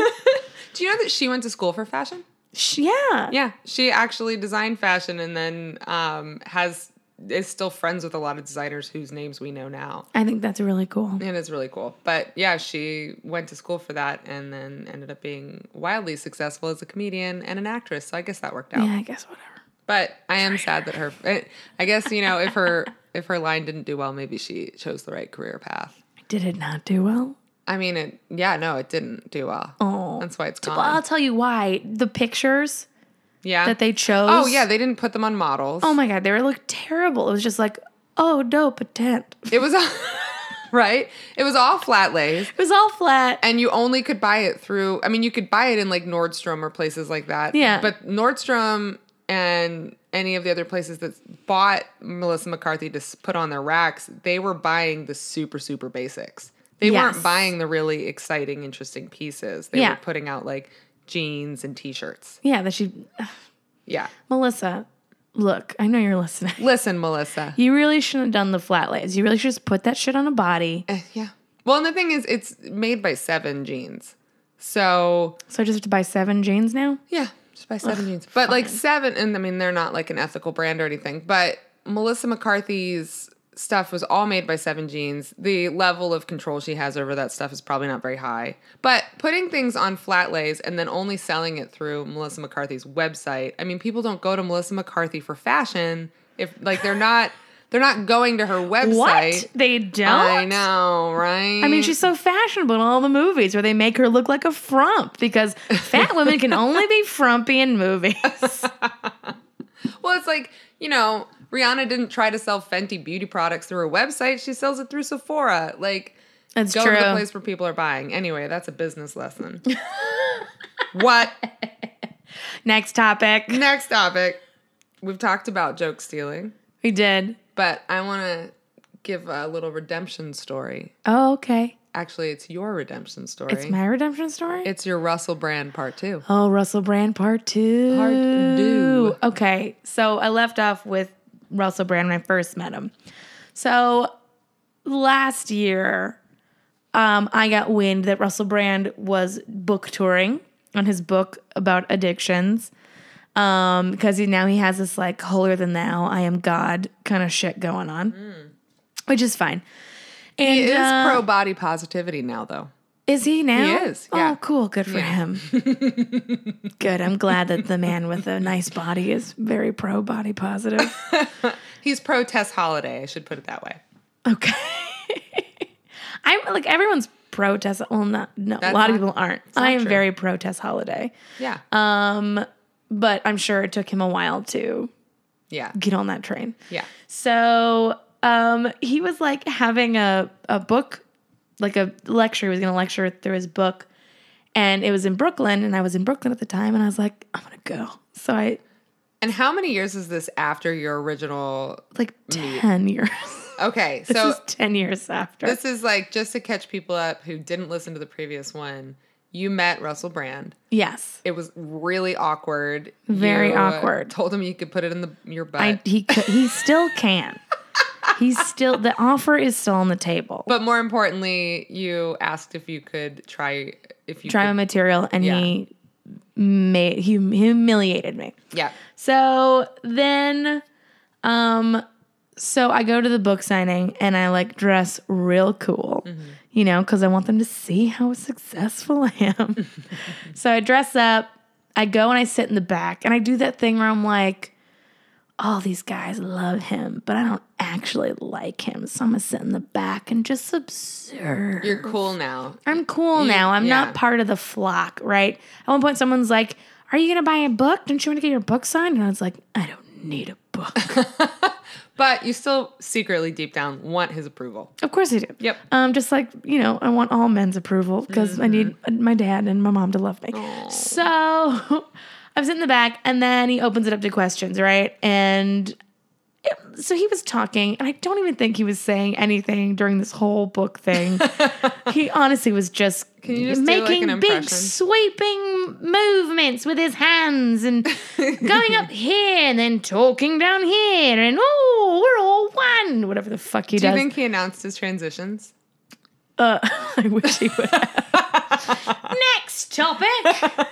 [SPEAKER 2] Do you know that she went to school for fashion?
[SPEAKER 1] Sh- yeah.
[SPEAKER 2] Yeah, she actually designed fashion and then um, has is still friends with a lot of designers whose names we know now.
[SPEAKER 1] I think that's really cool.
[SPEAKER 2] And it's really cool. But yeah, she went to school for that and then ended up being wildly successful as a comedian and an actress. So I guess that worked out.
[SPEAKER 1] Yeah, I guess whatever.
[SPEAKER 2] But I am sad that her. I- I guess you know if her if her line didn't do well, maybe she chose the right career path.
[SPEAKER 1] Did it not do well?
[SPEAKER 2] I mean, it. Yeah, no, it didn't do well.
[SPEAKER 1] Oh.
[SPEAKER 2] That's why it's
[SPEAKER 1] Well, I'll
[SPEAKER 2] gone.
[SPEAKER 1] tell you why. The pictures
[SPEAKER 2] Yeah.
[SPEAKER 1] that they chose.
[SPEAKER 2] oh yeah, they didn't put them on models.
[SPEAKER 1] oh my god, they were looked terrible. It was just like, oh dope, a tent. It
[SPEAKER 2] It was all, right. It was all flat lays,
[SPEAKER 1] was all flat.
[SPEAKER 2] and you only could buy it through. I mean, you could buy it in like Nordstrom or places like that.
[SPEAKER 1] Yeah.
[SPEAKER 2] But Nordstrom and any of the other places that bought Melissa McCarthy to s- put on their racks, they were buying the super super basics. They
[SPEAKER 1] Yes.
[SPEAKER 2] weren't buying the really exciting, interesting pieces. They
[SPEAKER 1] Yeah.
[SPEAKER 2] were putting out like jeans and t-shirts.
[SPEAKER 1] Yeah, that she,
[SPEAKER 2] Yeah.
[SPEAKER 1] Melissa. Look, I know you're listening.
[SPEAKER 2] Listen, Melissa.
[SPEAKER 1] You really shouldn't have done the flat lays. You really should just put that shit on a body.
[SPEAKER 2] Eh, Yeah. Well, and the thing is, it's made by Seven Jeans. So
[SPEAKER 1] So I just have to buy seven jeans now?
[SPEAKER 2] yeah, just by Seven Jeans. But like Seven, and I mean they're not like an ethical brand or anything. But Melissa McCarthy's stuff was all made by Seven Jeans. The level of control she has over that stuff is probably not very high. But putting things on flat lays and then only selling it through Melissa McCarthy's website. I mean, people don't go to Melissa McCarthy for fashion if like they're not they're not going to her website.
[SPEAKER 1] What? They don't?
[SPEAKER 2] I know, right?
[SPEAKER 1] I mean, she's so fashionable in all the movies where they make her look like a frump because fat women can only be frumpy in movies.
[SPEAKER 2] well. It's like you know, Rihanna didn't try to sell Fenty beauty products through her website. She sells it through Sephora. Like,
[SPEAKER 1] That's
[SPEAKER 2] go
[SPEAKER 1] true.
[SPEAKER 2] to the place where people are buying. Anyway, that's a business lesson. what?
[SPEAKER 1] Next topic.
[SPEAKER 2] Next topic. We've talked about joke stealing,
[SPEAKER 1] We did.
[SPEAKER 2] but I want to give a little redemption story.
[SPEAKER 1] Oh, okay.
[SPEAKER 2] Actually, it's your redemption story.
[SPEAKER 1] It's my redemption story?
[SPEAKER 2] It's your Russell Brand part two.
[SPEAKER 1] Oh, Russell Brand part two.
[SPEAKER 2] Part two.
[SPEAKER 1] Okay. So I left off with Russell Brand when I first met him. So last year, um, I got wind that Russell Brand was book touring on his book about addictions. Um, because he now he has this like holier than thou, I am God kind of shit going on. Which is fine. And
[SPEAKER 2] Mm. He is
[SPEAKER 1] uh,
[SPEAKER 2] pro body positivity now, though.
[SPEAKER 1] is he now?
[SPEAKER 2] He is, yeah.
[SPEAKER 1] Oh, cool. Good for him. Good. I'm glad that the man with a nice body is very pro body positive.
[SPEAKER 2] He's pro Tess Holiday. I should put it that way.
[SPEAKER 1] Okay. I'm like everyone's pro Tess. Well, not no. a lot of
[SPEAKER 2] not-
[SPEAKER 1] people aren't.
[SPEAKER 2] not
[SPEAKER 1] I am
[SPEAKER 2] true.
[SPEAKER 1] very pro Tess Holiday,
[SPEAKER 2] Yeah.
[SPEAKER 1] Um, but I'm sure it took him a while to
[SPEAKER 2] yeah.
[SPEAKER 1] get on that train.
[SPEAKER 2] Yeah.
[SPEAKER 1] So um, he was like having a, a book, like a lecture. He was going to lecture through his book. And it was in Brooklyn. And I was in Brooklyn at the time. And I was like, I'm going to go. So I,
[SPEAKER 2] And how many years is this after your original?
[SPEAKER 1] like 10 years.
[SPEAKER 2] Okay,
[SPEAKER 1] this
[SPEAKER 2] so
[SPEAKER 1] is 10 years after.
[SPEAKER 2] this is like just to catch people up who didn't listen to the previous one. You met Russell Brand.
[SPEAKER 1] yes.
[SPEAKER 2] It was really awkward.
[SPEAKER 1] Very
[SPEAKER 2] You, uh,
[SPEAKER 1] awkward.
[SPEAKER 2] Told him you could put it in the your butt.
[SPEAKER 1] I, he, cou- he still can. He's still, the offer is still on the table.
[SPEAKER 2] but more importantly, you asked if you could try if you
[SPEAKER 1] Try my
[SPEAKER 2] could,
[SPEAKER 1] material. And he made, he humiliated me.
[SPEAKER 2] yeah.
[SPEAKER 1] So then, um, so I go to the book signing and I like dress real cool, you know, because I want them to see how successful I am. so I dress up, I go and I sit in the back, and I do that thing where I'm like, all these guys love him, but I don't actually like him. So I'm gonna sit in the back and just observe.
[SPEAKER 2] You're cool now.
[SPEAKER 1] I'm cool now. I'm
[SPEAKER 2] yeah.
[SPEAKER 1] not part of the flock, right? At one point, someone's like, Are you going to buy a book? Don't you want to get your book signed? And I was like, I don't need a book.
[SPEAKER 2] But you still secretly deep down want his approval.
[SPEAKER 1] of course I do.
[SPEAKER 2] Yep.
[SPEAKER 1] Um, just like, you know, I want all men's approval because I need uh,
[SPEAKER 2] Mm-hmm.
[SPEAKER 1] my dad and my mom to love me. So I'm sitting in the back, and then he opens it up to questions, right? And it- so he was talking, and I don't even think he was saying anything during this whole book thing. he honestly was just,
[SPEAKER 2] you just do, like,
[SPEAKER 1] making
[SPEAKER 2] an
[SPEAKER 1] big
[SPEAKER 2] impression?
[SPEAKER 1] sweeping movements with his hands and going up here and then talking down here and oh, we're all one, whatever the fuck he
[SPEAKER 2] Do you
[SPEAKER 1] does.
[SPEAKER 2] think he announced his transitions?
[SPEAKER 1] Uh, I wish he would. have. Next topic.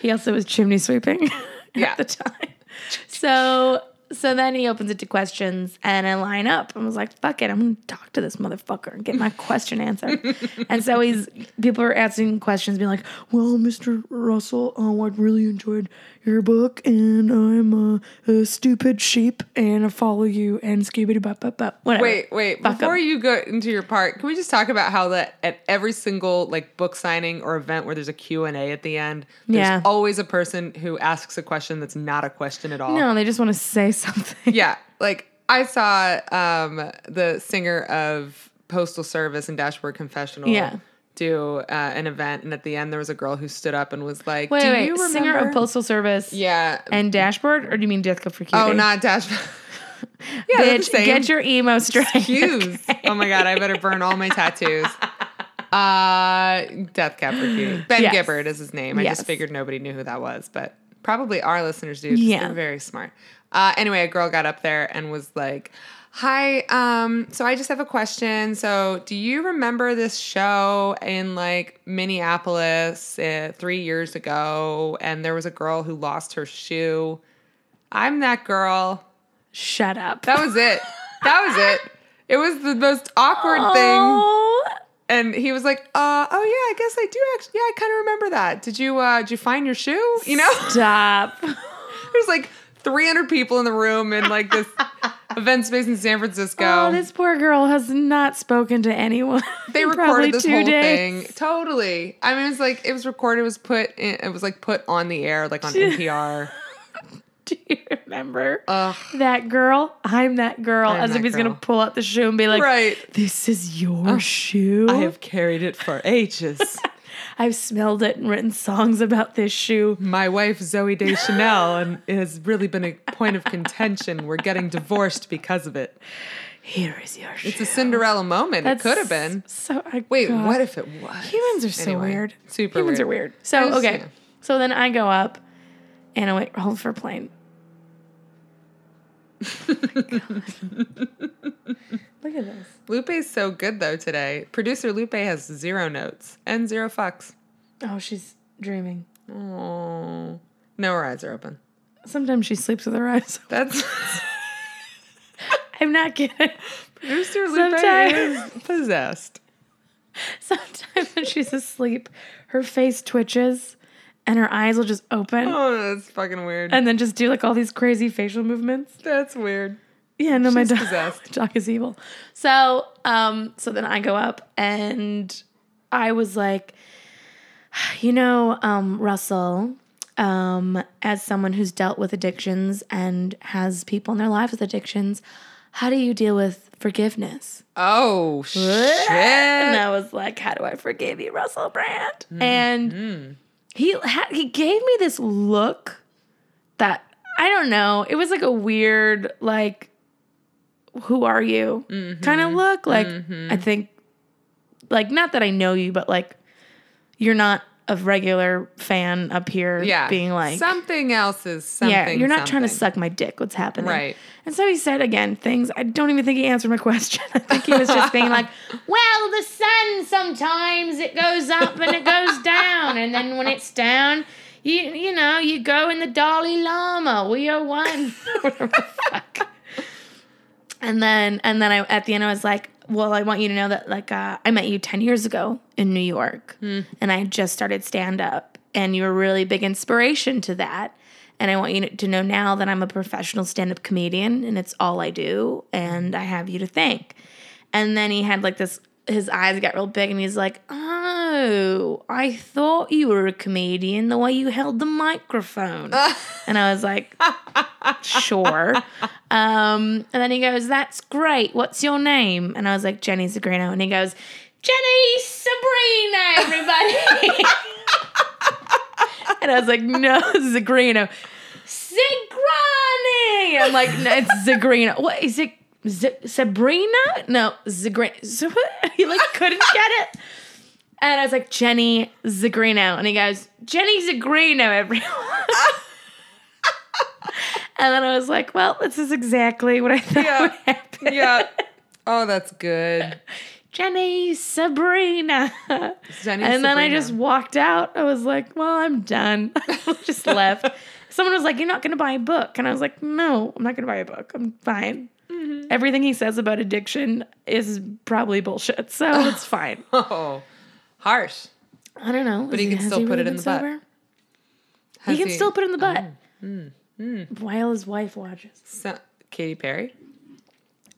[SPEAKER 1] he also was chimney sweeping
[SPEAKER 2] Yeah.
[SPEAKER 1] at the time. So so then he opens it to questions and I line up and was like, fuck it, I'm gonna talk to this motherfucker and get my question answered. and so he's people are asking questions, being like, Well, Mr. Russell, um, I really enjoyed your book and I'm a, a stupid sheep and I follow you and skibidi bop bop bop. Whatever.
[SPEAKER 2] Wait, wait.
[SPEAKER 1] Fuck 'em.
[SPEAKER 2] Before you go into your part, can we just talk about how that at every single like book signing or event where there's a Q&A at the end, there's
[SPEAKER 1] Yeah.
[SPEAKER 2] always a person who asks a question that's not a question at all.
[SPEAKER 1] No, they just want to say something.
[SPEAKER 2] Yeah, like I saw um the singer of Postal Service and Dashboard Confessional
[SPEAKER 1] Yeah.
[SPEAKER 2] do uh, an event and at the end there was a girl who stood up and was like,
[SPEAKER 1] Wait,
[SPEAKER 2] "Do
[SPEAKER 1] wait,
[SPEAKER 2] you remember?"
[SPEAKER 1] singer of Postal Service
[SPEAKER 2] yeah.
[SPEAKER 1] and Dashboard, or do you mean Death Cab for Cutie?
[SPEAKER 2] oh, not Dashboard. yeah, they're the
[SPEAKER 1] Bitch,
[SPEAKER 2] same.
[SPEAKER 1] get your emo straight.
[SPEAKER 2] tattoos. Oh my god, I better burn all my tattoos. Uh, Death Cab for Cutie. Ben
[SPEAKER 1] Yes.
[SPEAKER 2] Gibbard is his name. I
[SPEAKER 1] Yes.
[SPEAKER 2] just figured nobody knew who that was, but Probably our listeners do. 'cause
[SPEAKER 1] Yeah.
[SPEAKER 2] They're very smart. Uh, anyway, a girl got up there and was like, Hi, um, so I just have a question. So, do you remember this show in like Minneapolis uh, three years ago? And there was a girl who lost her shoe. I'm that girl.
[SPEAKER 1] Shut up.
[SPEAKER 2] That was it. that was it. It was the most awkward thing
[SPEAKER 1] Oh,
[SPEAKER 2] and he was like, uh, "Oh yeah, I guess I do actually. Yeah, I kind of remember that. Did you uh, did you find your shoe? You know,
[SPEAKER 1] stop.
[SPEAKER 2] there's like 300 people in the room in like this event space in San Francisco.
[SPEAKER 1] Oh, this poor girl has not spoken to anyone.
[SPEAKER 2] they
[SPEAKER 1] in probably
[SPEAKER 2] recorded this
[SPEAKER 1] two
[SPEAKER 2] whole
[SPEAKER 1] days.
[SPEAKER 2] thing totally. I mean, it's like it was recorded. It was put. In, it was like put on the air, like on NPR.
[SPEAKER 1] Do you remember
[SPEAKER 2] Ugh.
[SPEAKER 1] that girl? I'm that girl.
[SPEAKER 2] I'm
[SPEAKER 1] As if
[SPEAKER 2] that
[SPEAKER 1] he's
[SPEAKER 2] girl.
[SPEAKER 1] gonna pull out the shoe and be like,
[SPEAKER 2] Right.
[SPEAKER 1] "This is your shoe.
[SPEAKER 2] I have carried it for ages.
[SPEAKER 1] I've smelled it and written songs about this shoe."
[SPEAKER 2] My wife Zoe Deschanel and it has really been a point of contention. We're getting divorced because of it.
[SPEAKER 1] Here is your shoe.
[SPEAKER 2] It's a Cinderella moment.
[SPEAKER 1] That's
[SPEAKER 2] it could have been.
[SPEAKER 1] So I-
[SPEAKER 2] Wait,
[SPEAKER 1] God.
[SPEAKER 2] what if it was?
[SPEAKER 1] Humans are so
[SPEAKER 2] Anyway,
[SPEAKER 1] weird.
[SPEAKER 2] Super
[SPEAKER 1] Humans
[SPEAKER 2] weird.
[SPEAKER 1] are weird. So
[SPEAKER 2] There's-
[SPEAKER 1] okay.
[SPEAKER 2] yeah.
[SPEAKER 1] So then I go up, and I wait. Hold for plane. Oh my God. Look at this.
[SPEAKER 2] Lupe's so good though today. Producer Lupe has zero notes and zero fucks.
[SPEAKER 1] Oh, she's dreaming.
[SPEAKER 2] Oh, no, her eyes are open.
[SPEAKER 1] Sometimes she sleeps with her eyes. open.
[SPEAKER 2] That's
[SPEAKER 1] I'm not kidding.
[SPEAKER 2] producer Lupe
[SPEAKER 1] Sometimes-
[SPEAKER 2] is possessed.
[SPEAKER 1] Sometimes when she's asleep, her face twitches, and her eyes will just open,
[SPEAKER 2] Oh, that's fucking weird.
[SPEAKER 1] and then just do like all these crazy facial movements.
[SPEAKER 2] that's weird.
[SPEAKER 1] Yeah, no, my
[SPEAKER 2] She's
[SPEAKER 1] dog,
[SPEAKER 2] possessed.
[SPEAKER 1] dog is evil. So, um, so then I go up and I was like, you know, um, Russell, um, as someone who's dealt with addictions and has people in their lives with addictions, how do you deal with forgiveness?
[SPEAKER 2] Oh
[SPEAKER 1] And
[SPEAKER 2] shit!
[SPEAKER 1] I was like, how do I forgive you, Russell Brand?
[SPEAKER 2] Mm-hmm.
[SPEAKER 1] And he ha- he gave me this look that I don't know. It was like a weird like who are you
[SPEAKER 2] Mm-hmm.
[SPEAKER 1] kind of look like I think like not that I know you but like you're not a regular fan up here
[SPEAKER 2] Yeah,
[SPEAKER 1] being like
[SPEAKER 2] something else is something.
[SPEAKER 1] yeah, you're not trying to
[SPEAKER 2] something.
[SPEAKER 1] suck my dick. What's happening?
[SPEAKER 2] Right.
[SPEAKER 1] And so he said again things. I don't even think he answered my question. I think he was just being like, "Well, the sun sometimes it goes up and it goes down, and then when it's down, you you know you go in the Dalai Lama. We are one." Whatever the fuck. And then and then I at the end I was like, well, I want you to know that like uh, I met you ten years ago in New York, and I had just started stand up, and you were a really big inspiration to that. And I want you to know now that I'm a professional stand up comedian, and it's all I do, and I have you to thank. And then he had like this. His eyes got real big, and he's like, "Oh, I thought you were a comedian the way you held the microphone." and I was like, sure. Um, and then he goes, That's great. What's your name? And I was like, Jenny Sagrino. And he goes, Jenny Sabrina, everybody. and I was like, No, Zagrino. Zagrani. I'm like, No, it's Zagrino. What is it? Z- Sabrina? No, Zagrino. he like couldn't get it. And I was like, Jenny Zagrino. And he goes, Jenny Zagrino, everyone. And then I was like, well, this is exactly what I thought
[SPEAKER 2] Yeah.
[SPEAKER 1] would happen.
[SPEAKER 2] Yeah. Oh, that's good.
[SPEAKER 1] Jenny Sabrina.
[SPEAKER 2] Jenny
[SPEAKER 1] and then I
[SPEAKER 2] Sabrina.
[SPEAKER 1] just walked out. I was like, well, I'm done. I just left. Someone was like, you're not going to buy a book. And I was like, no, I'm not going to buy a book. I'm fine.
[SPEAKER 2] Mm-hmm.
[SPEAKER 1] Everything he says about addiction is probably bullshit. So it's fine.
[SPEAKER 2] Oh, harsh.
[SPEAKER 1] I don't know. But
[SPEAKER 2] he can still put it in the butt.
[SPEAKER 1] He
[SPEAKER 2] Has Mm,
[SPEAKER 1] can still put it in the butt. While his wife watches.
[SPEAKER 2] So, Katy Perry.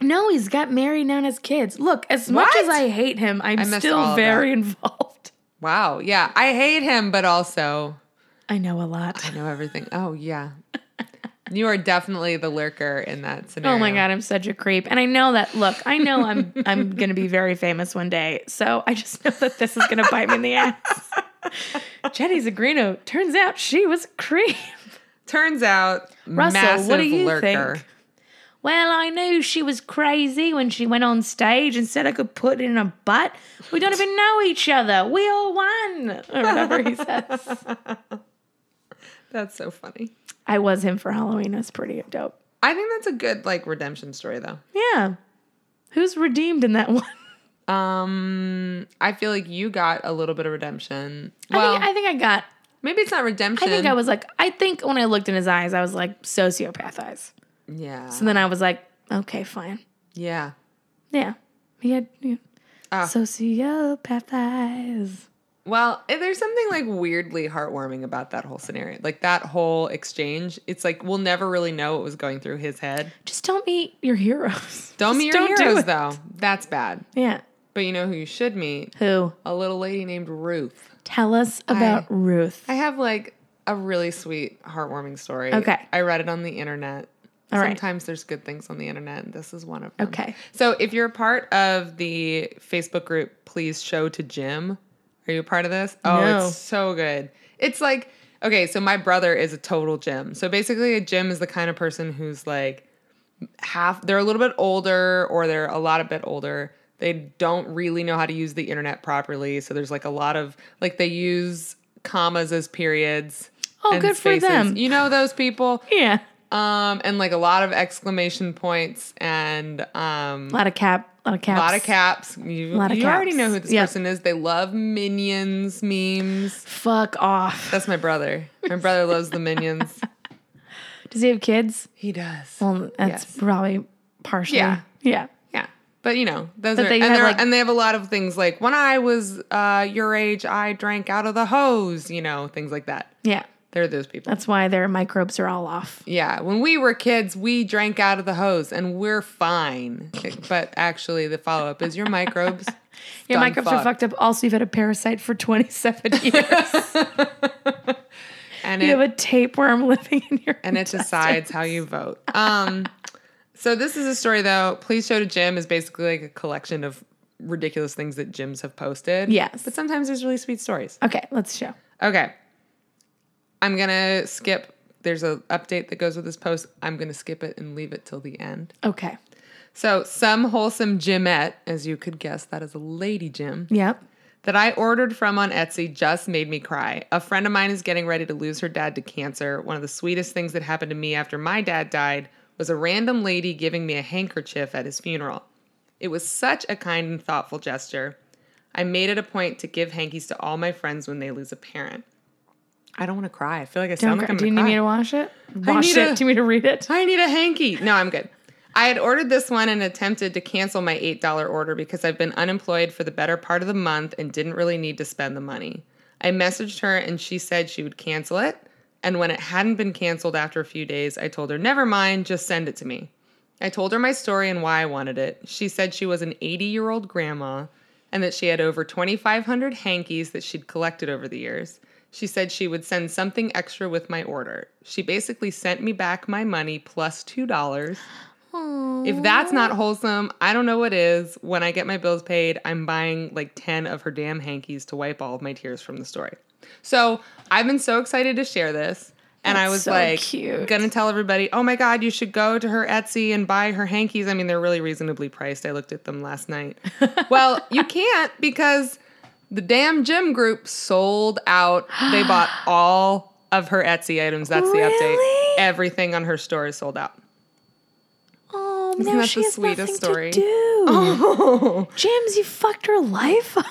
[SPEAKER 1] No, he's got married now and has kids. Look, as much
[SPEAKER 2] What?
[SPEAKER 1] as I hate him, I'm
[SPEAKER 2] missed all
[SPEAKER 1] still
[SPEAKER 2] of
[SPEAKER 1] very involved.
[SPEAKER 2] Wow. Yeah, I hate him, but also
[SPEAKER 1] I know a lot.
[SPEAKER 2] know everything. Oh yeah, you are definitely the lurker in that scenario.
[SPEAKER 1] Oh my god, I'm such a creep. And I know that look, I know I'm I'm gonna be very famous one day. So I just know that this is gonna bite me in the ass. Jenny Zagrino, turns out she was a creep.
[SPEAKER 2] Turns out,
[SPEAKER 1] Russell,
[SPEAKER 2] massive
[SPEAKER 1] what do you
[SPEAKER 2] lurker.
[SPEAKER 1] think? Well, I knew she was crazy when she went on stage and said I could put it in her butt. We don't even know each other. We all won. Or whatever he says.
[SPEAKER 2] That's so funny.
[SPEAKER 1] I was him for Halloween. That's pretty dope.
[SPEAKER 2] I think that's a good like redemption story though.
[SPEAKER 1] Yeah. Who's redeemed in that one?
[SPEAKER 2] Um, I feel like you got a little bit of redemption.
[SPEAKER 1] I,
[SPEAKER 2] Well,
[SPEAKER 1] think, I think I got.
[SPEAKER 2] maybe it's not redemption.
[SPEAKER 1] I think I was like, I think when I looked in his eyes, I was like sociopath eyes.
[SPEAKER 2] Yeah.
[SPEAKER 1] So then I was like, okay, fine.
[SPEAKER 2] yeah.
[SPEAKER 1] Yeah. He had yeah.
[SPEAKER 2] Ah.
[SPEAKER 1] sociopath eyes.
[SPEAKER 2] Well, eh, there's something like weirdly heartwarming about that whole scenario. Like that whole exchange. It's like we'll never really know what was going through his head.
[SPEAKER 1] Just don't meet your heroes.
[SPEAKER 2] Don't
[SPEAKER 1] Just
[SPEAKER 2] meet your
[SPEAKER 1] do
[SPEAKER 2] heroes
[SPEAKER 1] it.
[SPEAKER 2] though. That's bad.
[SPEAKER 1] Yeah.
[SPEAKER 2] But you know who you should meet?
[SPEAKER 1] Who?
[SPEAKER 2] A little lady named Ruth.
[SPEAKER 1] Tell us about Ruth.
[SPEAKER 2] I have like a really sweet, heartwarming story.
[SPEAKER 1] Okay.
[SPEAKER 2] I read it on the internet.
[SPEAKER 1] All right.
[SPEAKER 2] Sometimes there's good things on the internet, and this is one of them.
[SPEAKER 1] Okay.
[SPEAKER 2] So if you're a part of the Facebook group, please show to Jim. Are you a part of this? Oh,
[SPEAKER 1] No.
[SPEAKER 2] it's so good. It's like, okay, so my brother is a total Jim. So basically, a Jim is the kind of person who's like half, they're a little bit older or they're a lot of bit older. They don't really know how to use the internet properly. So there's like a lot of, like, they use commas as periods.
[SPEAKER 1] Oh,
[SPEAKER 2] and
[SPEAKER 1] good for them.
[SPEAKER 2] You know those people?
[SPEAKER 1] yeah.
[SPEAKER 2] um, and like a lot of exclamation points and um,
[SPEAKER 1] A lot of cap. A lot of caps.
[SPEAKER 2] a lot of caps. You,
[SPEAKER 1] Lot of
[SPEAKER 2] you already
[SPEAKER 1] caps.
[SPEAKER 2] know who this
[SPEAKER 1] Yep.
[SPEAKER 2] person is. They love minions memes.
[SPEAKER 1] Fuck off.
[SPEAKER 2] That's my brother. My brother loves the minions.
[SPEAKER 1] Does he have kids?
[SPEAKER 2] He does.
[SPEAKER 1] Well, that's
[SPEAKER 2] Yes.
[SPEAKER 1] probably partially.
[SPEAKER 2] Yeah.
[SPEAKER 1] Yeah.
[SPEAKER 2] Yeah. But you know, those
[SPEAKER 1] But
[SPEAKER 2] are,
[SPEAKER 1] they
[SPEAKER 2] and,
[SPEAKER 1] have,
[SPEAKER 2] they're-
[SPEAKER 1] like-
[SPEAKER 2] and they have a lot of things like when I was uh, your age, I drank out of the hose, you know, things like that.
[SPEAKER 1] Yeah.
[SPEAKER 2] They're those people.
[SPEAKER 1] That's why their microbes are all off.
[SPEAKER 2] Yeah, when we were kids, we drank out of the hose and we're fine. But actually, the follow up is your microbes.
[SPEAKER 1] Your
[SPEAKER 2] done
[SPEAKER 1] microbes are fucked up. Also, you've had a parasite for 27 years.
[SPEAKER 2] And
[SPEAKER 1] you
[SPEAKER 2] it,
[SPEAKER 1] have a tapeworm living in your.
[SPEAKER 2] and it decides how you vote. Um, so this is a story though. Please show to Jim is basically like a collection of ridiculous things that gyms have posted.
[SPEAKER 1] Yes.
[SPEAKER 2] but sometimes there's really sweet stories.
[SPEAKER 1] Okay, let's show.
[SPEAKER 2] Okay, I'm gonna skip. There's a update that goes with this post. I'm gonna skip it and leave it till the end.
[SPEAKER 1] Okay.
[SPEAKER 2] So, some wholesome gymette, as you could guess, that is a lady gym,
[SPEAKER 1] Yep.
[SPEAKER 2] that I ordered from on Etsy just made me cry. A friend of mine is getting ready to lose her dad to cancer. One of the sweetest things that happened to me after my dad died was a random lady giving me a handkerchief at his funeral. It was such a kind and thoughtful gesture. I made it a point to give hankies to all my friends when they lose a parent. I don't want to cry. I feel like I
[SPEAKER 1] Don't
[SPEAKER 2] sound like
[SPEAKER 1] cr-
[SPEAKER 2] I'm
[SPEAKER 1] do
[SPEAKER 2] going
[SPEAKER 1] you need
[SPEAKER 2] to cry.
[SPEAKER 1] me to wash it? Wash
[SPEAKER 2] need
[SPEAKER 1] it.
[SPEAKER 2] a-
[SPEAKER 1] do you need me to read it?
[SPEAKER 2] I need a hanky. No, I'm good. I had ordered this one and attempted to cancel my $8 order because I've been unemployed for the better part of the month and didn't really need to spend the money. I messaged her and she said she would cancel it. And when it hadn't been canceled after a few days, I told her, never mind, just send it to me. I told her my story and why I wanted it. She said she was an 80 year old grandma and that she had over 2,500 hankies that she'd collected over the years. She said she would send something extra with my order. She basically sent me back my money plus $2. If that's not wholesome, I don't know what is. When I get my bills paid, I'm buying like 10 of her damn hankies to wipe all of my tears from the story. So I've been so excited to share this. And I
[SPEAKER 1] That's
[SPEAKER 2] was
[SPEAKER 1] so
[SPEAKER 2] like,
[SPEAKER 1] cute.
[SPEAKER 2] gonna tell everybody, oh my God, you should go to her Etsy and buy her hankies. I mean, they're really reasonably priced. I looked at them last night. well, you can't because the damn gym group sold out. They bought all of her Etsy items. That's the update.
[SPEAKER 1] Really?
[SPEAKER 2] Everything on her store is sold out.
[SPEAKER 1] Oh,
[SPEAKER 2] Isn't
[SPEAKER 1] now
[SPEAKER 2] that
[SPEAKER 1] she
[SPEAKER 2] the
[SPEAKER 1] has
[SPEAKER 2] sweetest
[SPEAKER 1] nothing
[SPEAKER 2] story? Oh.
[SPEAKER 1] to do. James, you fucked her life up.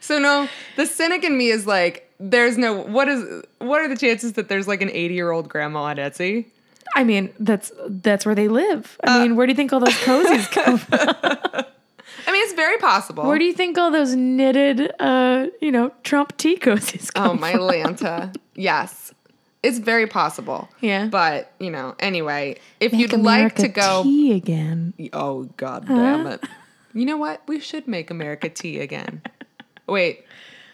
[SPEAKER 2] So no, the cynic in me is like, there's no what is what are the chances that there's like an 80 year old grandma on Etsy?
[SPEAKER 1] I mean, that's that's where they live.
[SPEAKER 2] Uh.
[SPEAKER 1] I mean, where do you think all those cozies come from?
[SPEAKER 2] I mean, it's very possible.
[SPEAKER 1] Where do you think all those knitted, uh, you know, Trump tea cozies come
[SPEAKER 2] oh my Lanta, yes, it's very possible.
[SPEAKER 1] Yeah.
[SPEAKER 2] but you know, anyway, if
[SPEAKER 1] Make
[SPEAKER 2] you'd like to
[SPEAKER 1] America
[SPEAKER 2] go,
[SPEAKER 1] tea again.
[SPEAKER 2] oh god damn it, you know what? We should make America tea again. Wait,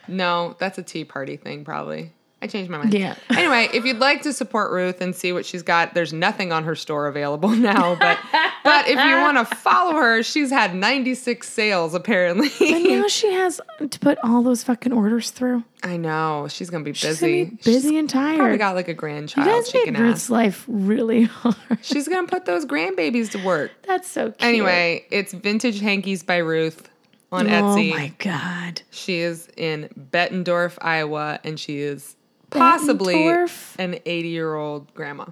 [SPEAKER 2] no, that's a tea party thing probably. I changed my mind.
[SPEAKER 1] Yeah.
[SPEAKER 2] Anyway, if you'd like to support Ruth and see what she's got, there's nothing on her store available now. But but if you want to follow her, she's had 96 sales
[SPEAKER 1] And
[SPEAKER 2] apparently.
[SPEAKER 1] now she has to put all those fucking orders through.
[SPEAKER 2] I know she's gonna be busy.
[SPEAKER 1] She's gonna be busy and
[SPEAKER 2] Probably
[SPEAKER 1] tired.
[SPEAKER 2] got like a grandchild.
[SPEAKER 1] you guys
[SPEAKER 2] she
[SPEAKER 1] made
[SPEAKER 2] can
[SPEAKER 1] Ruth's
[SPEAKER 2] ask.
[SPEAKER 1] life really hard.
[SPEAKER 2] She's gonna put those grandbabies to work.
[SPEAKER 1] That's so cute.
[SPEAKER 2] Anyway, it's Vintage Hankies by Ruth. on
[SPEAKER 1] Oh my
[SPEAKER 2] Etsy.
[SPEAKER 1] god.
[SPEAKER 2] She is in Bettendorf, Iowa, and she is possibly
[SPEAKER 1] Bettendorf?
[SPEAKER 2] an 80 year old grandma.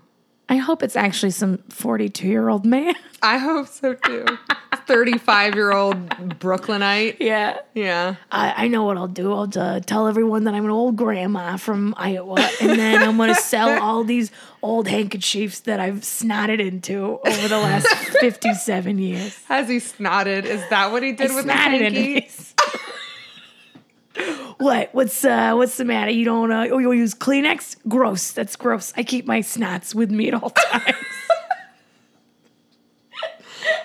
[SPEAKER 1] I hope it's actually some 42 year old man.
[SPEAKER 2] I hope so too. 35 year old Brooklynite.
[SPEAKER 1] Yeah.
[SPEAKER 2] Yeah.
[SPEAKER 1] I, I know what I'll do. I'll uh, tell everyone that I'm an old grandma from Iowa, and then I'm going to sell all these old handkerchiefs that I've snotted into over the last 57 years.
[SPEAKER 2] Has he snotted? Is that what he did with the
[SPEAKER 1] Snotted into
[SPEAKER 2] hanky?
[SPEAKER 1] these. What? What's uh? What's the matter? You don't? Uh, oh, you use Kleenex? Gross. That's gross. I keep my snots with me at all times.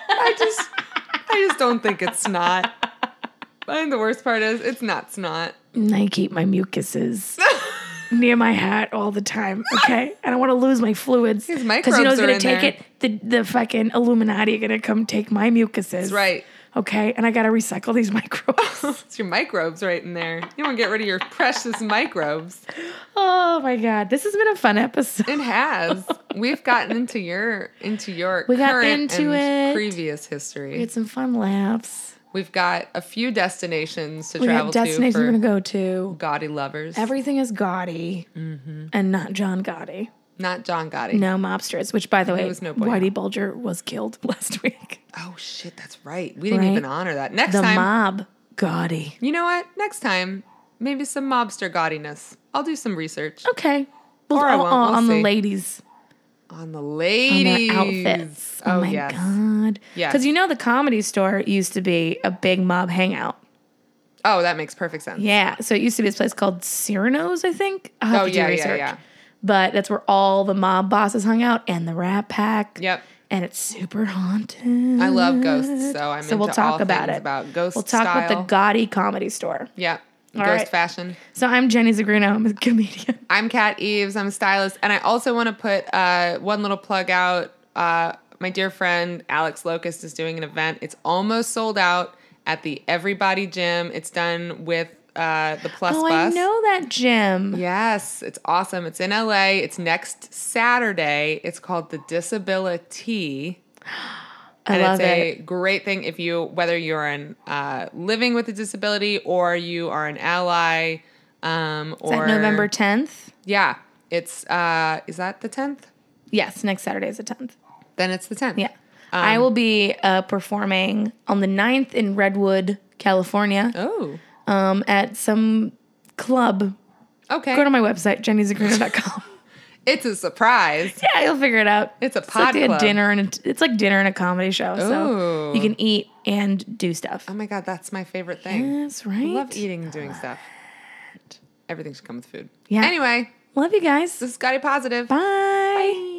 [SPEAKER 2] I just, I just don't think it's snot. And the worst part is, it's not snot.
[SPEAKER 1] And I keep my mucuses near my hat all the time. Okay, I don't want to lose my fluids
[SPEAKER 2] These
[SPEAKER 1] you know
[SPEAKER 2] microbes
[SPEAKER 1] who's
[SPEAKER 2] are
[SPEAKER 1] gonna
[SPEAKER 2] in
[SPEAKER 1] take
[SPEAKER 2] there.
[SPEAKER 1] it? The the fucking Illuminati are gonna come take my mucuses.
[SPEAKER 2] That's right.
[SPEAKER 1] Okay, and I gotta recycle these microbes.
[SPEAKER 2] It's your microbes right in there. You want to get rid of your precious microbes.
[SPEAKER 1] oh my god, this has been a fun episode.
[SPEAKER 2] It has. We've gotten into your into your
[SPEAKER 1] We got
[SPEAKER 2] current
[SPEAKER 1] into
[SPEAKER 2] and
[SPEAKER 1] it.
[SPEAKER 2] previous
[SPEAKER 1] We
[SPEAKER 2] history.
[SPEAKER 1] had some fun laughs.
[SPEAKER 2] We've got a few destinations to
[SPEAKER 1] We
[SPEAKER 2] travel
[SPEAKER 1] got destinations
[SPEAKER 2] to
[SPEAKER 1] we're
[SPEAKER 2] for
[SPEAKER 1] gonna go to.
[SPEAKER 2] gaudy lovers.
[SPEAKER 1] Everything is Gotti,
[SPEAKER 2] Mm-hmm.
[SPEAKER 1] and not John Gotti.
[SPEAKER 2] Not John Gotti.
[SPEAKER 1] No mobsters. Which, by the way,
[SPEAKER 2] was no boy.
[SPEAKER 1] Whitey Bulger was killed last week.
[SPEAKER 2] Oh shit, that's right. We didn't
[SPEAKER 1] Right?
[SPEAKER 2] even honor that. Next
[SPEAKER 1] The
[SPEAKER 2] time,
[SPEAKER 1] mob Gotti.
[SPEAKER 2] you know what? Next time, maybe some mobster gaudiness. I'll do some research
[SPEAKER 1] Okay. Well, uh,
[SPEAKER 2] Or I
[SPEAKER 1] on-
[SPEAKER 2] won't.
[SPEAKER 1] on-
[SPEAKER 2] We'll
[SPEAKER 1] on
[SPEAKER 2] see.
[SPEAKER 1] the ladies,
[SPEAKER 2] on the
[SPEAKER 1] on
[SPEAKER 2] ladies.
[SPEAKER 1] their outfits. Oh,
[SPEAKER 2] Oh,
[SPEAKER 1] my
[SPEAKER 2] yes.
[SPEAKER 1] god!
[SPEAKER 2] Yes.
[SPEAKER 1] because you know the comedy store used to be a big mob hangout.
[SPEAKER 2] Oh, that makes perfect sense.
[SPEAKER 1] Yeah, so it used to be this place called Cyrano's, I think. I'll have
[SPEAKER 2] Oh,
[SPEAKER 1] to do
[SPEAKER 2] yeah, yeah,
[SPEAKER 1] research.
[SPEAKER 2] yeah.
[SPEAKER 1] But that's where all the mob bosses hung out and the Rat Pack.
[SPEAKER 2] Yep.
[SPEAKER 1] And it's super haunted.
[SPEAKER 2] I love ghosts, so I'm
[SPEAKER 1] So we'll
[SPEAKER 2] into
[SPEAKER 1] talk
[SPEAKER 2] all
[SPEAKER 1] about
[SPEAKER 2] things
[SPEAKER 1] it.
[SPEAKER 2] about ghost
[SPEAKER 1] We'll talk
[SPEAKER 2] style.
[SPEAKER 1] about the gaudy comedy store.
[SPEAKER 2] Yeah.
[SPEAKER 1] All
[SPEAKER 2] Ghost
[SPEAKER 1] right.
[SPEAKER 2] fashion.
[SPEAKER 1] So I'm Jenny Zagruno. I'm a comedian.
[SPEAKER 2] I'm Kat Eves. I'm a stylist. And I also want to put uh, one little plug out. Uh, my dear friend Alex Locust is doing an event. It's almost sold out at the Everybody Gym. It's done with uh, the Plus
[SPEAKER 1] Oh, I
[SPEAKER 2] Bus.
[SPEAKER 1] know that gym.
[SPEAKER 2] Yes, it's awesome. It's in LA. It's next Saturday. It's called the Disability.
[SPEAKER 1] I
[SPEAKER 2] and
[SPEAKER 1] love
[SPEAKER 2] it's
[SPEAKER 1] it.
[SPEAKER 2] a great thing if you whether you're an uh, living with a disability or you are an ally um
[SPEAKER 1] Is
[SPEAKER 2] or
[SPEAKER 1] that November 10th?
[SPEAKER 2] yeah it's uh is that the 10th
[SPEAKER 1] Yes, next Saturday is the 10th.
[SPEAKER 2] then it's the 10th
[SPEAKER 1] Yeah. I will be uh, performing on the 9th in Redwood, California,
[SPEAKER 2] oh
[SPEAKER 1] um, at some club.
[SPEAKER 2] okay
[SPEAKER 1] Go to my website, jennyzagruna.com.
[SPEAKER 2] it's a surprise
[SPEAKER 1] yeah, you'll figure it out.
[SPEAKER 2] It's a pod
[SPEAKER 1] like a
[SPEAKER 2] club.
[SPEAKER 1] dinner and a, it's like dinner and a comedy show. So
[SPEAKER 2] Ooh.
[SPEAKER 1] you can eat and do stuff.
[SPEAKER 2] oh my god that's my favorite thing
[SPEAKER 1] Yes, right.
[SPEAKER 2] I love eating and doing stuff everything should come with food
[SPEAKER 1] Yeah.
[SPEAKER 2] anyway
[SPEAKER 1] Love you guys.
[SPEAKER 2] this is Scotty Positive
[SPEAKER 1] Bye.